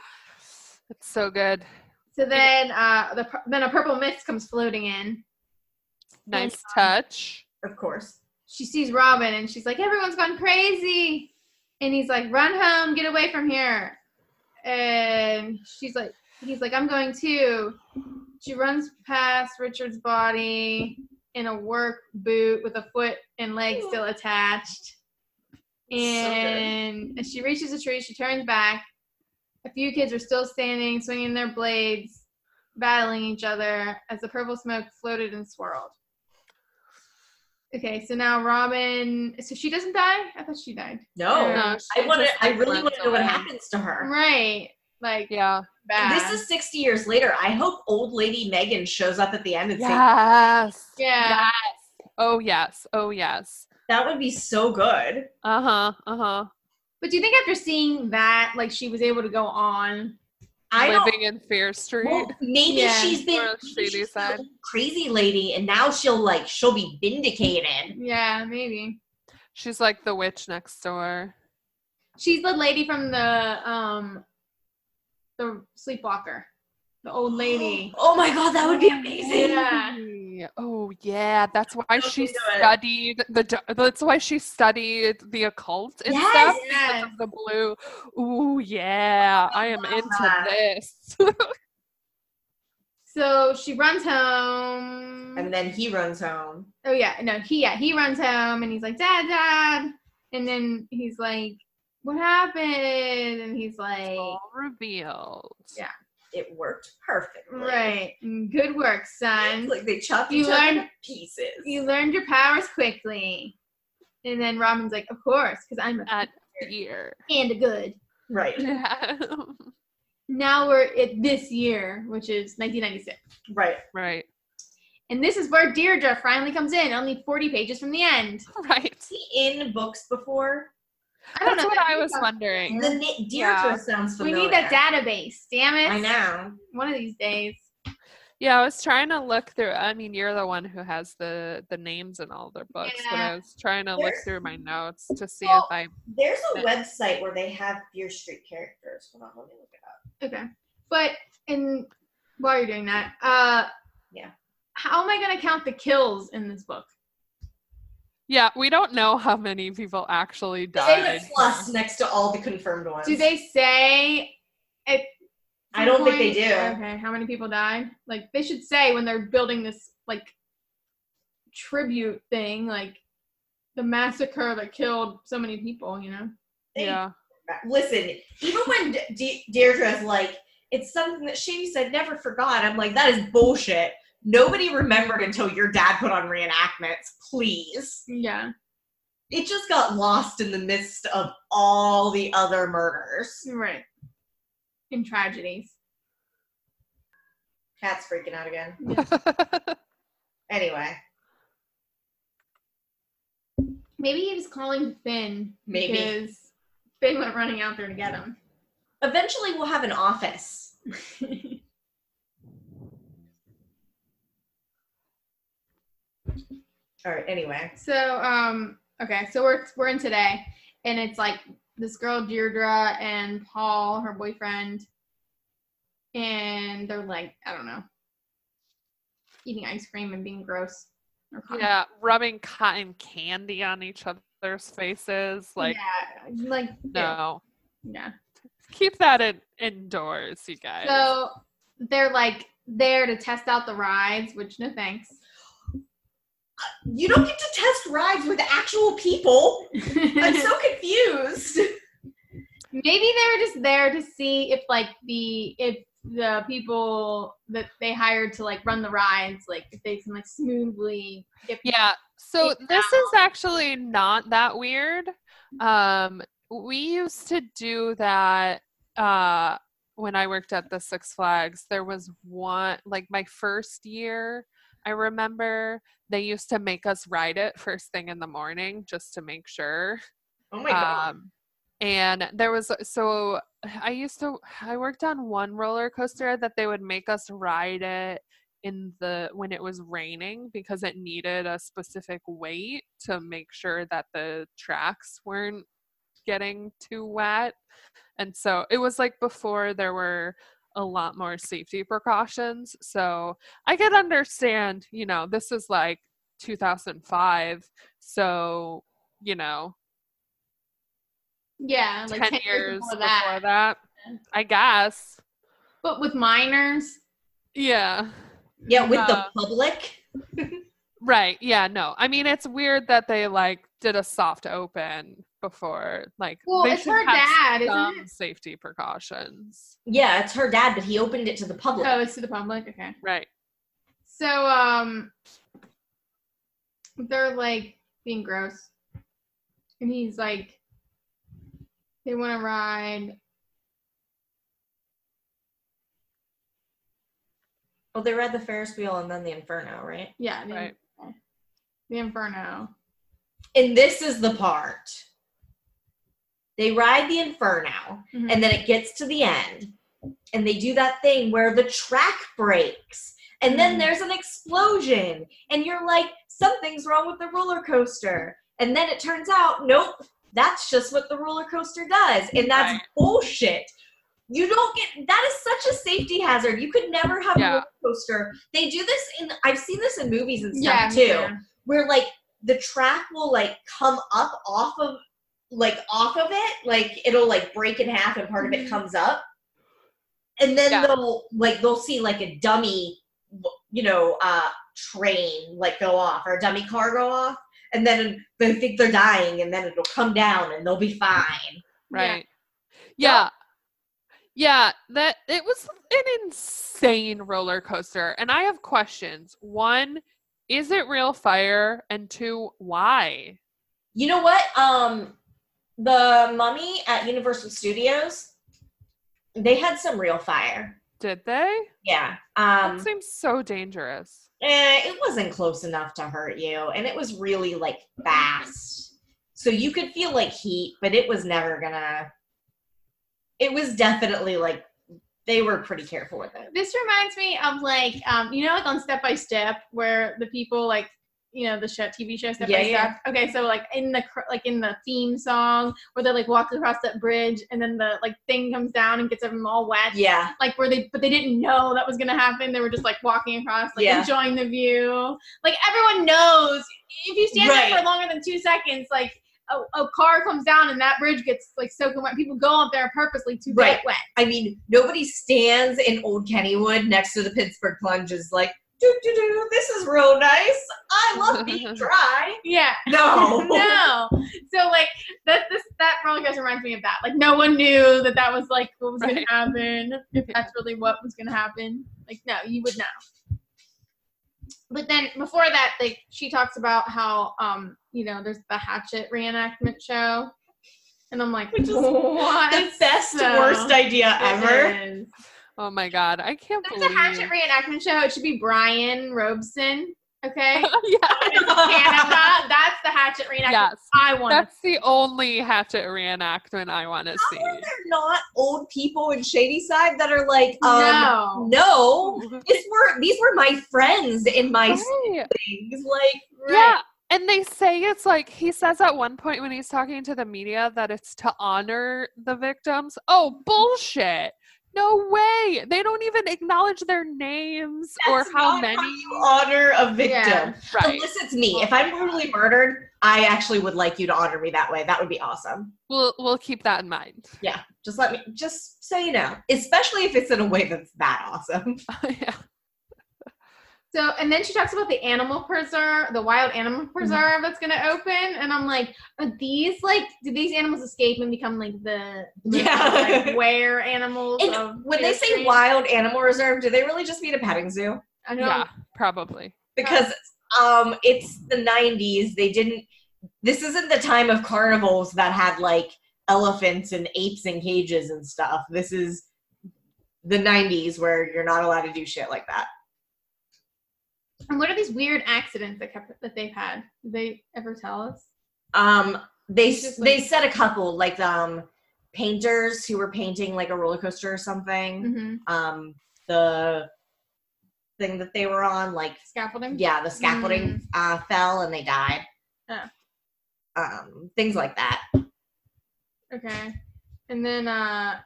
Speaker 3: It's so good.
Speaker 1: So then, uh, the, pur- then a purple mist comes floating in.
Speaker 3: Nice touch.
Speaker 4: Of course.
Speaker 1: she sees Robin and she's like, everyone's gone crazy. And he's like, run home, get away from here. And she's like, he's like, I'm going too. She runs past Richard's body in a work boot with a foot and leg still attached. And as she reaches the tree, she turns back. A few kids are still standing, swinging their blades, battling each other as the purple smoke floated and swirled. Okay, so now Robin. So she doesn't die. I thought she died.
Speaker 4: No.
Speaker 1: Yeah.
Speaker 3: No,
Speaker 4: Oh, I
Speaker 3: she
Speaker 4: want
Speaker 3: just,
Speaker 4: to I
Speaker 3: like,
Speaker 4: really
Speaker 3: runs
Speaker 4: want to know what
Speaker 3: away.
Speaker 4: happens to her.
Speaker 1: Right. Like
Speaker 3: Yeah.
Speaker 1: bad.
Speaker 4: This is 60 years later. I hope old lady Megan shows up at the end and says,
Speaker 3: Yes.
Speaker 1: yeah.
Speaker 3: Oh yes. Oh yes.
Speaker 4: that would be so good.
Speaker 3: Uh huh. Uh huh.
Speaker 1: But do you think after seeing that, like she was able to go on?
Speaker 4: I don't
Speaker 3: Living in Fear Street.
Speaker 4: Well, maybe
Speaker 1: Yeah,
Speaker 4: she's been
Speaker 3: or a
Speaker 4: maybe
Speaker 3: shady
Speaker 4: she's
Speaker 3: side.
Speaker 4: a crazy lady, and now she'll like she'll be vindicated.
Speaker 1: Yeah, maybe.
Speaker 3: She's like the witch next door.
Speaker 1: She's the lady from the um, the sleepwalker, the old lady.
Speaker 4: Oh my god, that would be amazing.
Speaker 1: Yeah.
Speaker 3: Oh yeah, that's why
Speaker 4: Don't
Speaker 3: she
Speaker 4: do it.
Speaker 3: studied the. d- That's why she studied the occult and
Speaker 4: Yes,
Speaker 3: stuff.
Speaker 1: yes.
Speaker 3: Because of the blue. Ooh yeah, I am into
Speaker 4: that.
Speaker 3: this.
Speaker 1: So she runs home.
Speaker 4: And then he runs home.
Speaker 1: oh yeah, no, he yeah he runs home and he's like, Dad, Dad, and then he's like, What happened? And he's like,
Speaker 3: All revealed.
Speaker 1: Yeah.
Speaker 4: It worked perfectly.
Speaker 1: Right, Mm, good work, son.
Speaker 4: It's like they chopped
Speaker 1: You
Speaker 4: each other
Speaker 1: learn-
Speaker 4: to pieces.
Speaker 1: You learned your powers quickly. And then Robin's like, Of course, because I'm a
Speaker 3: At year.
Speaker 1: and a good.
Speaker 4: right,
Speaker 3: Yeah.
Speaker 1: Now we're at this year, which is 1996.
Speaker 4: right.
Speaker 3: right.
Speaker 1: And this is where Deirdre finally comes in, only 40 pages from the end.
Speaker 3: Right.
Speaker 4: Is he in books before?
Speaker 1: I don't
Speaker 3: That's
Speaker 1: know.
Speaker 3: what
Speaker 1: that
Speaker 3: I
Speaker 1: name
Speaker 3: was
Speaker 1: sounds-
Speaker 3: wondering.
Speaker 4: The na- Deirdre
Speaker 3: Yeah.
Speaker 4: sounds
Speaker 1: We
Speaker 4: familiar.
Speaker 1: need that database, damn it.
Speaker 4: I know.
Speaker 1: One of these days.
Speaker 3: Yeah, I was trying to look through. I mean, you're the one who has the the names in all their books, but I was trying to look
Speaker 4: There's-
Speaker 3: through my notes to see
Speaker 4: Well,
Speaker 3: if I.
Speaker 4: There's a website where they have Fear Street characters. Hold on, let me look it up.
Speaker 1: Okay. But in while you're doing that, uh
Speaker 4: Yeah.
Speaker 1: How am I gonna count the kills in this book?
Speaker 3: Yeah, we don't know how many people actually
Speaker 4: There's
Speaker 3: died.
Speaker 4: a plus next to all the confirmed ones.
Speaker 1: Do they say at
Speaker 4: I don't think they
Speaker 1: some point-
Speaker 4: do.
Speaker 1: Okay, how many people died? Like they should say when they're building this like tribute thing, like the massacre that killed so many people, you know?
Speaker 4: They
Speaker 3: Yeah,
Speaker 4: Listen, even when D- D- Deirdre's like, it's something that Shady said never forgot. I'm like, that is bullshit. Nobody remembered until your dad put on reenactments. Please,
Speaker 1: Yeah.
Speaker 4: it just got lost in the midst of all the other murders.
Speaker 1: Right. In tragedies.
Speaker 4: Cat's freaking out again. Anyway,
Speaker 1: Maybe he was calling Finn.
Speaker 4: Maybe.
Speaker 1: Because Finn went running out there to get him.
Speaker 4: eventually we'll have an office. all right. Anyway,
Speaker 1: So um okay, so we're we're in today and it's like this girl Deirdre and Paul, her boyfriend, and they're like, I don't know, eating ice cream and being gross. Or cotton-
Speaker 3: Yeah, rubbing cotton candy on each other's faces. Like,
Speaker 1: yeah, like yeah.
Speaker 3: no.
Speaker 1: yeah.
Speaker 3: Keep that in, indoors, you guys.
Speaker 1: So they're like there to test out the rides, which no thanks.
Speaker 4: You don't get to test rides with actual people. I'm so confused.
Speaker 1: Maybe they were just there to see if like the if the people that they hired to like run the rides, like if they can like smoothly get
Speaker 3: Yeah. So
Speaker 1: Take
Speaker 3: this is actually not that weird. Um, we used to do that uh, when I worked at the Six Flags. There was one, like my first year, I remember they used to make us ride it first thing in the morning just to make sure.
Speaker 4: Oh my god.
Speaker 3: Um, and there was so I used to I worked on one roller coaster that they would make us ride it in the when it was raining because it needed a specific weight to make sure that the tracks weren't getting too wet. And so it was like before there were a lot more safety precautions. So I could understand, you know, this is like 2005. So, you know,
Speaker 1: yeah, like
Speaker 3: 10, years
Speaker 1: before
Speaker 3: before
Speaker 1: that.
Speaker 3: that. I guess.
Speaker 1: But with minors,
Speaker 3: Yeah.
Speaker 4: Yeah, with the
Speaker 3: uh,
Speaker 4: public.
Speaker 3: Right. Yeah. No. I mean, it's weird that they like did a soft open before. Like,
Speaker 1: well,
Speaker 3: they
Speaker 1: it's
Speaker 3: should
Speaker 1: her
Speaker 3: have
Speaker 1: dad, isn't
Speaker 3: some
Speaker 1: it?
Speaker 3: safety precautions.
Speaker 4: Yeah, it's her dad, but he opened it to the public.
Speaker 1: Oh, it's to the public. Okay.
Speaker 3: Right.
Speaker 1: So um, they're like being gross, and he's like, they want to ride.
Speaker 4: Well, they read the Ferris wheel and then the Inferno, right?
Speaker 1: Yeah. The,
Speaker 3: Right.
Speaker 1: the Inferno.
Speaker 4: And this is the part. They ride the Inferno,
Speaker 1: Mhm.
Speaker 4: and then it gets to the end, and they do that thing where the track breaks, and then
Speaker 1: Mhm.
Speaker 4: there's an explosion, and you're like, something's wrong with the roller coaster. And then it turns out, nope, that's just what the roller coaster does, and that's
Speaker 3: Right.
Speaker 4: bullshit. You don't get that is such a safety hazard. You could never have
Speaker 3: Yeah.
Speaker 4: a roller coaster. They do this in I've seen this in movies and
Speaker 1: yeah.
Speaker 4: stuff
Speaker 1: me
Speaker 4: too
Speaker 1: too.
Speaker 4: where like the track will like come up off of like off of it like it'll like break in half and part of it
Speaker 1: Mhm.
Speaker 4: comes up and then
Speaker 3: Yeah.
Speaker 4: they'll like they'll see like a dummy you know uh train like go off or a dummy car go off and then they think they're dying and then it'll come down and they'll be fine
Speaker 1: Yeah.
Speaker 3: Right. Yeah. Yeah, that it was an insane roller coaster. And I have questions. One, is it real fire? And two, why?
Speaker 4: you know what um the mummy at universal studios they had some real fire
Speaker 3: Did they?
Speaker 4: yeah um
Speaker 3: that seems so dangerous.
Speaker 4: eh, it wasn't close enough to hurt you and it was really like fast so you could feel like heat but it was never gonna it was definitely like they were pretty careful with it
Speaker 1: This reminds me of like um, you know, like on Step by Step, where the people like you know the show, TV show Step
Speaker 4: Yeah,
Speaker 1: by
Speaker 4: yeah.
Speaker 1: Step. Okay, so like in the cr- like in the theme song, where they like walk across that bridge, and then the like thing comes down and gets them all wet.
Speaker 4: yeah
Speaker 1: Like where they, but they didn't know that was gonna happen. They were just like walking across, like
Speaker 4: Yeah.
Speaker 1: enjoying the view. Like everyone knows if you stand there
Speaker 4: Right.
Speaker 1: for longer than two seconds, like a, a car comes down and that bridge gets like soaking wet. People go up there purposely to
Speaker 4: Right.
Speaker 1: get wet.
Speaker 4: i mean nobody stands in old kennywood next to the pittsburgh plunges like do do do this is real nice i love being dry
Speaker 1: Yeah.
Speaker 4: no
Speaker 1: no. So like that this that roller coaster reminds me of that. Like no one knew that that was like what was gonna
Speaker 3: Right.
Speaker 1: happen. If that's really what was gonna happen, like no, you would know. But then before that, like she talks about how um you know there's the Hatchet reenactment show, and I'm like,
Speaker 4: Which is
Speaker 1: what?
Speaker 4: the best
Speaker 1: So-
Speaker 4: worst idea ever
Speaker 1: It is.
Speaker 3: Oh my god, I can't
Speaker 1: There's a
Speaker 3: believe
Speaker 1: Hatchet reenactment show. It should be Brian Robeson. Okay,
Speaker 3: yeah,
Speaker 1: Hanukkah. That's the Hatchet reenactment.
Speaker 3: yes.
Speaker 1: I want to
Speaker 3: That's the only hatchet reenactment I want to see.
Speaker 4: they're not old people in Shady Side that are like, um,
Speaker 1: know.
Speaker 4: no. This were these were my friends in my
Speaker 3: Mm-hmm. Right.
Speaker 4: things. Like,
Speaker 1: Right.
Speaker 3: Yeah, And they say it's like he says at one point when he's talking to the media that it's to honor the victims. Oh, bullshit. No way. They don't even acknowledge their names
Speaker 4: That's
Speaker 3: or how
Speaker 4: not
Speaker 3: many.
Speaker 4: you honor a victim.
Speaker 1: Yeah.
Speaker 3: right.
Speaker 4: Unless it's me. If I'm brutally murdered, I actually would like you to honor me that way. That would be awesome.
Speaker 3: We'll we'll keep that in mind.
Speaker 4: Yeah. Just let me just say no. Especially if it's in a way that's that awesome.
Speaker 3: yeah.
Speaker 1: So, and then she talks about the animal preserve, the wild
Speaker 4: Mm-hmm.
Speaker 1: animal preserve that's going to open, and I'm like, are these like, do these animals escape and become like the, the,
Speaker 4: Yeah.
Speaker 1: like, where animals?
Speaker 4: And
Speaker 1: of
Speaker 4: When they say
Speaker 1: industry?
Speaker 4: wild animal reserve, do they really just mean a petting zoo?
Speaker 1: I know.
Speaker 3: Yeah, probably.
Speaker 4: Because um it's the 90s. They didn't this isn't the time of carnivals that had like elephants and apes in cages and stuff. This is the 90s where you're not allowed to do shit like that.
Speaker 1: And what are these weird accidents that kept, that they've had? Did they ever tell us?
Speaker 4: Um, they
Speaker 1: It's just
Speaker 4: they
Speaker 1: like-
Speaker 4: said a couple like um painters who were painting like a roller coaster or something.
Speaker 1: Mm-hmm.
Speaker 4: Um, the thing that they were on, like
Speaker 1: Scaffolding.
Speaker 4: yeah, the
Speaker 1: Mm-hmm.
Speaker 4: scaffolding uh, fell and they died.
Speaker 1: Oh.
Speaker 4: Um, things like that.
Speaker 1: Okay. And then uh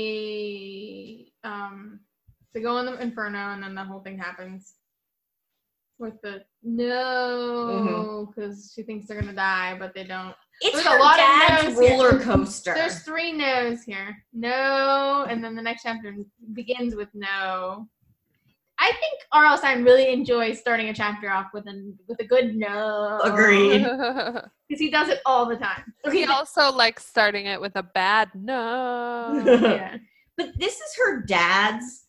Speaker 1: they um they go in the inferno and then the whole thing happens with the no because she thinks they're gonna die but they don't
Speaker 4: It's
Speaker 1: There's a
Speaker 4: her
Speaker 1: lot of
Speaker 4: dad's
Speaker 1: no's here.
Speaker 4: roller coaster.
Speaker 1: there's three no's here no and then the next chapter begins with no i think rl stein really enjoys starting a chapter off with an with a good no
Speaker 4: Agreed.
Speaker 1: because he does it all the time
Speaker 3: he also likes starting it with a bad no.
Speaker 1: yeah
Speaker 4: But this is her dad's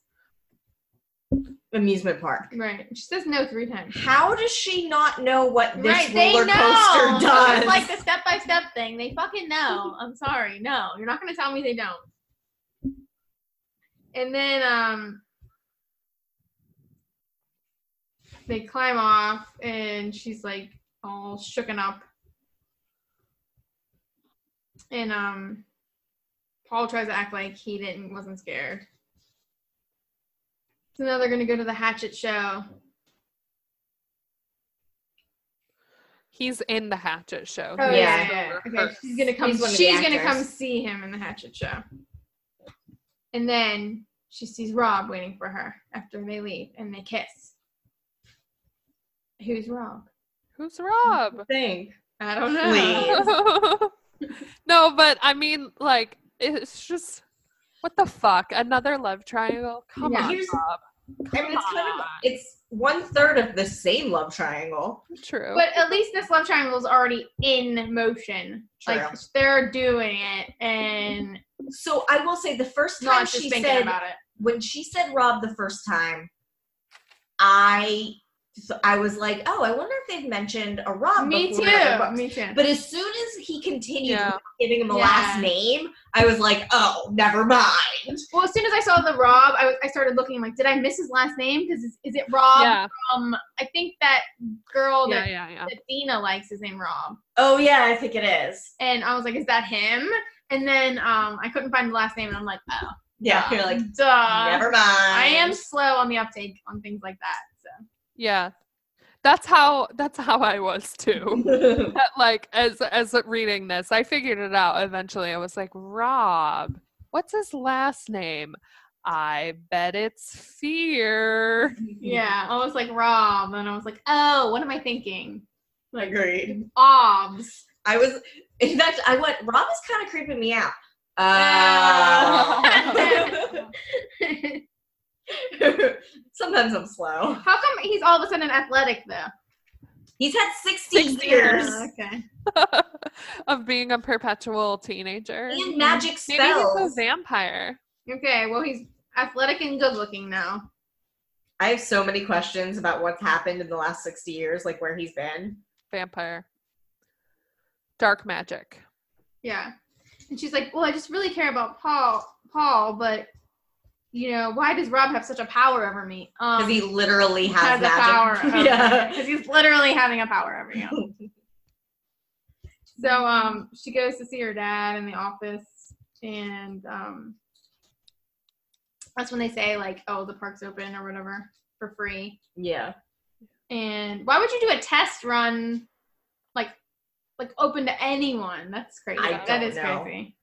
Speaker 4: amusement park.
Speaker 1: right she says no three times
Speaker 4: How does she not know what this
Speaker 1: right, they
Speaker 4: roller
Speaker 1: know.
Speaker 4: coaster does?
Speaker 1: It's like the step by step thing. They fucking know. I'm sorry. No, you're not gonna tell me they don't. And then um they climb off and she's like all shooken up. And um Paul tries to act like he didn't wasn't scared. So now they're gonna go to the hatchet show.
Speaker 3: He's in the Hatchet show.
Speaker 1: Oh,
Speaker 3: He is
Speaker 1: yeah.
Speaker 3: the
Speaker 1: yeah, yeah. Okay,
Speaker 3: rehearse.
Speaker 1: she's gonna come.
Speaker 4: He's one of the
Speaker 1: She's gonna
Speaker 4: actors.
Speaker 1: come see him in the Hatchet show. And then she sees Rob waiting for her after they leave, and they kiss. Who's Rob?
Speaker 3: Who's Rob?
Speaker 4: thing.
Speaker 1: I don't know.
Speaker 4: Please.
Speaker 1: Oh,
Speaker 3: no, but I mean, like, it's just what the fuck? Another love triangle? Come
Speaker 1: Yeah.
Speaker 3: on,
Speaker 4: Here's-
Speaker 3: Rob.
Speaker 4: I mean, it's kind of
Speaker 3: Come on.
Speaker 4: it's one third of the same love triangle.
Speaker 3: True.
Speaker 1: But at least this love triangle is already in motion.
Speaker 4: True.
Speaker 1: Like they're doing it and
Speaker 4: So I will say the first time
Speaker 1: not just
Speaker 4: she
Speaker 1: thinking
Speaker 4: said
Speaker 1: about it.
Speaker 4: when she said Rob the first time, I so I was like, oh, I wonder if they've mentioned a Rob.
Speaker 1: Me
Speaker 4: before in other
Speaker 1: too.
Speaker 4: books."
Speaker 1: Me too.
Speaker 4: But as soon as he continued
Speaker 3: Yeah.
Speaker 4: giving him a
Speaker 1: Yeah.
Speaker 4: last name, I was like, oh, never mind.
Speaker 1: well, as soon as I saw the Rob, I, was- I started looking like, did I miss his last name? Because is, is it Rob?
Speaker 3: yeah,
Speaker 1: Um, I think that girl that
Speaker 3: yeah, yeah, yeah.
Speaker 1: that Dina likes his name Rob.
Speaker 4: Oh yeah, I think it is.
Speaker 1: And I was like, is that him? And then um, I couldn't find the last name, and I'm like, oh,
Speaker 4: Yeah, you're like,
Speaker 1: duh.
Speaker 4: never mind. I
Speaker 1: I am slow on the uptake on things like that.
Speaker 3: Yeah. That's how that's how I was too. That, like as as reading this, I figured it out eventually. I was like, Rob, what's his last name? I bet it's Fear.
Speaker 1: So yeah, I was like Rob, and I was like, oh, what am I thinking? Like
Speaker 4: agreed.
Speaker 1: obs.
Speaker 4: I was, in fact, I went. Rob is kind of creeping me out. Uh, sometimes I'm slow.
Speaker 1: How come he's all of a sudden athletic though?
Speaker 4: He's had 60
Speaker 3: Six
Speaker 4: years
Speaker 1: Yeah, okay.
Speaker 3: of being a perpetual teenager.
Speaker 4: and magic
Speaker 3: Maybe he's a
Speaker 4: spells.
Speaker 3: vampire.
Speaker 1: Okay. Well, he's athletic and good looking now.
Speaker 4: I have so many questions about what's happened in the last 60 years, like where he's been.
Speaker 3: Vampire. Dark magic.
Speaker 1: Yeah. And she's like, Well, I just really care about Paul Paul, but you know, why does Rob have such a power over me? Um
Speaker 4: Because he literally has,
Speaker 1: a power
Speaker 4: magic.
Speaker 1: over
Speaker 4: yeah.
Speaker 1: because he's literally having a power over you. so um she goes to see her dad in the office and um that's when they say like, Oh, the park's open or whatever for free.
Speaker 4: Yeah.
Speaker 1: And why would you do a test run like like open to anyone? That's crazy.
Speaker 4: I
Speaker 1: that
Speaker 4: don't
Speaker 1: is
Speaker 4: know.
Speaker 1: crazy.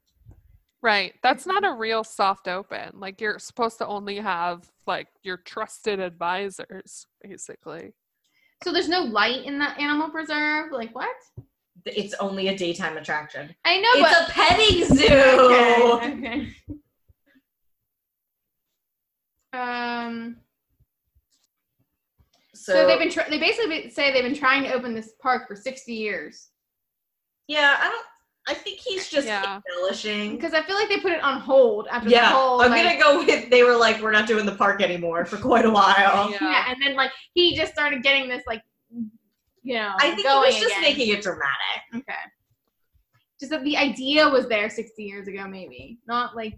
Speaker 3: Right. That's not a real soft open. Like you're supposed to only have like your trusted advisors, basically.
Speaker 1: So there's no light in the animal preserve. Like what?
Speaker 4: It's only a daytime attraction.
Speaker 1: I know,
Speaker 4: It's
Speaker 1: but
Speaker 4: a petting zoo.
Speaker 1: Okay, okay. Um.
Speaker 4: So,
Speaker 1: So, they've been. Tr- they basically be- say they've been trying to open this park for sixty years
Speaker 4: Yeah, I don't. I think he's just
Speaker 3: Yeah.
Speaker 4: embellishing.
Speaker 1: because I feel like they put it on hold after
Speaker 4: Yeah,
Speaker 1: the whole.
Speaker 4: I'm gonna
Speaker 1: like-
Speaker 4: go with. They were like, we're not doing the park anymore for quite a while.
Speaker 1: yeah. and then like he just started getting this like, you know,
Speaker 4: I think he
Speaker 1: going
Speaker 4: was just
Speaker 1: again.
Speaker 4: making it dramatic.
Speaker 1: Okay. Just that the idea was there 60 years ago, maybe. Not like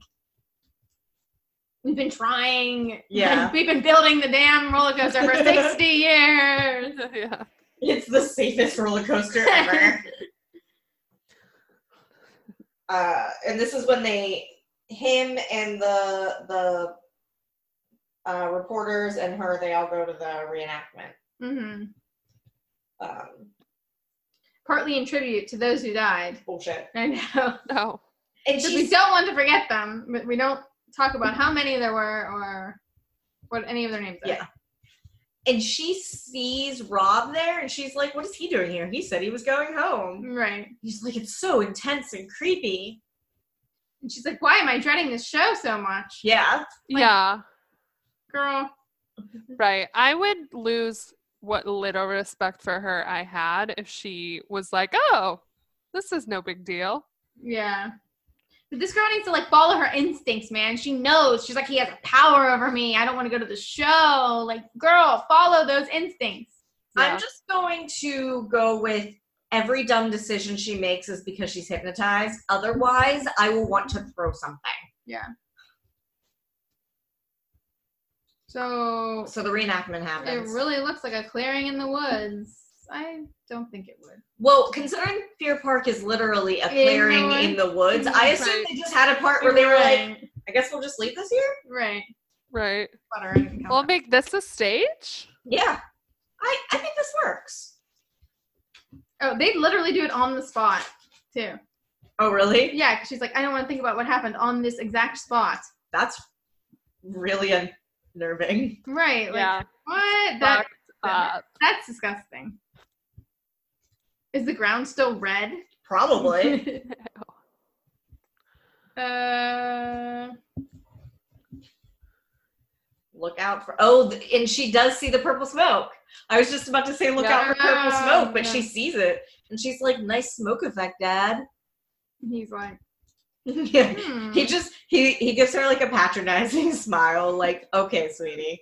Speaker 1: we've been trying.
Speaker 4: Yeah.
Speaker 1: like, we've been building the damn roller coaster for 60 years.
Speaker 3: yeah.
Speaker 4: It's the safest roller coaster ever. uh, and this is when they, him and the the uh, reporters and her, they all go to the reenactment.
Speaker 1: hmm
Speaker 4: Um,
Speaker 1: Partly in tribute to those who died.
Speaker 4: bullshit.
Speaker 1: I know.
Speaker 3: No.
Speaker 4: And
Speaker 1: Because we
Speaker 4: she's
Speaker 1: don't want to forget them, but we don't talk about how many there were or what any of their names are.
Speaker 4: Yeah. and she sees Rob there, and she's like, "What is he doing here? He said he was going home."
Speaker 1: Right.
Speaker 4: He's like, "It's so intense and creepy."
Speaker 1: And she's like, why am I dreading this show so much?
Speaker 4: Yeah,
Speaker 3: yeah.
Speaker 1: Girl.
Speaker 3: Right. I would lose what little respect for her I had if she was like, oh, this is no big deal.
Speaker 1: Yeah. But this girl needs to like follow her instincts, man. She knows. She's like, he has a power over me. I don't want to go to the show. Like, girl, follow those instincts.
Speaker 3: Yeah.
Speaker 4: I'm just going to go with every dumb decision she makes is because she's hypnotized. Otherwise, I will want to throw something.
Speaker 1: So
Speaker 4: So the reenactment
Speaker 1: it
Speaker 4: happens.
Speaker 1: really looks like a clearing in the woods. I don't think it would.
Speaker 4: well, considering Fear Park is literally a
Speaker 1: In the
Speaker 4: clearing in the woods, I
Speaker 1: Mhm,
Speaker 4: assume
Speaker 3: right.
Speaker 4: they just had a part where they were like, I guess we'll just leave this here?
Speaker 1: right.
Speaker 3: Right.
Speaker 1: Butter and
Speaker 3: We'll make this a stage.
Speaker 4: Yeah. I, I think this works.
Speaker 1: Oh, they literally do it on the spot too.
Speaker 4: Oh, really?
Speaker 1: Yeah, 'cause she's like, I don't want to think about what happened on this exact spot.
Speaker 4: That's really unnerving.
Speaker 1: Right. Like,
Speaker 3: yeah.
Speaker 1: What? That,
Speaker 3: Fucked up.
Speaker 1: that's disgusting. Is the ground still red?
Speaker 4: Probably.
Speaker 1: Uh,
Speaker 4: look out for. Oh, th- and she does see the purple smoke. I was just about to say, look out for purple
Speaker 1: Yeah.
Speaker 4: smoke, but she sees it. And she's like, nice smoke effect, Dad.
Speaker 1: he's like,
Speaker 4: yeah.
Speaker 1: hmm.
Speaker 4: He just he he gives her like a patronizing smile, like, okay, sweetie.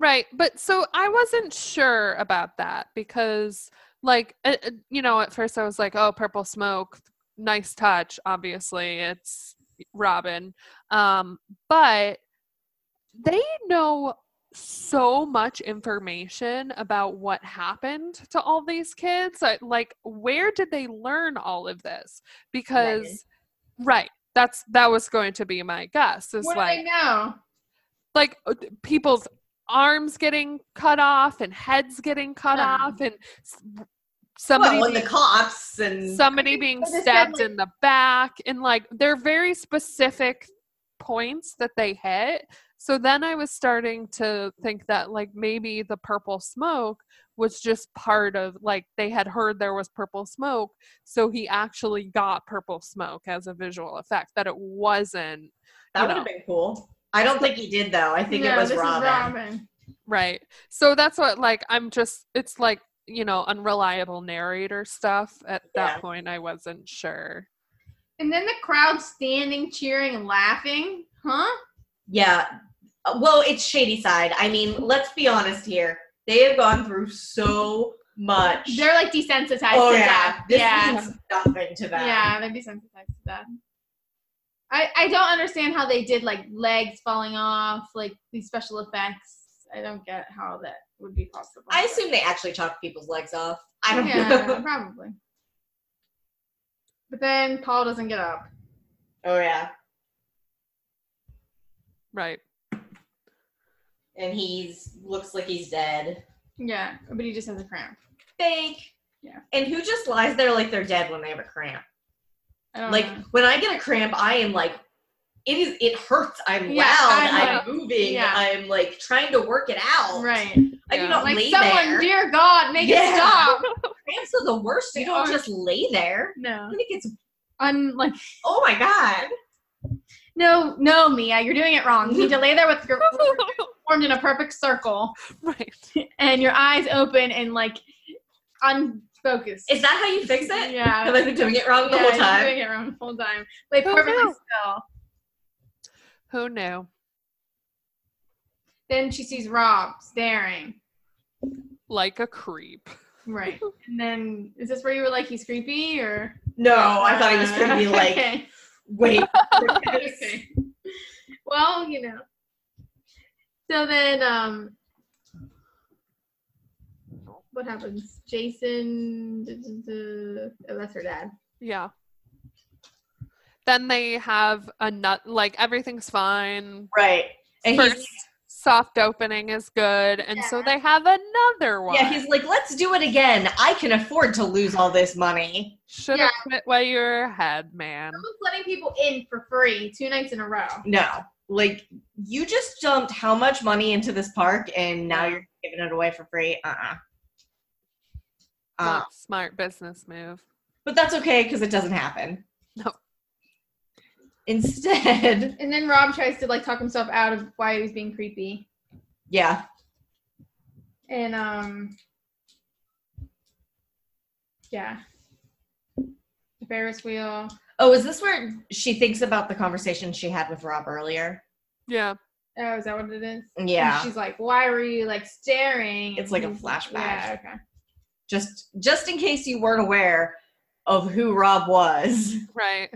Speaker 3: Right. But so I wasn't sure about that because, like, uh, uh, you know, at first I was like, oh, purple smoke, nice touch. Obviously, it's Robin. Um, but they know so much information about what happened to all these kids. I- Like, where did they learn all of this? Because, right. That's that was going to be my guess. Is
Speaker 1: what
Speaker 3: like
Speaker 1: do they know?
Speaker 3: like uh, th- people's arms getting cut off and heads getting cut
Speaker 1: Yeah.
Speaker 3: off and s- somebody
Speaker 4: well, and
Speaker 3: being,
Speaker 4: the cops and
Speaker 3: somebody being
Speaker 1: But they said,
Speaker 3: stabbed
Speaker 1: like-
Speaker 3: in the back and like they're very specific points that they hit so then i was starting to think that like maybe the purple smoke was just part of like they had heard there was purple smoke so he actually got purple smoke as a visual effect that it wasn't
Speaker 4: that
Speaker 3: you
Speaker 4: would
Speaker 3: know.
Speaker 4: have been cool. I don't think he did though. I think it was
Speaker 1: this
Speaker 4: Robin.
Speaker 1: Is Robin.
Speaker 3: Right. So that's what like I'm just it's like, you know, unreliable narrator stuff. At that
Speaker 4: Yeah.
Speaker 3: point I wasn't sure.
Speaker 1: And then the crowd standing, cheering, and laughing. Huh?
Speaker 4: Yeah. Uh, Well, it's shady side. I mean, let's be honest here. They have gone through so much.
Speaker 1: They're like desensitized
Speaker 4: oh
Speaker 1: to
Speaker 4: yeah,
Speaker 1: death.
Speaker 4: this
Speaker 1: yeah.
Speaker 4: means nothing to them.
Speaker 1: Yeah, they're desensitized to death. I, I don't understand how they did like legs falling off, like these special effects. I don't get how that would be possible.
Speaker 4: I assume they actually chopped people's legs off. I don't
Speaker 1: Yeah,
Speaker 4: know.
Speaker 1: probably. But then Paul doesn't get up.
Speaker 4: Oh yeah,
Speaker 3: Right.
Speaker 4: and he's looks like he's dead.
Speaker 1: Yeah, but he just has a cramp.
Speaker 4: Fake.
Speaker 1: Yeah.
Speaker 4: And who just lies there like they're dead when they have a cramp?
Speaker 1: I don't
Speaker 4: like
Speaker 1: know.
Speaker 4: when I get a cramp, I am like, it is. It hurts. I'm
Speaker 1: Yeah,
Speaker 4: loud.
Speaker 1: I
Speaker 4: I'm moving.
Speaker 1: Yeah.
Speaker 4: I'm like trying to work it out.
Speaker 1: right.
Speaker 4: I do
Speaker 3: Yeah.
Speaker 4: not
Speaker 1: Like
Speaker 4: lay
Speaker 1: someone,
Speaker 4: there.
Speaker 1: dear God, make
Speaker 4: Yeah.
Speaker 1: it stop.
Speaker 4: Cramps are the worst. You
Speaker 1: They
Speaker 4: don't
Speaker 1: are.
Speaker 4: just lay there.
Speaker 1: No,
Speaker 4: I think it's.
Speaker 1: I'm like,
Speaker 4: Oh my god.
Speaker 1: no, no, Mia, you're doing it wrong. You need to lay there with your formed in a perfect circle
Speaker 3: right.
Speaker 1: and your eyes open and like unfocused.
Speaker 4: Is that how you fix it? Have
Speaker 1: Yeah.
Speaker 4: I been doing it wrong the
Speaker 1: yeah,
Speaker 4: whole
Speaker 1: you're
Speaker 4: time?
Speaker 1: doing it wrong the whole time. Like
Speaker 3: Who
Speaker 1: perfectly
Speaker 3: knew?
Speaker 1: still.
Speaker 3: Who knew?
Speaker 1: Then she sees Rob staring.
Speaker 3: Like a creep.
Speaker 1: Right. and then is this where you were like he's creepy or
Speaker 4: No, I thought it was gonna be
Speaker 1: Uh,
Speaker 4: like,
Speaker 1: okay.
Speaker 4: wait.
Speaker 1: okay. Well, you know. So then, um, what happens? Jason, duh, duh, duh. oh, that's her dad.
Speaker 3: Yeah. Then they have a nut. Like everything's fine.
Speaker 4: Right. And
Speaker 3: First
Speaker 4: he's
Speaker 3: soft opening is good, and so they have another one.
Speaker 4: yeah, he's like, let's do it again. I can afford to lose all this money.
Speaker 3: Should
Speaker 1: Yeah.
Speaker 3: have quit while you're ahead, man.
Speaker 1: Someone's letting people in for free two nights in a row.
Speaker 4: No, like you just dumped how much money into this park, and now you're giving it away for free. Uh uh Uh,
Speaker 3: Not smart business move.
Speaker 4: but that's okay because it doesn't happen.
Speaker 3: No.
Speaker 4: Instead,
Speaker 1: And then Rob tries to like talk himself out of why he was being creepy.
Speaker 4: yeah,
Speaker 1: And um yeah. The Ferris wheel.
Speaker 4: Oh, is this where she thinks about the conversation she had with Rob earlier?
Speaker 3: Yeah.
Speaker 1: Oh, is that what it is? And
Speaker 4: Yeah.
Speaker 1: she's like, why were you like staring?
Speaker 4: It's like a
Speaker 1: And he's
Speaker 4: flashback.
Speaker 1: Yeah, okay.
Speaker 4: Just just in case you weren't aware of who Rob was.
Speaker 3: Right.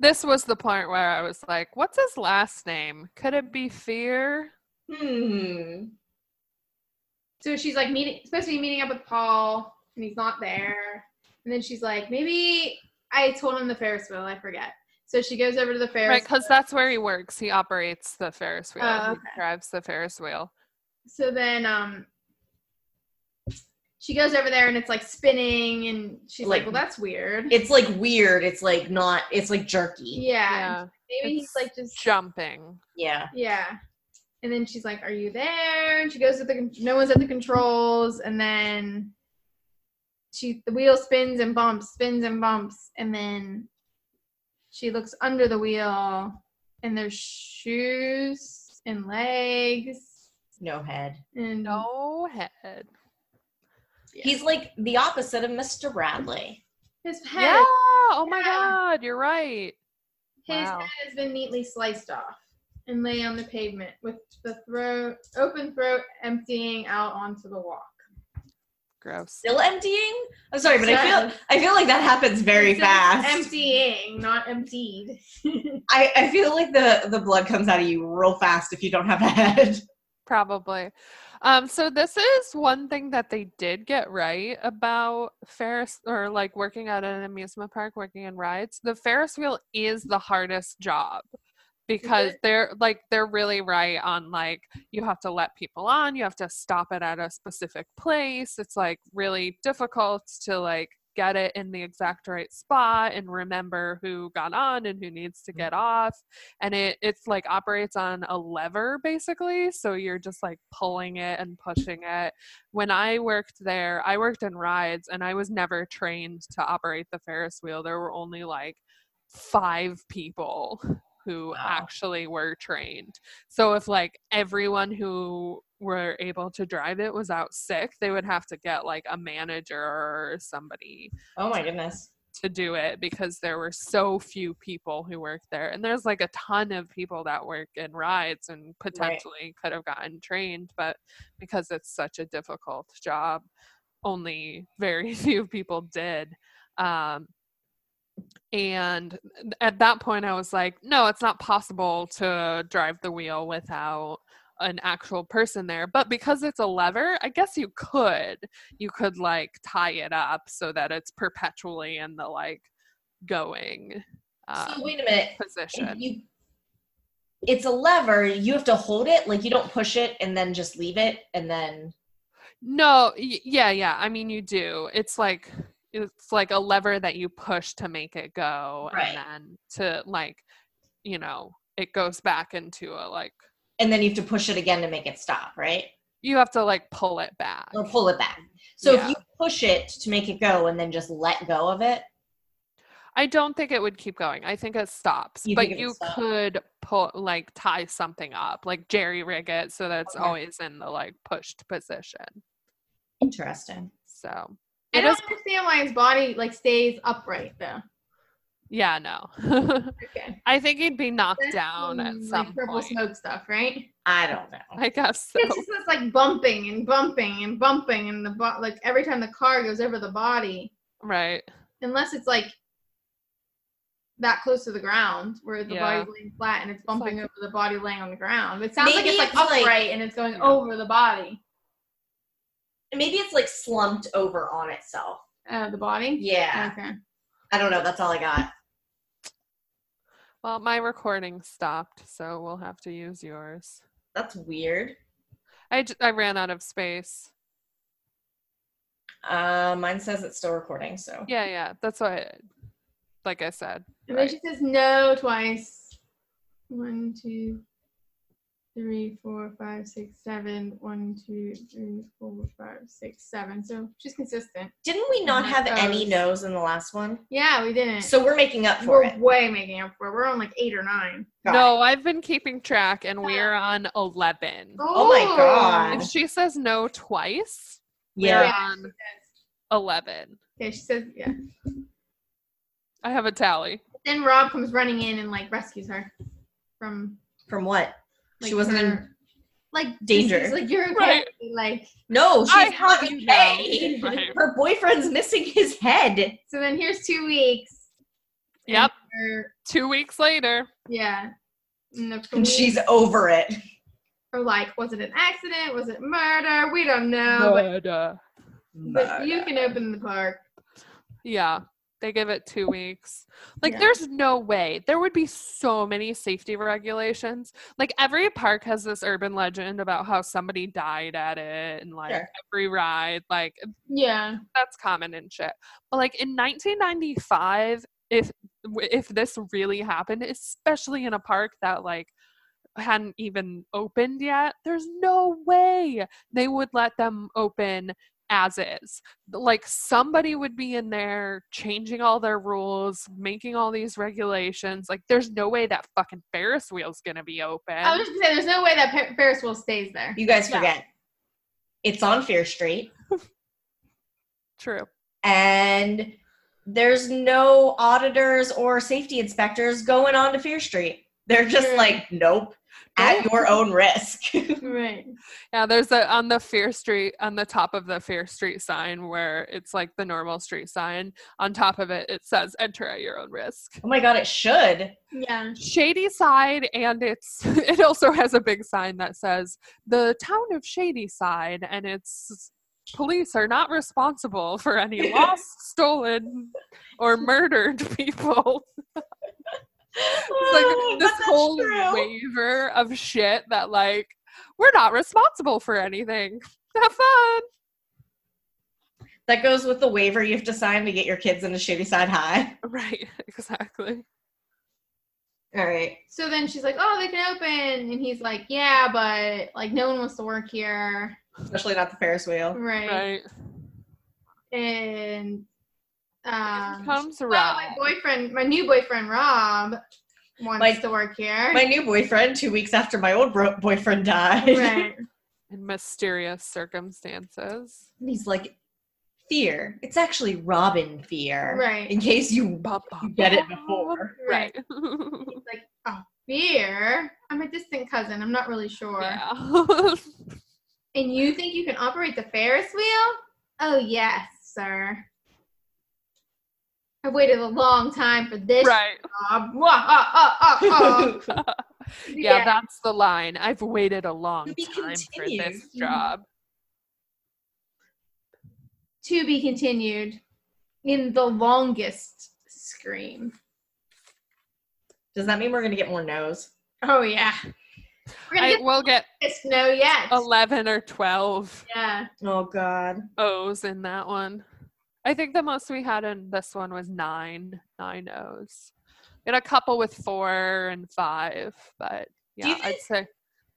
Speaker 3: This was the part where I was like, what's his last name? Could it be Fear?
Speaker 4: Hmm.
Speaker 1: So she's like meeting supposed to be meeting up with Paul and he's not there. And then she's like, Maybe I told him the Ferris wheel, I forget. So she goes over to the Ferris
Speaker 3: Right, because that's where he works. He operates the Ferris wheel.
Speaker 1: Oh,
Speaker 3: He drives the Ferris wheel.
Speaker 1: so then um she goes over there and it's like spinning and she's like,
Speaker 4: Like-
Speaker 1: Well that's weird.
Speaker 4: It's like weird. It's like not. It's like jerky.
Speaker 1: yeah. Maybe he's
Speaker 3: it's
Speaker 1: like just
Speaker 3: Jumping.
Speaker 4: Yeah.
Speaker 1: Yeah. And then she's like, "Are you there?" And she goes to the con- no one's at the controls, and then she the wheel spins and bumps, spins and bumps, and then she looks under the wheel, and there's shoes and legs
Speaker 4: No head.
Speaker 1: and
Speaker 3: No head.
Speaker 4: He's like the opposite of Mr. Bradley.
Speaker 1: his
Speaker 3: Yeah.
Speaker 1: head
Speaker 3: Oh my
Speaker 1: Yeah.
Speaker 3: God. You're right.
Speaker 1: his
Speaker 3: Wow.
Speaker 1: head has been neatly sliced off and lay on the pavement with the throat open throat emptying out onto the walk.
Speaker 3: Gross.
Speaker 4: Still emptying. I'm sorry, but I feel I feel like that happens very
Speaker 1: It says
Speaker 4: fast.
Speaker 1: Emptying, not emptied.
Speaker 4: I, I feel like the the blood comes out of you real fast if you don't have a head.
Speaker 3: Probably. Um, so this is one thing that they did get right about Ferris or like working at an amusement park, working in rides. The Ferris wheel is the hardest job because
Speaker 1: it?
Speaker 3: they're like they're really right on like you have to let people on, you have to stop it at a specific place. It's like really difficult to like get it in the exact right spot and remember who got on and who needs to get off and it it's like operates on a lever basically so you're just like pulling it and pushing it when i worked there i worked in rides and i was never trained to operate the ferris wheel there were only like five people who
Speaker 4: Wow.
Speaker 3: actually were trained so if like everyone who were able to drive it was out sick they would have to get like a manager or somebody
Speaker 4: Oh my goodness.
Speaker 3: to do it because there were so few people who worked there. And there's like a ton of people that work in rides and potentially could have gotten trained, but because it's such a difficult job, only very few people did. Um, and at that point, I was like, no, it's not possible to drive the wheel without an actual person there. But because it's a lever, I guess you could you could like tie it up so that it's perpetually in the like going um,
Speaker 4: so wait a minute. If
Speaker 3: position.
Speaker 4: you, it's a lever. You have to hold it. Like you don't push it and then just leave it and then.
Speaker 3: No, y- yeah, yeah. I mean, you do. It's like it's like a lever that you push to make it go,
Speaker 4: Right.
Speaker 3: and then to like, you know, it goes back into a like.
Speaker 4: and then you have to push it again to make it stop, right?
Speaker 3: You have to like pull it back.
Speaker 4: Or pull it back. So
Speaker 3: Yeah.
Speaker 4: if you push it to make it go and then just let go of it,
Speaker 3: I don't think it would keep going. I think it stops,
Speaker 4: You
Speaker 3: but
Speaker 4: think it would
Speaker 3: you
Speaker 4: stop.
Speaker 3: could pull like tie something up, like jerry rig it so that it's
Speaker 4: Okay.
Speaker 3: always in the like pushed position.
Speaker 4: interesting.
Speaker 3: So
Speaker 1: I
Speaker 3: it
Speaker 1: don't
Speaker 3: is.
Speaker 1: understand why his body like stays upright though.
Speaker 3: Yeah, no.
Speaker 1: Okay.
Speaker 3: I think he'd be knocked
Speaker 1: That's
Speaker 3: down at
Speaker 1: some,
Speaker 3: some
Speaker 1: like, purple
Speaker 3: point.
Speaker 1: smoke stuff, right?
Speaker 4: I don't know.
Speaker 3: I guess so.
Speaker 1: It's just this like bumping and bumping and bumping and the bo- like every time the car goes over the body,
Speaker 3: Right.
Speaker 1: unless it's like that close to the ground where the
Speaker 3: Yeah.
Speaker 1: body's laying flat and it's bumping
Speaker 3: like-
Speaker 1: over the body laying on the ground. It sounds
Speaker 4: Maybe
Speaker 1: like it's like
Speaker 4: it's, like-
Speaker 1: upright and it's going
Speaker 3: Yeah.
Speaker 1: over the body.
Speaker 4: Maybe it's like slumped over on itself.
Speaker 1: Uh, the body.
Speaker 4: Yeah.
Speaker 1: Okay.
Speaker 4: I don't know. That's all I got.
Speaker 3: Well, my recording stopped, so we'll have to use yours.
Speaker 4: That's weird.
Speaker 3: I, j- I ran out of space.
Speaker 4: Uh, mine says it's still recording, so.
Speaker 3: Yeah, yeah. That's why, like I said.
Speaker 1: And
Speaker 3: right.
Speaker 1: then she says no twice. One, two, three, four, five, six, seven. One, two, three, four, five, six, seven. So she's consistent.
Speaker 4: Didn't we not
Speaker 1: Mhm.
Speaker 4: have any
Speaker 1: Those.
Speaker 4: no's in the last one?
Speaker 1: Yeah, we didn't.
Speaker 4: So we're making up for
Speaker 1: We're
Speaker 4: it.
Speaker 1: way making up for it. We're on like eight or nine.
Speaker 4: Got it.
Speaker 3: No, I've been keeping track, and we're on 11.
Speaker 4: Oh my
Speaker 1: Ooh.
Speaker 4: God.
Speaker 3: If she says no twice,
Speaker 4: Yeah.
Speaker 3: we're on 11.
Speaker 1: Okay, she says, yeah.
Speaker 3: I have a tally.
Speaker 1: Then Rob comes running in and like rescues her from.
Speaker 4: From what?
Speaker 1: Like,
Speaker 4: she wasn't in.
Speaker 1: her- Like
Speaker 4: danger.
Speaker 1: she's Like you're okay.
Speaker 3: Right.
Speaker 1: Like
Speaker 4: No, she's
Speaker 3: I
Speaker 4: not
Speaker 3: have you
Speaker 4: okay.
Speaker 3: now. Right.
Speaker 4: Her boyfriend's missing his head.
Speaker 1: so. Then here's two weeks. and
Speaker 3: Yep.
Speaker 1: her-
Speaker 3: Two weeks later,
Speaker 1: yeah. And the
Speaker 4: And
Speaker 1: police
Speaker 4: she's over it.
Speaker 1: are like, was it an accident? Was it murder? We don't know. But,
Speaker 3: but, uh,
Speaker 1: but you can open the park.
Speaker 3: Yeah, they give it two weeks. Like,
Speaker 4: Yeah.
Speaker 3: there's no way. There would be so many safety regulations. Like, every park has this urban legend about how somebody died at it, and like
Speaker 4: Sure.
Speaker 3: every ride, like,
Speaker 1: Yeah.
Speaker 3: that's common and shit. But like in 1995, if w- if this really happened, especially in a park that like hadn't even opened yet, there's no way they would let them open as is. Like somebody would be in there changing all their rules, making all these regulations. Like there's no way that fucking Ferris wheel's gonna be open.
Speaker 1: I was just gonna say, there's no way that Fer- Ferris wheel stays there.
Speaker 4: You guys
Speaker 3: Yeah.
Speaker 4: forget. It's on Fear Street.
Speaker 3: True.
Speaker 4: And there's no auditors or safety inspectors going on to Fear Street. They're just
Speaker 1: True.
Speaker 4: like, nope, at your own risk.
Speaker 1: Right.
Speaker 3: Yeah, there's a on the Fear Street on the top of the Fear Street sign where it's like the normal street sign. On top of it, it says "Enter at your own risk."
Speaker 4: oh my God, it should.
Speaker 1: Yeah.
Speaker 3: Shady Side, and it's it also has a big sign that says "The Town of Shady Side," and it's police are not responsible for any lost, stolen, or murdered people. It's
Speaker 4: Ah,
Speaker 3: like this whole waiver of shit that like we're not responsible for anything. Have fun.
Speaker 4: That goes with the waiver you have to sign to get your kids into Shady Side High.
Speaker 3: Right, exactly.
Speaker 4: All right.
Speaker 1: So then she's like, "Oh, they can open," and he's like, "Yeah, but like no one wants to work here,
Speaker 4: Especially not the Ferris wheel.
Speaker 1: right?"
Speaker 3: Right.
Speaker 1: And um,
Speaker 3: Comes
Speaker 1: "Oh,
Speaker 3: Rob.
Speaker 1: my boyfriend, my new boyfriend Rob, wants
Speaker 4: Like,
Speaker 1: to work here,
Speaker 4: My new boyfriend, two weeks after my old bro- boyfriend died.
Speaker 1: right?"
Speaker 3: In mysterious circumstances.
Speaker 4: And he's like, Fear. It's actually Robin Fear.
Speaker 1: Right.
Speaker 4: In case you
Speaker 3: Ba, ba,
Speaker 4: You get it
Speaker 3: ba.
Speaker 4: before.
Speaker 3: Right.
Speaker 1: Fear. I'm a distant cousin. I'm not really sure.
Speaker 3: yeah.
Speaker 1: And you think you can operate the Ferris wheel? Oh yes, sir. I've waited a long time for this
Speaker 3: right.
Speaker 1: job. Wah, ah, ah, ah, ah.
Speaker 3: um, Yeah, that's the line. I've waited a long
Speaker 4: be
Speaker 3: time for this
Speaker 4: continued.
Speaker 3: job.
Speaker 1: to be continued in the longest scream.
Speaker 4: Does that mean we're gonna get more no's?
Speaker 1: Oh yeah. We're gonna
Speaker 3: I Oh.
Speaker 1: get
Speaker 3: will get
Speaker 1: this no yet.
Speaker 3: 11 or 12
Speaker 1: yeah.
Speaker 6: Oh God.
Speaker 3: O's in that one. I think the most we had in this one was nine, nine O's. We had a couple with four and five, but yeah,
Speaker 6: you
Speaker 3: I'd say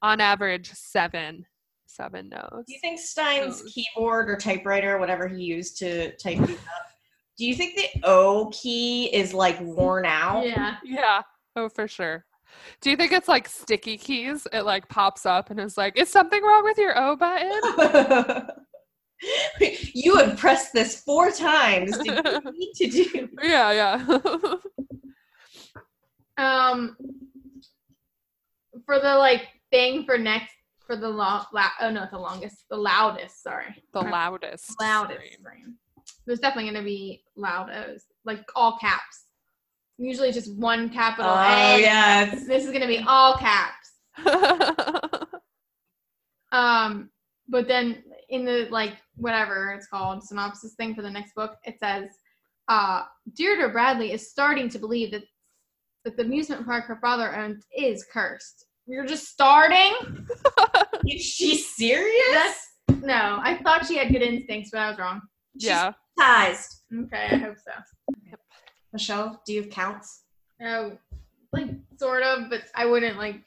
Speaker 3: on average seven, seven O's.
Speaker 6: Do you think Stein's
Speaker 3: O's.
Speaker 6: keyboard or typewriter, whatever he used to type these up, do you think the O key is like worn out?
Speaker 1: Yeah.
Speaker 3: yeah, oh for sure. Do you think it's like sticky keys? It like pops up and is like, is something wrong with your O button?
Speaker 6: you have pressed this four times. Did you need to do?
Speaker 3: yeah, yeah.
Speaker 1: Um, for the like thing for next for the long. La- oh no, the longest, the loudest. Sorry,
Speaker 3: the loudest.
Speaker 1: loudest
Speaker 3: scream.
Speaker 1: scream. There's definitely gonna be loud O's, like all caps. Usually just one capital
Speaker 6: Oh
Speaker 1: A.
Speaker 6: yes.
Speaker 1: This is gonna be all caps. Um, but then in the like whatever it's called synopsis thing for the next book, it says, uh, Deirdre Bradley is starting to believe that that the amusement park her father owned is cursed. You're just starting?
Speaker 6: Is she serious?
Speaker 1: That's no. I thought she had good instincts, but I was wrong.
Speaker 3: yeah.
Speaker 4: Sized.
Speaker 1: Okay, I hope so.
Speaker 4: Michelle, do you have counts?
Speaker 1: No, Oh, like sort of, but I wouldn't like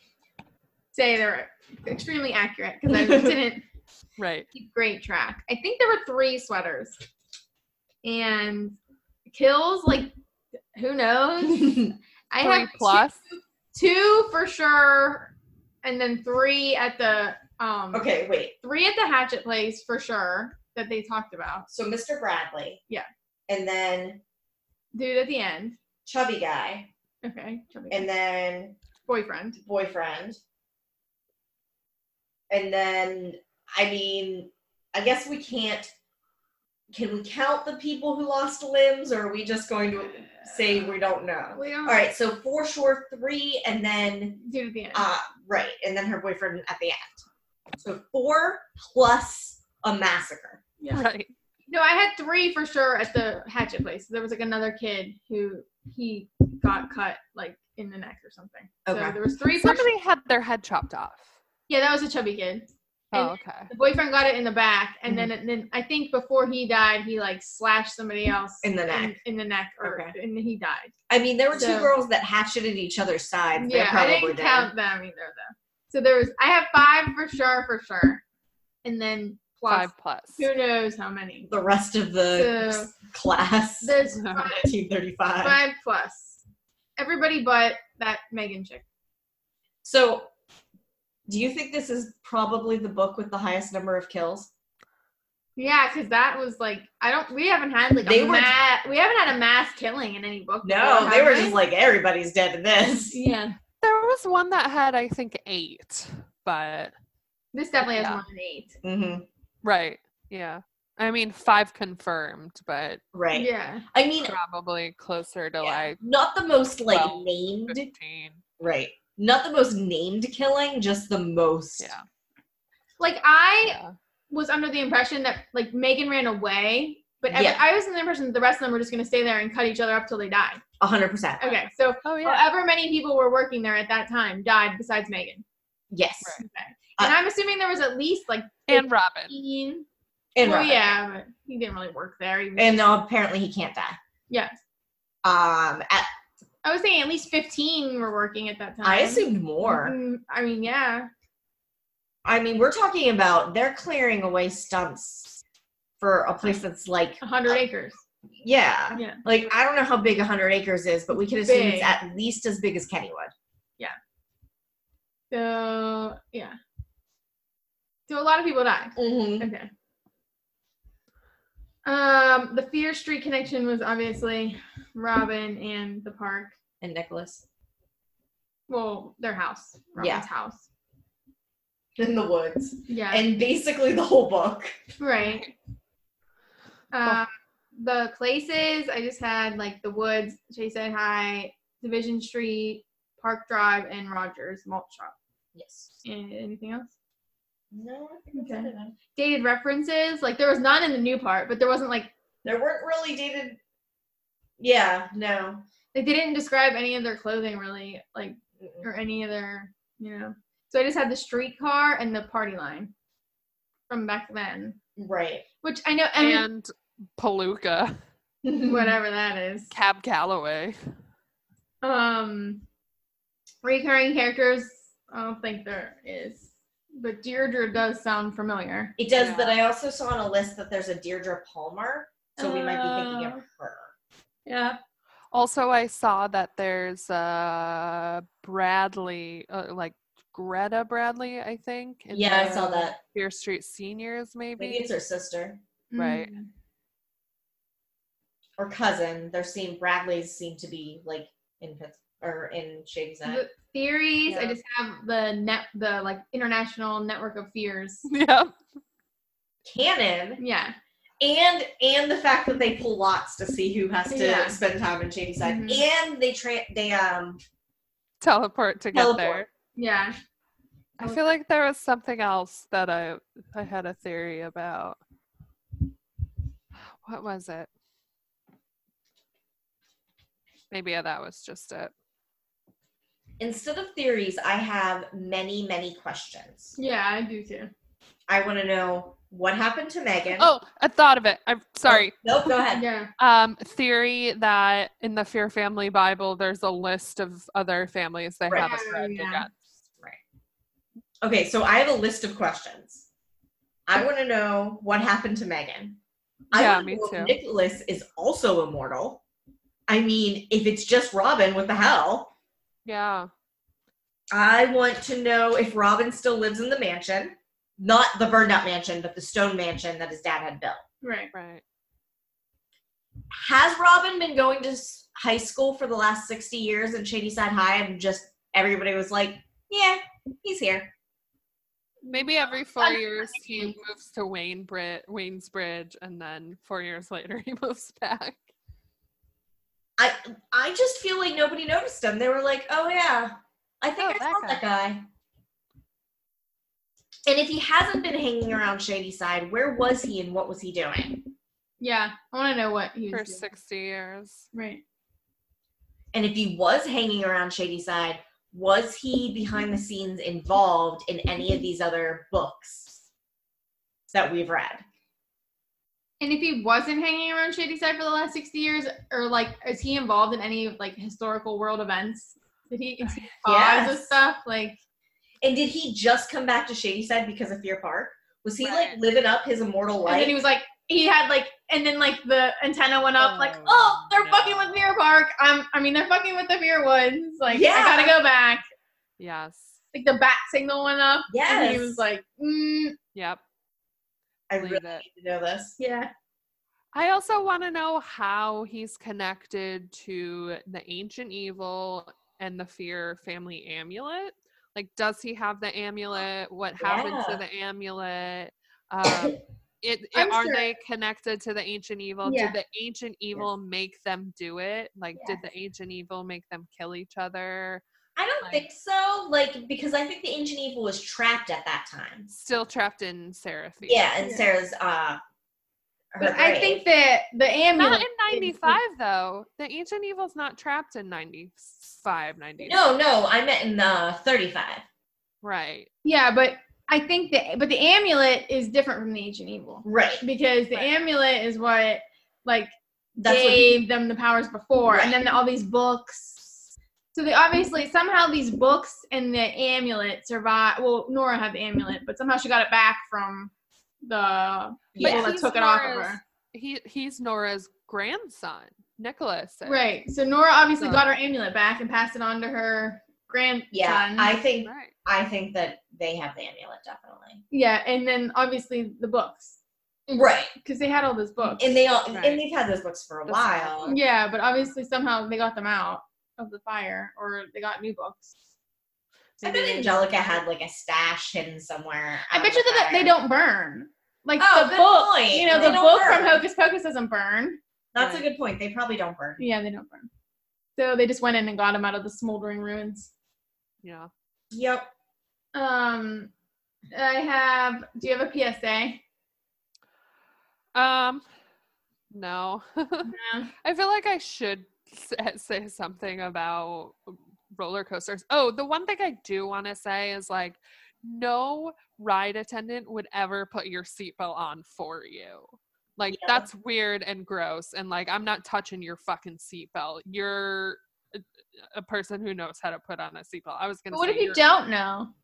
Speaker 1: say they're extremely accurate because I didn't
Speaker 3: Right.
Speaker 1: keep great track. I think there were three sweaters. And kills, like, who knows? I
Speaker 3: Three
Speaker 1: have
Speaker 3: plus.
Speaker 1: Two, two for sure, and then three at the um
Speaker 4: Okay, wait.
Speaker 1: three at the hatchet place for sure that they talked about.
Speaker 4: So Mr. Bradley.
Speaker 1: Yeah.
Speaker 4: And then
Speaker 1: Dude at the end.
Speaker 4: chubby guy.
Speaker 1: Okay. chubby guy.
Speaker 4: And then
Speaker 1: boyfriend.
Speaker 4: boyfriend. And then I mean, I guess we can't can we count the people who lost limbs or are we just going to say we don't know?
Speaker 1: We don't
Speaker 4: All right, so for sure three and then
Speaker 1: dude at the end.
Speaker 4: uh right, and then her boyfriend at the end. So four plus a massacre.
Speaker 3: Right.
Speaker 1: No, I had three for sure at the hatchet place. There was like another kid who he got cut like in the neck or something. So
Speaker 4: Okay.
Speaker 1: there was three. For sure.
Speaker 3: Somebody had their head chopped off.
Speaker 1: Yeah, that was a chubby kid.
Speaker 3: Oh, Mm-hmm. okay.
Speaker 1: The boyfriend got it in the back, and then and then I think before he died, he like slashed somebody else
Speaker 4: In the neck.
Speaker 1: In, the neck, or
Speaker 4: Okay.
Speaker 1: and he died.
Speaker 4: I mean, there were two
Speaker 1: So-
Speaker 4: girls that hatcheted each other's sides. They
Speaker 1: yeah, I
Speaker 4: probably
Speaker 1: didn't count them either though. So there was I have five for sure, for sure, and then plus
Speaker 3: Five plus.
Speaker 1: who knows how many.
Speaker 4: The rest of the
Speaker 1: So-
Speaker 4: class.
Speaker 1: There's five,
Speaker 4: 1935.
Speaker 1: five plus everybody but that Megan chick.
Speaker 4: So, do you think this is probably the book with the highest number of kills?
Speaker 1: Yeah, because that was like I don't. We haven't had like
Speaker 4: They
Speaker 1: a
Speaker 4: were-
Speaker 1: ma- We haven't had a mass killing in any book.
Speaker 4: No,
Speaker 1: before,
Speaker 4: they
Speaker 1: have
Speaker 4: were
Speaker 1: we?
Speaker 4: just like everybody's dead in this.
Speaker 1: Yeah,
Speaker 3: There was one that had, I think, eight, but
Speaker 1: this definitely has
Speaker 3: Yeah.
Speaker 1: one and eight.
Speaker 4: hmm
Speaker 3: right. Yeah. I mean, five confirmed, but
Speaker 4: Right.
Speaker 1: Yeah,
Speaker 4: I mean,
Speaker 3: probably closer to
Speaker 4: yeah,
Speaker 3: like
Speaker 4: not the most like
Speaker 3: Well,
Speaker 4: named.
Speaker 3: 15.
Speaker 4: Right. Not the most named killing, just the most.
Speaker 3: Yeah.
Speaker 1: like I
Speaker 3: Yeah.
Speaker 1: was under the impression that like Megan ran away, but every-
Speaker 4: Yeah.
Speaker 1: I was under the impression that the rest of them were just gonna stay there and cut each other up till they died.
Speaker 4: a 100%.
Speaker 1: Okay, so
Speaker 3: Oh, yeah.
Speaker 1: however many people were working there at that time died besides Megan,
Speaker 4: Yes.
Speaker 3: Right.
Speaker 1: and
Speaker 4: Uh,
Speaker 1: I'm assuming there was at least like
Speaker 3: And Robin.
Speaker 1: 15.
Speaker 4: And
Speaker 1: well,
Speaker 4: Robin.
Speaker 1: yeah, but he didn't really work there. He was
Speaker 4: And uh,
Speaker 1: just-
Speaker 4: now apparently he can't die.
Speaker 1: Yeah.
Speaker 4: Um, at,
Speaker 1: I was saying at least 15 were working at that time.
Speaker 4: I assumed more.
Speaker 1: Mm, I mean, yeah.
Speaker 4: I mean, we're talking about they're clearing away stumps for a place that's like,
Speaker 1: 100 acres.
Speaker 4: yeah,
Speaker 1: Yeah.
Speaker 4: like I don't know how big 100 acres is, but we can assume
Speaker 1: Big.
Speaker 4: it's at least as big as Kennywood.
Speaker 1: So, yeah. So a lot of people died.
Speaker 4: Mm-hmm.
Speaker 1: Okay. Um, the Fear Street connection was obviously Robin and the park.
Speaker 4: And Nicholas
Speaker 1: Well, their house. Robin's
Speaker 4: Yeah.
Speaker 1: house.
Speaker 4: in the woods,
Speaker 1: Yeah.
Speaker 4: and basically the whole book.
Speaker 1: right. Um, the places I just had like the woods, Chase said hi, Division Street, Park Drive, and Rogers Malt Shop.
Speaker 4: Yes.
Speaker 1: And anything else?
Speaker 4: No, I think
Speaker 1: Okay.
Speaker 4: that's it.
Speaker 1: dated references. Like there was none in the new part, but there wasn't like
Speaker 4: There weren't really dated. Yeah. No.
Speaker 1: like they didn't describe any of their clothing really, like
Speaker 4: Mm-mm.
Speaker 1: or any of their you know. So I just had the streetcar and the party line from back then,
Speaker 4: Right.
Speaker 1: which I know, and
Speaker 3: and Palooka,
Speaker 1: whatever that is.
Speaker 3: Cab Calloway.
Speaker 1: Um, recurring characters, I don't think there is, but Deirdre does sound familiar.
Speaker 4: It does,
Speaker 3: Yeah.
Speaker 4: but I also saw on a list that there's a Deirdre Palmer, so we might be thinking of
Speaker 1: Uh.
Speaker 4: her.
Speaker 1: Yeah.
Speaker 3: Also, I saw that there's uh Bradley, uh, like Greta Bradley, I think. in
Speaker 4: Yeah, I
Speaker 3: the
Speaker 4: saw that.
Speaker 3: Fear Street Seniors, maybe.
Speaker 4: Maybe it's her sister
Speaker 3: Right.
Speaker 1: Mm.
Speaker 4: or cousin. They're seen. Bradley's seem to be like in Pitts or in Shady's Eye.
Speaker 1: The theories, I
Speaker 4: Yeah.
Speaker 1: just have the net, the like international network of fears.
Speaker 3: Yep.
Speaker 4: Canon
Speaker 1: Yeah.
Speaker 4: and and the fact that they pull lots to see who has to
Speaker 1: Yeah.
Speaker 4: spend time in Shady's Eye,
Speaker 1: Mhm.
Speaker 3: Mm-hmm.
Speaker 4: and they tra- they um
Speaker 3: Teleport to get
Speaker 4: Teleport.
Speaker 3: there.
Speaker 1: Yeah. Oh,
Speaker 3: I feel like there was something else that I I had a theory about. What was it? Maybe yeah, that was just it.
Speaker 4: instead of theories, I have many many questions.
Speaker 1: Yeah, I do too.
Speaker 4: I want to know what happened to Megan.
Speaker 3: Oh, I thought of it. I'm
Speaker 1: Oh.
Speaker 3: sorry.
Speaker 4: nope, go ahead.
Speaker 1: Yeah.
Speaker 3: Um, theory that in the Fear Family Bible, there's a list of other families they have a
Speaker 1: Right.
Speaker 3: grudge
Speaker 1: Yeah.
Speaker 3: against.
Speaker 4: Okay, so I have a list of questions. I want to know what happened to Megan. I
Speaker 3: Yeah,
Speaker 4: wanna
Speaker 3: me
Speaker 4: know if
Speaker 3: too.
Speaker 4: Nicholas is also immortal. I mean, if it's just Robin, what the hell?
Speaker 3: Yeah.
Speaker 4: I want to know if Robin still lives in the mansion, not the burned-out mansion, but the stone mansion that his dad had built.
Speaker 1: Right.
Speaker 3: Right.
Speaker 4: Has Robin been going to s- high school for the last sixty years in Shady Side High, and just everybody was like, "Yeah, he's here."
Speaker 3: Maybe every
Speaker 1: Ah.
Speaker 3: four years he moves to Waynebridge, Waynesbridge, and then four years later he moves back.
Speaker 4: I I just feel like nobody noticed him. They were like, "Oh yeah, I think
Speaker 3: Oh,
Speaker 4: I
Speaker 3: that
Speaker 4: saw that guy." And if he hasn't been hanging around Shady Side, where was he and what was he doing?
Speaker 1: Yeah. I want to know what he was
Speaker 3: for
Speaker 1: doing.
Speaker 3: 60 years.
Speaker 1: Right.
Speaker 4: And if he was hanging around Shady Side, was he behind the scenes involved in any of these other books that we've read?
Speaker 1: And if he wasn't hanging around Shady Side for the last 60 years, or like, is he involved in any of like historical world events? Did he, is he cause of
Speaker 4: Uh, Yes.
Speaker 1: stuff? Like,
Speaker 4: And did he just come back to Shady Side because of Fear Park? Was he
Speaker 3: Right.
Speaker 4: like living up his immortal
Speaker 1: and
Speaker 4: life?
Speaker 1: then he was like, he had like, and then like the antenna went up, like,
Speaker 3: Oh,
Speaker 1: oh, they're
Speaker 3: no.
Speaker 1: fucking with Mirror Park. Um, I mean, they're fucking with the Mirror Woods. Like, I
Speaker 4: Yeah.
Speaker 1: gotta go back.
Speaker 3: Yes.
Speaker 1: Like the bat signal went up. And he
Speaker 4: Yes.
Speaker 1: was like, mm,
Speaker 3: Yep.
Speaker 4: I
Speaker 3: Believe
Speaker 4: really
Speaker 3: it.
Speaker 4: need to know this.
Speaker 1: yeah.
Speaker 3: I also want to know how he's connected to the ancient evil and the fear family amulet. Like, does he have the amulet? What happened to
Speaker 4: Yeah.
Speaker 3: the amulet? Um, it, it-
Speaker 1: I'm
Speaker 3: are
Speaker 1: sure-
Speaker 3: they connected to the ancient evil?
Speaker 1: Yeah.
Speaker 3: Did the ancient evil make them do it? Like, did the ancient evil make them kill each other?
Speaker 4: I don't
Speaker 3: Like-
Speaker 4: think so. Like because I think the ancient evil was trapped at that time.
Speaker 3: Still trapped in Seraphine.
Speaker 4: Yeah, and
Speaker 1: Yeah.
Speaker 4: Sarah's uh. her
Speaker 1: But I
Speaker 4: grave.
Speaker 1: think that the
Speaker 3: Not
Speaker 1: amulet.
Speaker 3: in 95, though. The ancient evil's not trapped in 95, 90.
Speaker 4: No, no, I meant in the thirty-five.
Speaker 3: Right.
Speaker 1: Yeah, but I think that, but the amulet is different from the ancient evil.
Speaker 4: Right.
Speaker 1: because the
Speaker 3: Right.
Speaker 1: amulet is what like
Speaker 4: That's what
Speaker 1: gave them the powers before
Speaker 4: Right.
Speaker 1: and then all these books so they obviously somehow these books and the amulet survive well nora had the amulet but somehow she got it back from the
Speaker 3: But
Speaker 1: people that
Speaker 3: he's
Speaker 1: took it off of
Speaker 3: Nora's-
Speaker 1: her
Speaker 3: He he's Nora's grandson, Nicholas. is.
Speaker 1: right so nora obviously
Speaker 4: Oh.
Speaker 3: So-
Speaker 1: got her amulet back and passed it on to her grandson
Speaker 4: Yeah, I think
Speaker 3: Right.
Speaker 4: I think that they have the amulet definitely.
Speaker 1: yeah and then obviously the books
Speaker 4: Right.
Speaker 1: because they had all those books
Speaker 4: And they all
Speaker 3: Mm-hmm. Right.
Speaker 4: and they've had those books for a
Speaker 3: That's
Speaker 4: while.
Speaker 3: right.
Speaker 1: yeah but obviously somehow they got them out of the fire or they got new books
Speaker 4: I bet
Speaker 3: Maybe-
Speaker 4: Angelica had like a stash hidden somewhere.
Speaker 1: I
Speaker 4: out
Speaker 1: bet
Speaker 4: of
Speaker 1: you
Speaker 4: the
Speaker 1: that they
Speaker 4: fire.
Speaker 1: don't burn. Like
Speaker 4: Oh,
Speaker 1: the
Speaker 4: good
Speaker 1: book,
Speaker 4: point.
Speaker 1: you know,
Speaker 4: They
Speaker 1: the
Speaker 4: don't
Speaker 1: book from
Speaker 4: burn.
Speaker 1: Hocus Pocus doesn't burn.
Speaker 4: That's a
Speaker 3: Right.
Speaker 4: good point. They probably don't burn.
Speaker 1: Yeah, they don't burn. So they just went in and got him out of the smoldering ruins.
Speaker 3: Yeah.
Speaker 4: Yep.
Speaker 1: Um, I have. Do you have a PSA?
Speaker 3: Um. No.
Speaker 1: No.
Speaker 3: I feel like I should s- say something about roller coasters. Oh, the one thing I do want to say is like, no ride attendant would ever put your seatbelt on for you. Like
Speaker 4: Yeah.
Speaker 3: that's weird and gross. And like I'm not touching your fucking seatbelt. You're a, a person who knows how to put on a seatbelt. I was gonna.
Speaker 1: But what
Speaker 3: say
Speaker 1: if you
Speaker 3: you're-
Speaker 1: don't know?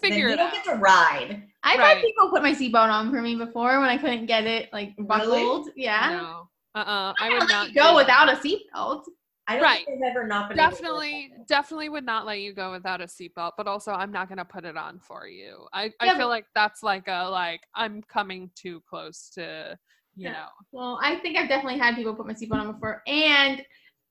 Speaker 3: Figure
Speaker 4: then you
Speaker 3: it
Speaker 4: don't
Speaker 3: out.
Speaker 4: get to ride.
Speaker 1: I've
Speaker 3: Right.
Speaker 1: had people put my seatbelt on for me before when I couldn't get it like
Speaker 4: Really?
Speaker 1: buckled. Yeah.
Speaker 3: No. Uh. uh I
Speaker 1: I
Speaker 3: would
Speaker 1: would
Speaker 3: not
Speaker 1: go
Speaker 3: do that.
Speaker 1: without a seatbelt.
Speaker 4: I don't
Speaker 3: Right.
Speaker 4: think I've ever not been able to ride.
Speaker 3: definitely definitely would not let you go without a seatbelt but also i'm not going to put it on for you i, I
Speaker 1: Yeah,
Speaker 3: feel
Speaker 1: but-
Speaker 3: like that's like a like i'm coming too close to you
Speaker 1: Yeah.
Speaker 3: know
Speaker 1: Well, I think I've definitely had people put my seatbelt on before, and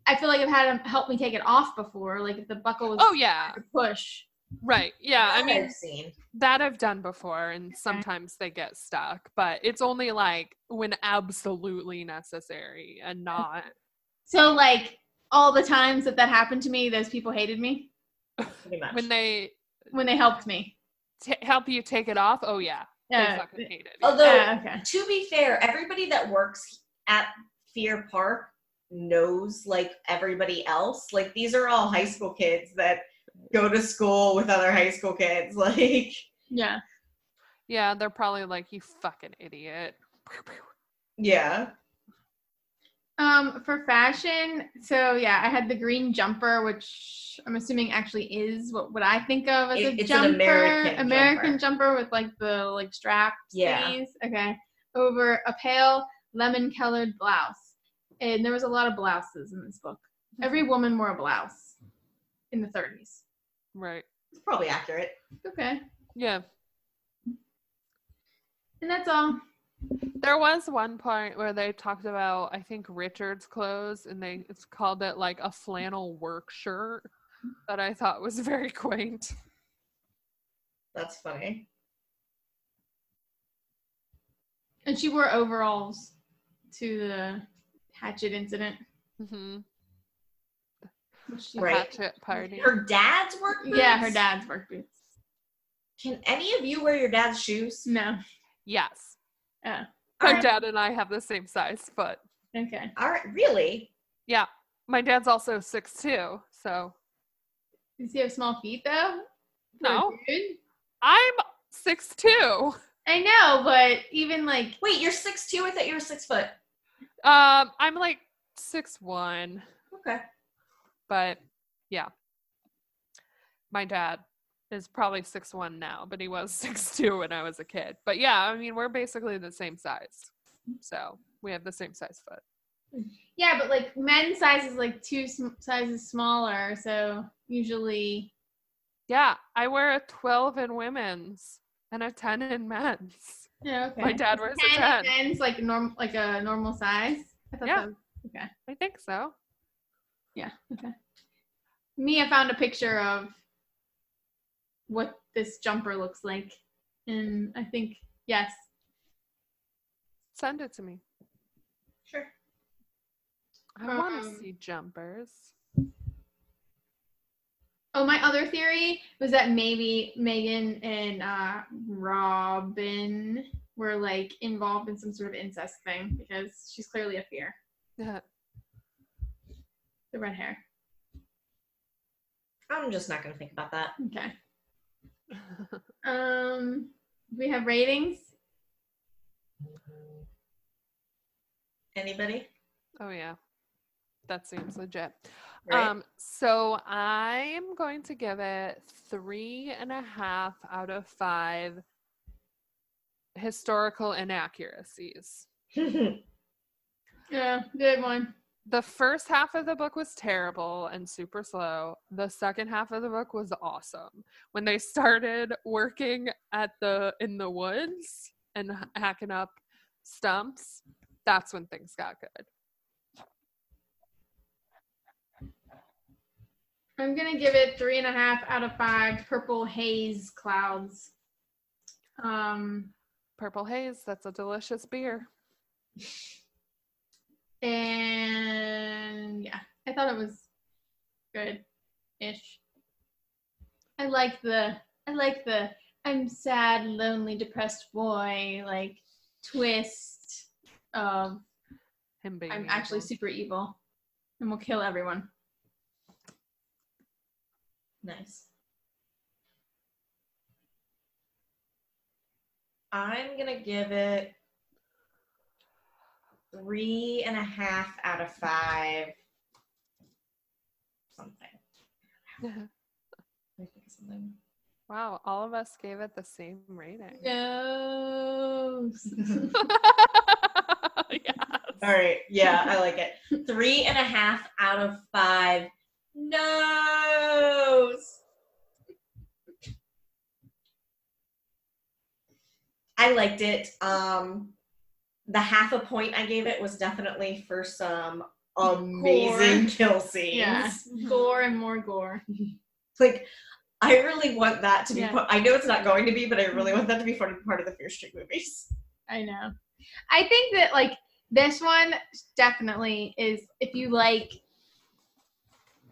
Speaker 1: I feel like I've had them help me take it off before. Like if the buckle was
Speaker 3: oh yeah
Speaker 1: to push.
Speaker 3: right yeah i
Speaker 4: That
Speaker 3: mean
Speaker 4: I've seen.
Speaker 3: that i've done before and sometimes they get stuck but it's only like when absolutely necessary and not
Speaker 1: So like all the times that that happened to me, those people hated me
Speaker 4: pretty much.
Speaker 3: when they
Speaker 1: when they helped me.
Speaker 3: t- help you take it off oh yeah they
Speaker 1: Yeah.
Speaker 3: fucking hate it
Speaker 4: Although,
Speaker 1: Yeah, okay.
Speaker 4: to be fair, everybody that works at Fear Park knows like everybody else. Like these are all high school kids that go to school with other high school kids. Like
Speaker 1: Yeah.
Speaker 3: yeah they're probably like you fucking idiot
Speaker 4: yeah.
Speaker 1: Um, for fashion, so yeah, I had the green jumper, which I'm assuming actually is what, what I think of as
Speaker 4: It-
Speaker 1: a
Speaker 4: it's an
Speaker 1: jumper.
Speaker 4: American
Speaker 1: American jumper. with like the like strap
Speaker 4: Yeah.
Speaker 1: thingies. Okay. Over a pale lemon colored blouse. And there was a lot of blouses in this book.
Speaker 4: Mm-hmm.
Speaker 1: Every woman wore a blouse in the 30s.
Speaker 3: right
Speaker 4: It's probably accurate.
Speaker 1: Okay.
Speaker 3: yeah
Speaker 1: And that's all.
Speaker 3: There was one part where they talked about I think Richard's clothes and they it's called it like a flannel work shirt that I thought was very quaint.
Speaker 4: That's funny.
Speaker 1: And she wore overalls to the hatchet incident.
Speaker 3: hmm
Speaker 1: which she-
Speaker 4: Right.
Speaker 3: Hatchet party.
Speaker 4: Her dad's work boots?
Speaker 1: Yeah, her dad's work boots.
Speaker 4: Can any of you wear your dad's shoes?
Speaker 1: No.
Speaker 3: Yes.
Speaker 1: Yeah.
Speaker 3: Her
Speaker 1: Alright.
Speaker 3: dad and I have the same size, but
Speaker 1: Okay.
Speaker 4: All right, really?
Speaker 3: my dad's also six two, so
Speaker 1: Does he have small feet though? For a
Speaker 3: No.
Speaker 1: dude?
Speaker 3: I'm six two.
Speaker 1: I know, but even like
Speaker 4: Wait, you're six two. I thought you were six foot.
Speaker 3: Um I'm like six one,
Speaker 4: Okay.
Speaker 3: but yeah. My dad is probably six one now, but he was six two when I was a kid. But yeah, I mean we're basically the same size. So we have the same size foot.
Speaker 1: yeah, but like men's size is like two sm- sizes smaller, so usually
Speaker 3: Yeah, I wear a twelve in women's and a ten in men's.
Speaker 1: yeah, okay.
Speaker 3: My dad wears a ten.
Speaker 1: Ten in men's like norm like a normal size. I thought
Speaker 3: Yeah.
Speaker 1: that was- okay.
Speaker 3: I think so.
Speaker 1: Yeah. Okay. Mia found a picture of what this jumper looks like, and I think yes.
Speaker 3: Send it to me.
Speaker 4: Sure.
Speaker 3: I want to
Speaker 1: Um,
Speaker 3: see jumpers.
Speaker 1: Oh, my other theory was that maybe Megan and uh, Robin were like involved in some sort of incest thing because she's clearly a fear.
Speaker 3: Yeah.
Speaker 1: The red hair.
Speaker 4: I'm just not gonna think about that.
Speaker 1: Okay. Um, we have ratings.
Speaker 4: Anybody?
Speaker 3: oh yeah. That seems legit.
Speaker 4: Right?
Speaker 3: Um, so I'm going to give it three and a half out of five historical inaccuracies.
Speaker 1: Um, Yeah, good one.
Speaker 3: The first half of the book was terrible and super slow. The second half of the book was awesome. When they started working at the in the woods and h- hacking up stumps, that's when things got good.
Speaker 1: I'm gonna give it three and a half out of five. Purple haze clouds. Um,
Speaker 3: Purple Haze, that's a delicious beer.
Speaker 1: And yeah, I thought it was good ish. I like the I like the I'm sad, lonely, depressed boy like twist of
Speaker 3: Him being
Speaker 1: I'm actually
Speaker 3: evil.
Speaker 1: super evil and will kill everyone.
Speaker 4: Nice. I'm gonna give it three and a half out of five. Something. Let me think of something.
Speaker 3: wow, all of us gave it the same rating.
Speaker 1: No.
Speaker 4: All right. Yeah, I like it. Three and a half out of five. No's. I liked it. Um, the half a point I gave it was definitely for some amazing
Speaker 1: Gore.
Speaker 4: kill scenes.
Speaker 1: yeah. Gore and more gore.
Speaker 4: Like, I really want that to be.
Speaker 1: Yeah.
Speaker 4: part- I know it's not going to be, but I really want that to be part of part of the Fear Street movies.
Speaker 1: I know. I think that like this one definitely is if you like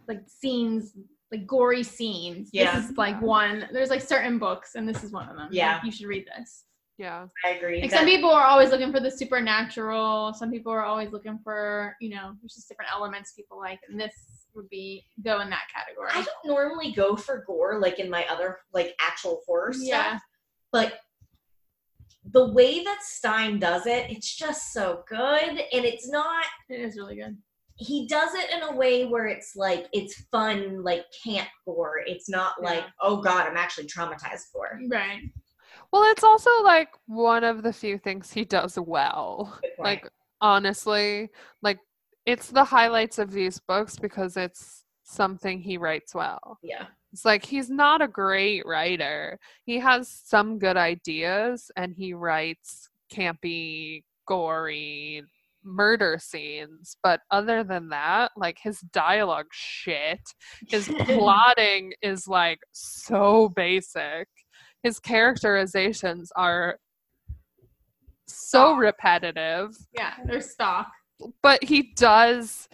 Speaker 1: like scenes like gory scenes.
Speaker 4: Yeah.
Speaker 1: This is like one. There's like certain books, and this is one of them.
Speaker 4: Yeah.
Speaker 1: Like, you should read this.
Speaker 3: yeah.
Speaker 4: I agree.
Speaker 1: Like
Speaker 4: that-
Speaker 1: some people are always looking for the supernatural. Some people are always looking for you know there's just different elements people like, and this would be go in that category.
Speaker 4: I don't normally go for gore like in my other like actual horror stuff,
Speaker 1: yeah.
Speaker 4: but the way that Stein does it, it's just so good, and it's not.
Speaker 1: It is really good.
Speaker 4: He does it in a way where it's like it's fun, like camp gore. It's not like
Speaker 1: Yeah.
Speaker 4: oh god, I'm actually traumatized for.
Speaker 1: Right.
Speaker 3: Well, it's also like one of the few things he does well.
Speaker 4: Good point.
Speaker 3: Like honestly, like it's the highlights of these books because it's something he writes well.
Speaker 4: yeah,
Speaker 3: It's like he's not a great writer. He has some good ideas and he writes campy, gory murder scenes, but other than that, like his dialogue shit, his plotting is like so basic. His characterizations are so repetitive
Speaker 1: Yeah. There's stock.
Speaker 3: but he does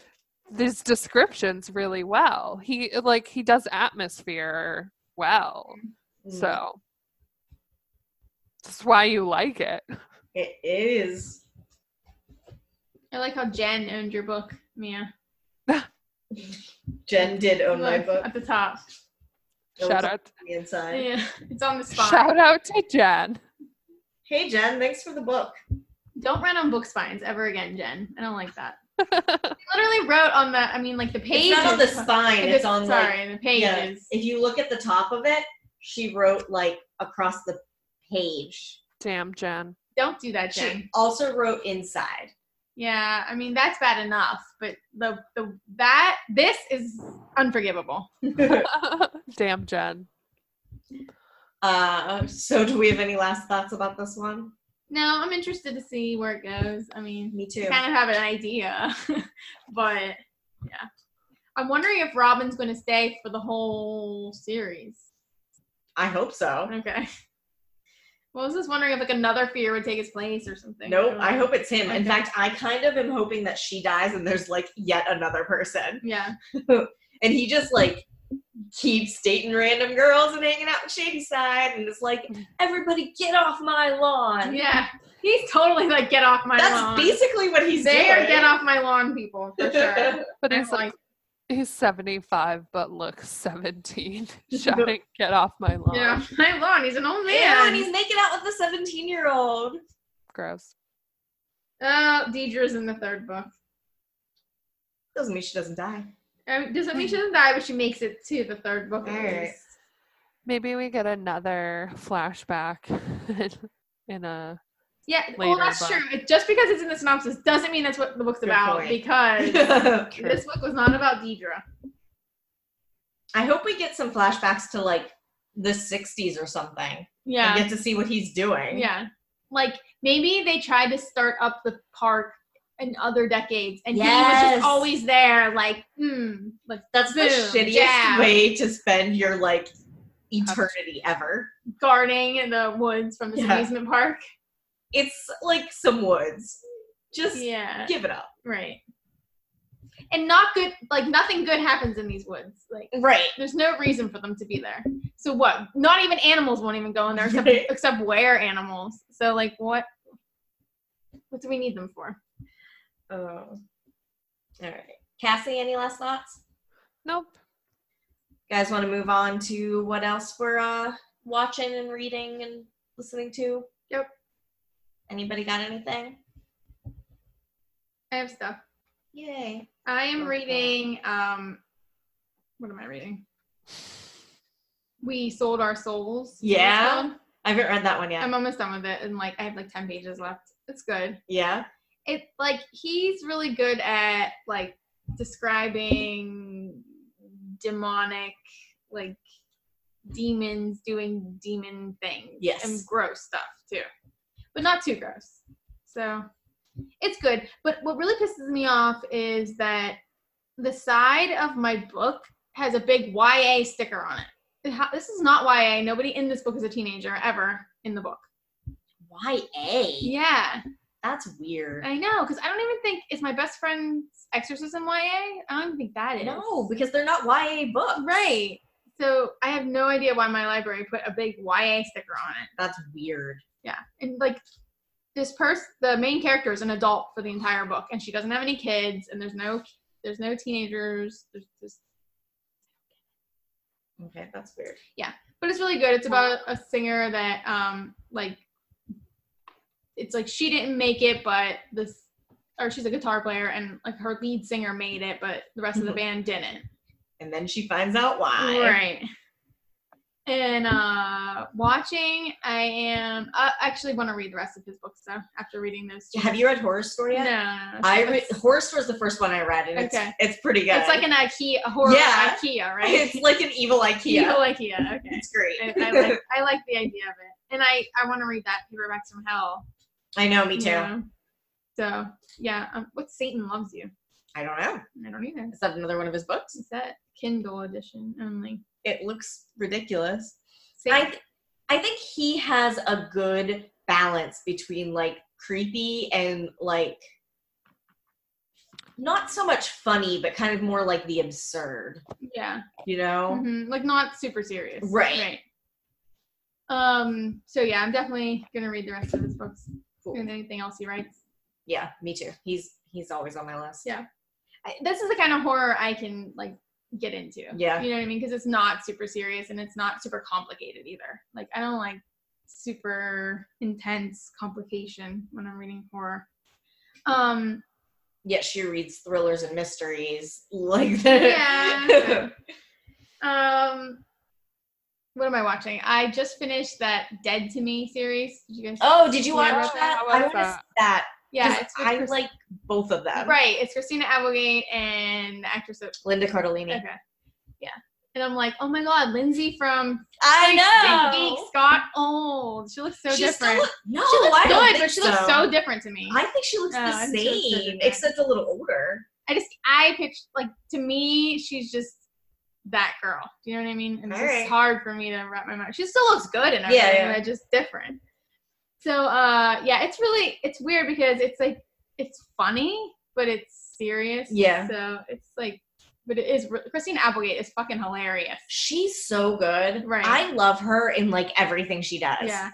Speaker 3: these descriptions really well. He like he does atmosphere well.
Speaker 4: Mm.
Speaker 3: So that's why you like it.
Speaker 4: it is.
Speaker 1: I like how Jen owned your book, Mia.
Speaker 4: Jen did own my
Speaker 1: Look,
Speaker 4: book.
Speaker 1: at the top.
Speaker 4: It was
Speaker 3: Shout
Speaker 4: on
Speaker 3: out
Speaker 4: the inside.
Speaker 1: Yeah, it's on the spot.
Speaker 3: shout out to Jen.
Speaker 4: Hey Jen, thanks for the book.
Speaker 1: Don't run on book spines ever again, Jen. I don't like that. I literally wrote on the, I mean, like the page.
Speaker 4: It's not on the spine. It's on like
Speaker 1: sorry, the pages.
Speaker 4: Yeah, if you look at the top of it, she wrote like across the page.
Speaker 3: Damn Jen.
Speaker 1: Don't do that, Jen.
Speaker 4: She also wrote inside.
Speaker 1: Yeah, I mean that's bad enough, but the the that this is unforgivable.
Speaker 3: Damn Jen.
Speaker 4: Uh, so, do we have any last thoughts about this one?
Speaker 1: No, I'm interested to see where it goes. I mean,
Speaker 4: Me too.
Speaker 1: I kind of have an idea, but yeah, I'm wondering if Robin's going to stay for the whole series.
Speaker 4: I hope so.
Speaker 1: Okay. Well, I was just wondering if like another fear would take his place or something.
Speaker 4: Nope,
Speaker 1: don't
Speaker 4: I
Speaker 1: know.
Speaker 4: hope it's him. In
Speaker 1: Okay.
Speaker 4: fact, I kind of am hoping that she dies and there's like yet another person.
Speaker 1: Yeah.
Speaker 4: And he just like keeps dating random girls and hanging out in Shady Side and it's like, everybody get off my lawn.
Speaker 1: Yeah. He's totally like get off my
Speaker 4: That's
Speaker 1: lawn.
Speaker 4: basically what he's
Speaker 1: they
Speaker 4: doing.
Speaker 1: are get off my lawn people for sure.
Speaker 3: But
Speaker 1: I'm
Speaker 3: he's like,
Speaker 1: like-
Speaker 3: he's 75 but looks 17. Shouting get off my lawn.
Speaker 1: get off my lawn. He's an old man.
Speaker 4: Yeah, and he's making out with a 17 year old.
Speaker 3: Gross.
Speaker 1: Oh, Deidre's in the third book.
Speaker 4: Doesn't mean she doesn't die.
Speaker 1: Um, doesn't mean she doesn't die, but she makes it to the third book. at
Speaker 4: Alright.
Speaker 1: least.
Speaker 3: Maybe we get another flashback in a
Speaker 1: Yeah, well,
Speaker 3: Later,
Speaker 1: that's
Speaker 3: but-
Speaker 1: true. It, just because it's in the synopsis doesn't mean that's what the book's
Speaker 4: Good
Speaker 1: about.
Speaker 4: point.
Speaker 1: Because
Speaker 4: I
Speaker 1: this book was not about Deidre.
Speaker 4: hope we get some flashbacks to like the 60s or something.
Speaker 1: Yeah,
Speaker 4: And get to see what he's doing.
Speaker 1: Yeah. Like maybe they tried to start up the park in other decades and he was
Speaker 4: Yes.
Speaker 1: just always there, like, hmm, like
Speaker 4: That's the
Speaker 1: Boom,
Speaker 4: shittiest
Speaker 1: jab.
Speaker 4: way to spend your like eternity ever.
Speaker 1: guarding in the woods from this
Speaker 4: Yeah.
Speaker 1: amusement park.
Speaker 4: It's like some woods. Just
Speaker 1: Yeah.
Speaker 4: give it up.
Speaker 1: Right. And not good like nothing good happens in these woods. Like
Speaker 4: Right.
Speaker 1: there's no reason for them to be there. So what? Not even animals won't even go in there except except where animals. So like what what do we need them for?
Speaker 4: Oh. All right. Cassie, any last thoughts?
Speaker 3: Nope.
Speaker 4: guys want to move on to what else we're uh, watching and reading and listening to?
Speaker 1: Yep.
Speaker 4: Anybody got anything?
Speaker 1: I have stuff.
Speaker 4: Yay.
Speaker 1: I am
Speaker 4: Okay.
Speaker 1: reading. Um, what am I reading? We sold our souls.
Speaker 4: Yeah?
Speaker 1: It's called.
Speaker 4: I haven't read that one yet.
Speaker 1: I'm almost done with it, and like I have like ten pages left. It's good.
Speaker 4: yeah.
Speaker 1: It like he's really good at like describing demonic like demons doing demon things.
Speaker 4: Yes.
Speaker 1: And gross stuff too. But not too gross. So it's good. But what really pisses me off is that the side of my book has a big YA sticker on it. It ha- this is not YA. Nobody in this book is a teenager ever in the book.
Speaker 4: YA.
Speaker 1: Yeah,
Speaker 4: That's weird.
Speaker 1: I know. Because I don't even think is my best friend's exorcism YA. I don't even think that is.
Speaker 4: No, because they're not YA books.
Speaker 1: Right. So I have no idea why my library put a big YA sticker on it.
Speaker 4: That's weird.
Speaker 1: Yeah. And like this person, the main character is an adult for the entire book, and she doesn't have any kids, and there's no there's no teenagers. There's just,
Speaker 4: Okay, that's weird.
Speaker 1: but it's really good. It's about a singer that um like it's like she didn't make it, but this or she's a guitar player, and like her lead singer made it, but the rest of the
Speaker 4: Mhm.
Speaker 1: band didn't.
Speaker 4: And then she finds out why.
Speaker 1: Right. And uh watching, I am. uh, I actually want to read the rest of his books though. After reading those, two.
Speaker 4: Have you read Horror Story
Speaker 1: No,
Speaker 4: yet?
Speaker 1: no, no,
Speaker 4: I
Speaker 1: it's-
Speaker 4: re- Horror Story is the first one I read, and
Speaker 1: Okay.
Speaker 4: it's it's pretty good.
Speaker 1: It's like an IKEA a horror
Speaker 4: Yeah.
Speaker 1: IKEA, right?
Speaker 4: it's like an evil
Speaker 1: Evil
Speaker 4: IKEA.
Speaker 1: IKEA. Okay.
Speaker 4: It's great.
Speaker 1: I, I like I like the idea of it, and I I want to read that paperback from hell.
Speaker 4: I know, me too.
Speaker 1: Yeah. So yeah, um, what Satan loves you?
Speaker 4: I don't know.
Speaker 1: I don't either.
Speaker 4: Is that another one of his books?
Speaker 1: Is that Kindle edition only?
Speaker 4: It looks ridiculous. I,
Speaker 1: Satan.
Speaker 4: th- I think he has a good balance between like creepy and like not so much funny, but kind of more like the absurd,
Speaker 1: yeah.
Speaker 4: you know?
Speaker 1: Mhm, Like not super serious.
Speaker 4: Right.
Speaker 1: Right. Um. So yeah, I'm definitely gonna read the rest of his books
Speaker 4: Cool.
Speaker 1: and anything else he writes.
Speaker 4: Yeah, me too. He's he's always on my list.
Speaker 1: Yeah. I, this is the kind of horror I can like get into.
Speaker 4: Yeah.
Speaker 1: You know what I mean? Because it's not super serious and it's not super complicated either. Like I don't like super intense complication when I'm reading horror. Um.
Speaker 4: Yet she reads thrillers and mysteries like
Speaker 1: Yeah.
Speaker 4: that.
Speaker 1: so, um. What am I watching? I just finished that Dead to Me series. Did you guys?
Speaker 4: oh, did you
Speaker 3: Yeah,
Speaker 4: watch
Speaker 3: I watched
Speaker 4: that?
Speaker 3: that. I watched
Speaker 4: I want to
Speaker 3: that.
Speaker 4: see that.
Speaker 1: yeah,
Speaker 4: 'cause
Speaker 1: it's with
Speaker 4: I
Speaker 1: Chris-
Speaker 4: like both of them.
Speaker 1: Right, it's Christina Applegate and the actress of
Speaker 4: Linda Cardellini.
Speaker 1: Okay. Yeah. And I'm like, oh my god, Lindsay from
Speaker 4: I
Speaker 1: Freaks and Geeks got old. She looks so
Speaker 4: she still
Speaker 1: different.
Speaker 4: look- no,
Speaker 1: she looks
Speaker 4: oh, I don't
Speaker 1: good,
Speaker 4: think
Speaker 1: but she looks
Speaker 4: so
Speaker 1: so different to me. I,
Speaker 4: I think she looks
Speaker 1: No,
Speaker 4: the
Speaker 1: I
Speaker 4: same,
Speaker 1: think she looks Oh, so different.
Speaker 4: except a little older.
Speaker 1: just I picture like to me, she's just that girl. Do you know what I mean? And it's just
Speaker 4: Alright.
Speaker 1: hard for me to wrap my mind. She still looks good and everything,
Speaker 4: yeah.
Speaker 1: but just different. So uh yeah, it's really it's weird because it's like it's funny, but it's serious.
Speaker 4: Yeah.
Speaker 1: So it's like but it is Christine Applegate is fucking hilarious.
Speaker 4: She's so good.
Speaker 1: Right.
Speaker 4: I love her in like everything she does.
Speaker 1: Yeah.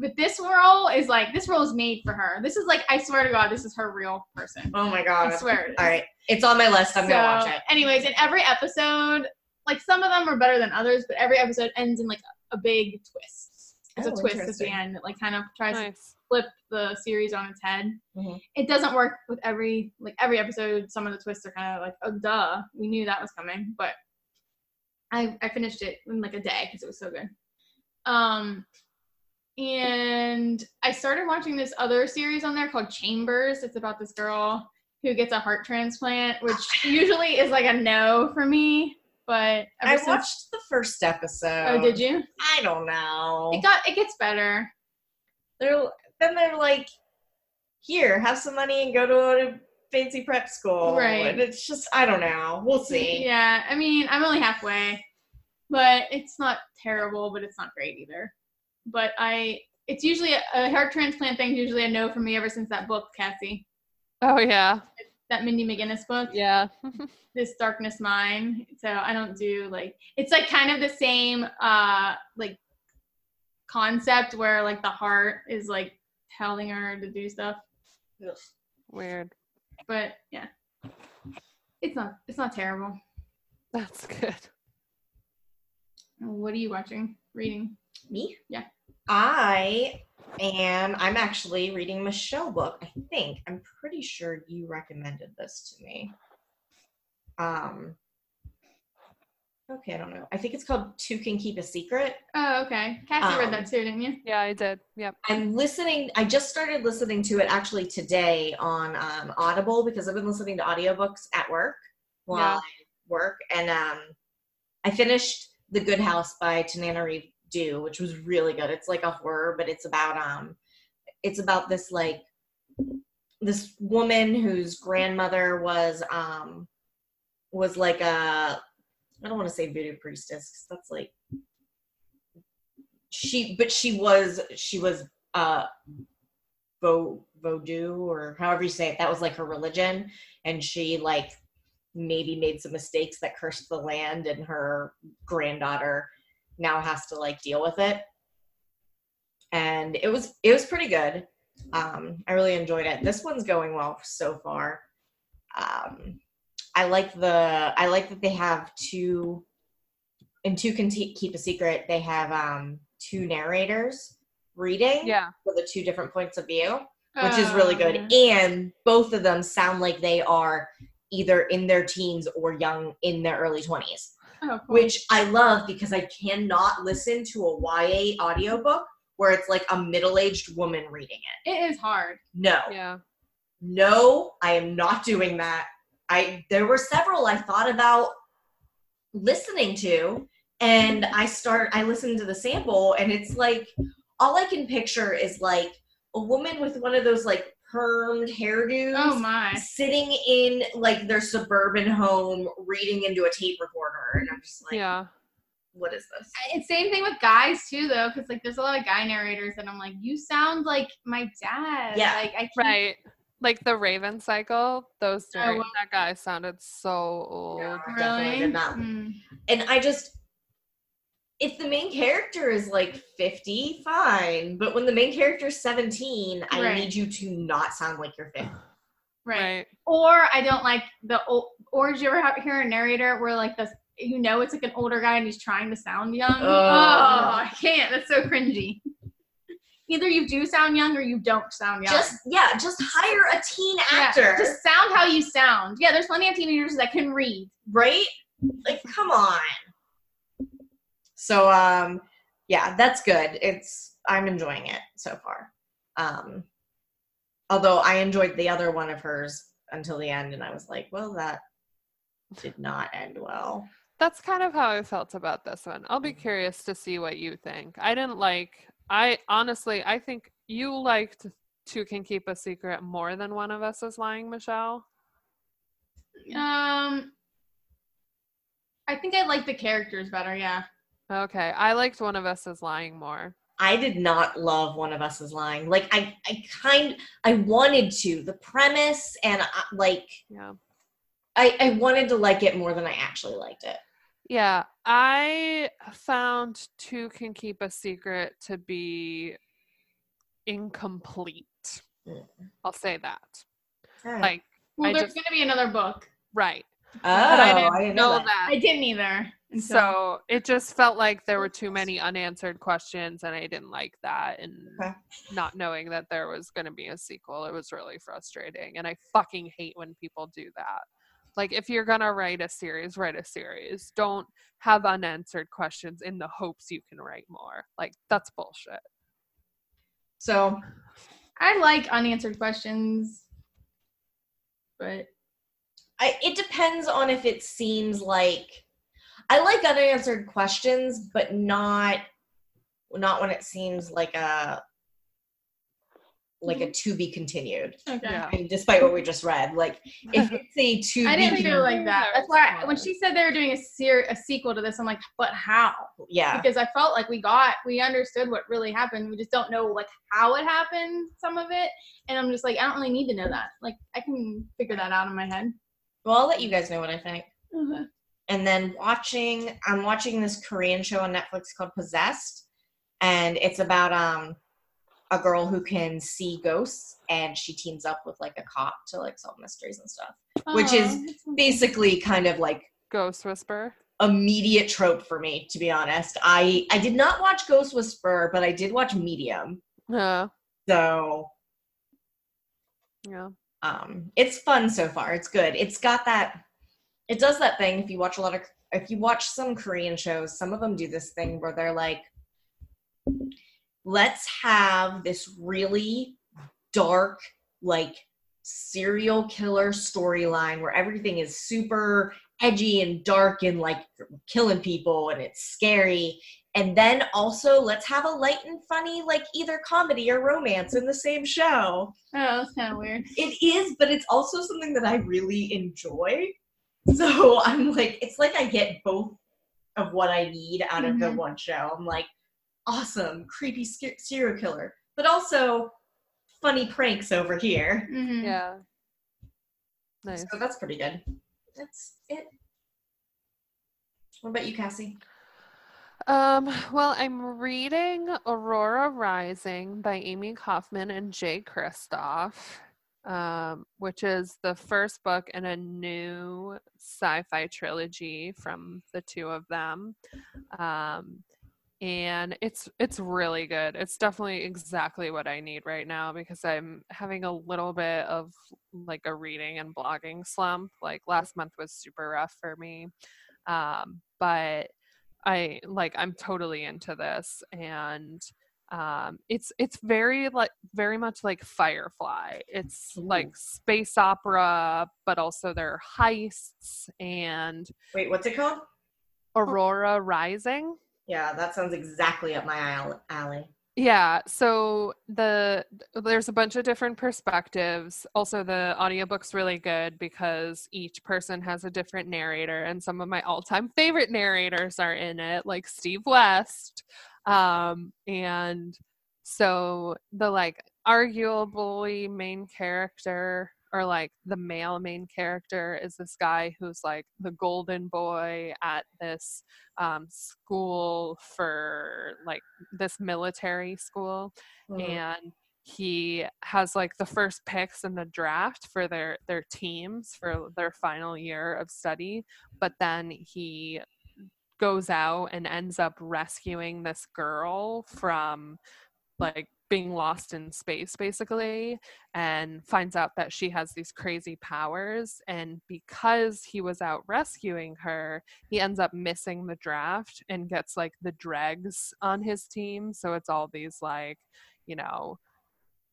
Speaker 1: But this role is like this role is made for her. This is like I swear to God, this is her real person.
Speaker 4: Oh my
Speaker 1: I
Speaker 4: god.
Speaker 1: swear. It is.
Speaker 4: All right. It's on my list. I'm gonna watch it.
Speaker 1: Anyways, in every episode, like some of them are better than others, but every episode ends in like a big twist. It's
Speaker 4: Oh,
Speaker 1: a twist at the
Speaker 4: interesting.
Speaker 1: end that like kind of tries to
Speaker 3: Nice.
Speaker 1: flip the series on its head.
Speaker 4: Mhm.
Speaker 1: It doesn't work with every like every episode. Some of the twists are kind of like, oh duh, we knew that was coming. But I I finished it in like a day because it was so good. Um, and I started watching this other series on there called Chambers. It's about this girl who gets a heart transplant, which usually is like a no for me. But ever
Speaker 4: I
Speaker 1: since-
Speaker 4: watched the first episode.
Speaker 1: Oh, did you?
Speaker 4: I don't know.
Speaker 1: It got it gets better.
Speaker 4: they're then they're like, here, have some money and go to a fancy prep school.
Speaker 1: Right.
Speaker 4: And it's just I don't know. We'll see.
Speaker 1: Yeah, I mean, I'm only halfway, but it's not terrible, but it's not great either. But I, it's usually a, a heart transplant thing. Usually a no for me ever since that book, Cassie,
Speaker 3: Oh yeah,
Speaker 1: that Mindy McGinnis book,
Speaker 3: yeah.
Speaker 1: This Darkness Mine. So I don't do like it's like kind of the same uh like concept where like the heart is like telling her to do stuff,
Speaker 3: Weird.
Speaker 1: but yeah, it's not it's not terrible.
Speaker 3: That's good.
Speaker 1: What are you watching? Reading?
Speaker 4: Me?
Speaker 1: Yeah.
Speaker 4: I am. I'm actually reading Michelle book. I think I'm pretty sure you recommended this to me. Um. Okay, I don't know. I think it's called Two Can Keep a Secret.
Speaker 1: Oh, okay. Cassie
Speaker 4: Um,
Speaker 1: read that too, didn't you?
Speaker 3: Yeah, I did. Yep.
Speaker 4: I'm listening. I just started listening to it actually today on um, Audible because I've been listening to audiobooks at work while
Speaker 3: Yeah.
Speaker 4: I work, and um, I finished The Good House by Tanana Reeve Dew, which was really good. It's like a horror, but it's about um, it's about this like this woman whose grandmother was um was like a I don't want to say voodoo priestess 'cause that's like she but she was she was uh vo- voodoo or however you say it that was like her religion and she like maybe made some mistakes that cursed the land and her granddaughter now has to like deal with it and it was it was pretty good um i really enjoyed it this one's going well so far um i like the i like that they have two and two can te- keep a secret they have um two narrators reading
Speaker 3: Yeah.
Speaker 4: for the two different points of view which is really good.
Speaker 1: Um,
Speaker 4: And both of them sound like they are either in their teens or young in their early 20s,
Speaker 1: Oh, cool.
Speaker 4: which I love because I cannot listen to a YA audiobook where it's like a middle aged woman reading it.
Speaker 1: it is hard.
Speaker 4: No,
Speaker 3: Yeah.
Speaker 4: no, I am not doing that. I there were several I thought about listening to and I start I listened to the sample and it's like all I can picture is like a woman with one of those like permed hairdos
Speaker 1: Oh my.
Speaker 4: sitting in like their suburban home reading into a tape recorder and I'm just like
Speaker 3: yeah.
Speaker 4: what is this?
Speaker 1: It's same thing with guys too, though, because like there's a lot of guy narrators, and I'm like, you sound like my dad.
Speaker 4: Yeah.
Speaker 1: Like I can't.
Speaker 3: Right. Like the Raven cycle, those
Speaker 1: Oh,
Speaker 3: narr-
Speaker 1: wow.
Speaker 3: that guy sounded so old.
Speaker 4: No, I definitely
Speaker 1: Really?
Speaker 4: did not
Speaker 1: Mm.
Speaker 4: and I just if the main character is like 50, fine. But when the main character is 17, I
Speaker 1: Right.
Speaker 4: need you to not sound like you're 50.
Speaker 1: Right.
Speaker 3: Right.
Speaker 1: Or I don't like the old. Or did you ever have, hear a narrator where like this, you know, it's like an older guy and he's trying to sound young?
Speaker 4: Oh.
Speaker 1: I can't. That's so cringy. Either you do sound young or you don't sound young.
Speaker 4: Just yeah, just hire a teen
Speaker 1: Yeah,
Speaker 4: actor,
Speaker 1: just sound how you sound. Yeah, there's plenty of teenagers that can read.
Speaker 4: right? Like come on. So um yeah, that's good. It's I'm enjoying it so far. Um although I enjoyed the other one of hers until the end and I was like, well that did not end well.
Speaker 3: That's kind of how I felt about this one. I'll be curious to see what you think. I didn't like I honestly I think you liked Two Can Keep a Secret more than one of us is lying, Michelle.
Speaker 1: Um, I think I like the characters better. Yeah.
Speaker 3: Okay. I liked one of us is lying more.
Speaker 4: I did not love One of Us is Lying. Like I, I kind, I wanted to the premise, and I, like
Speaker 3: Yeah.
Speaker 4: I, I wanted to like it more than I actually liked it.
Speaker 3: Yeah, I found Two Can Keep a Secret to be incomplete.
Speaker 4: Mm.
Speaker 3: I'll say that.
Speaker 4: Oh,
Speaker 3: Like,
Speaker 1: Well,
Speaker 3: I
Speaker 1: there's
Speaker 3: just-
Speaker 1: gonna be another book.
Speaker 3: right.
Speaker 4: I didn't, know, that.
Speaker 1: I didn't either. And
Speaker 3: So it just felt like there were too many unanswered questions, and I didn't like that. And
Speaker 4: Okay.
Speaker 3: not knowing that there was going to be a sequel, it was really frustrating. And I fucking hate when people do that. Like, if you're going to write a series, write a series. Don't have unanswered questions in the hopes you can write more. Like, that's bullshit.
Speaker 4: So
Speaker 1: I like unanswered questions, but
Speaker 4: I, it depends on if it seems like I like unanswered questions, but not, not when it seems like a, like a to be continued.
Speaker 1: okay.
Speaker 3: Yeah.
Speaker 4: And despite what we just read, like if it's a to
Speaker 1: I
Speaker 4: be
Speaker 1: didn't feel like that. That's why I, when
Speaker 3: Yeah.
Speaker 1: she said they were doing a ser- a sequel to this, I'm like, but how?
Speaker 4: yeah.
Speaker 1: Because I felt like we got, we understood what really happened. We just don't know like how it happened, some of it. And I'm just like, I don't really need to know that. Like, I can figure that out in my head.
Speaker 4: Well, I'll let you guys know what I think. And then watching, I'm watching this Korean show on Netflix called Possessed, and it's about um a girl who can see ghosts, and she teams up with like a cop to like solve mysteries and stuff. Which is
Speaker 1: Aw, that's so-
Speaker 4: Basically, kind of like
Speaker 3: Ghost Whisper.
Speaker 4: immediate trope for me, to be honest. I I did not watch Ghost Whisperer, but I did watch Medium.
Speaker 3: Uh,
Speaker 4: So
Speaker 3: yeah.
Speaker 4: um it's fun so far. It's good. It's got that it does that thing if you watch a lot of if you watch some Korean shows, some of them do this thing where they're like let's have this really dark like serial killer storyline where everything is super edgy and dark and like killing people and it's scary and then also let's have a light and funny like either comedy or romance in the same show
Speaker 1: that's kind of Oh, weird.
Speaker 4: it is but it's also something that i really enjoy so i'm like it's like i get both of what i need out of the
Speaker 3: Mm-hmm.
Speaker 1: Mhm.
Speaker 4: one show i'm like awesome creepy sca- serial killer but also funny pranks over here
Speaker 1: hmm
Speaker 3: Yeah. Nice.
Speaker 4: Mm-hmm. so that's pretty good. That's it. What about you, Cassie?
Speaker 3: Um, well, I'm reading Aurora Rising by Amy Kaufman and Jay Kristoff, um, which is the first book in a new sci fi trilogy from the two of them. Um, and it's it's really good. It's definitely exactly what I need right now because I'm having a little bit of like a reading and blogging slump. Like last month was super rough for me. Um, but I like I'm totally into this and um it's it's very like very much like Firefly. It's like space opera, but also there are heists and
Speaker 4: Wait, what's it called?
Speaker 3: Aurora Rising.
Speaker 4: Yeah, that sounds exactly up my al- alley.
Speaker 3: Yeah, so the there's a bunch of different perspectives. Also the audiobook's really good because each person has a different narrator and some of my all-time favorite narrators are in it, like Steve West. Um and so the like arguably main character or like the male main character is this guy who's like the golden boy at this um, school for like this military school
Speaker 4: Mm-hmm.
Speaker 3: and he has like the first picks in the draft for their their teams for their final year of study but then he goes out and ends up rescuing this girl from like being lost in space basically and finds out that she has these crazy powers and because he was out rescuing her he ends up missing the draft and gets like the dregs on his team so it's all these like you know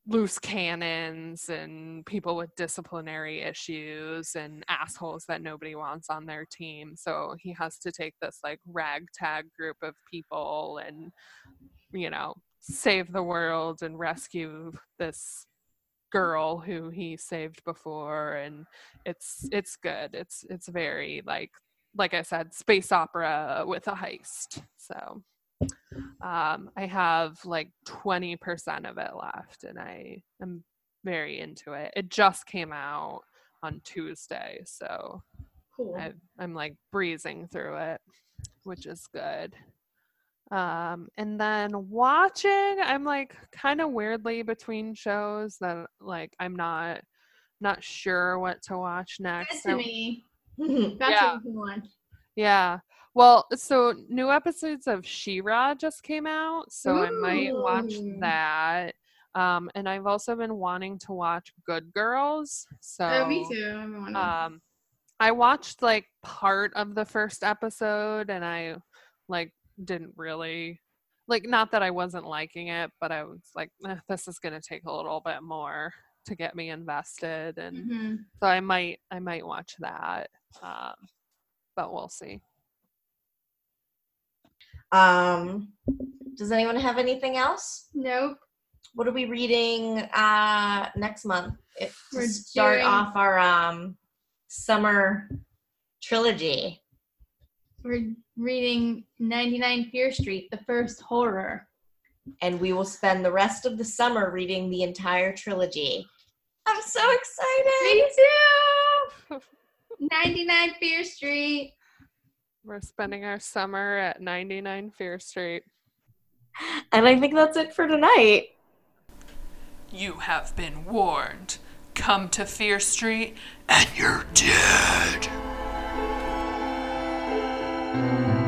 Speaker 3: loose cannons and people with disciplinary issues and assholes that nobody wants on their team so he has to take this like ragtag group of people and you know save the world and rescue this girl who he saved before and it's it's good it's it's very like like i said space opera with a heist so um i have like 20% of it left and i am very into it it just came out on tuesday so
Speaker 4: cool.
Speaker 3: I, I'm like breezing through it, which is good. Um, and then watching, I'm like kind of weirdly between shows that like I'm not not sure what to watch next.
Speaker 1: That's to
Speaker 3: I'm-
Speaker 1: me.
Speaker 4: Mhm.
Speaker 1: That's
Speaker 3: Yeah.
Speaker 1: a good one.
Speaker 3: yeah. Well, so new episodes of She-Ra just came out, so I might watch
Speaker 1: Ooh.
Speaker 3: that. Um, and I've also been wanting to watch Good Girls. So
Speaker 1: Oh, me too. I'm one of
Speaker 3: um i watched like part of the first episode and i like didn't really like not that i wasn't liking it but i was like "Eh, this is going to take a little bit more to get me invested and
Speaker 1: them.
Speaker 3: so i might i might watch that um but we'll see
Speaker 4: Um, does anyone have anything else?
Speaker 1: Mhm. Nope.
Speaker 4: What are we reading uh, next month? If, to
Speaker 1: We're
Speaker 4: start
Speaker 1: doing-
Speaker 4: off our um, summer trilogy.
Speaker 1: We're reading 99 Fear Street, the first horror.
Speaker 4: and we will spend the rest of the summer reading the entire trilogy. I'm so excited!
Speaker 1: Me too. 99 Fear Street.
Speaker 3: we're spending our summer at 99 fear street
Speaker 6: And I think that's it for tonight.
Speaker 7: You have been warned. Come to Fear Street and you're dead.
Speaker 6: Bye.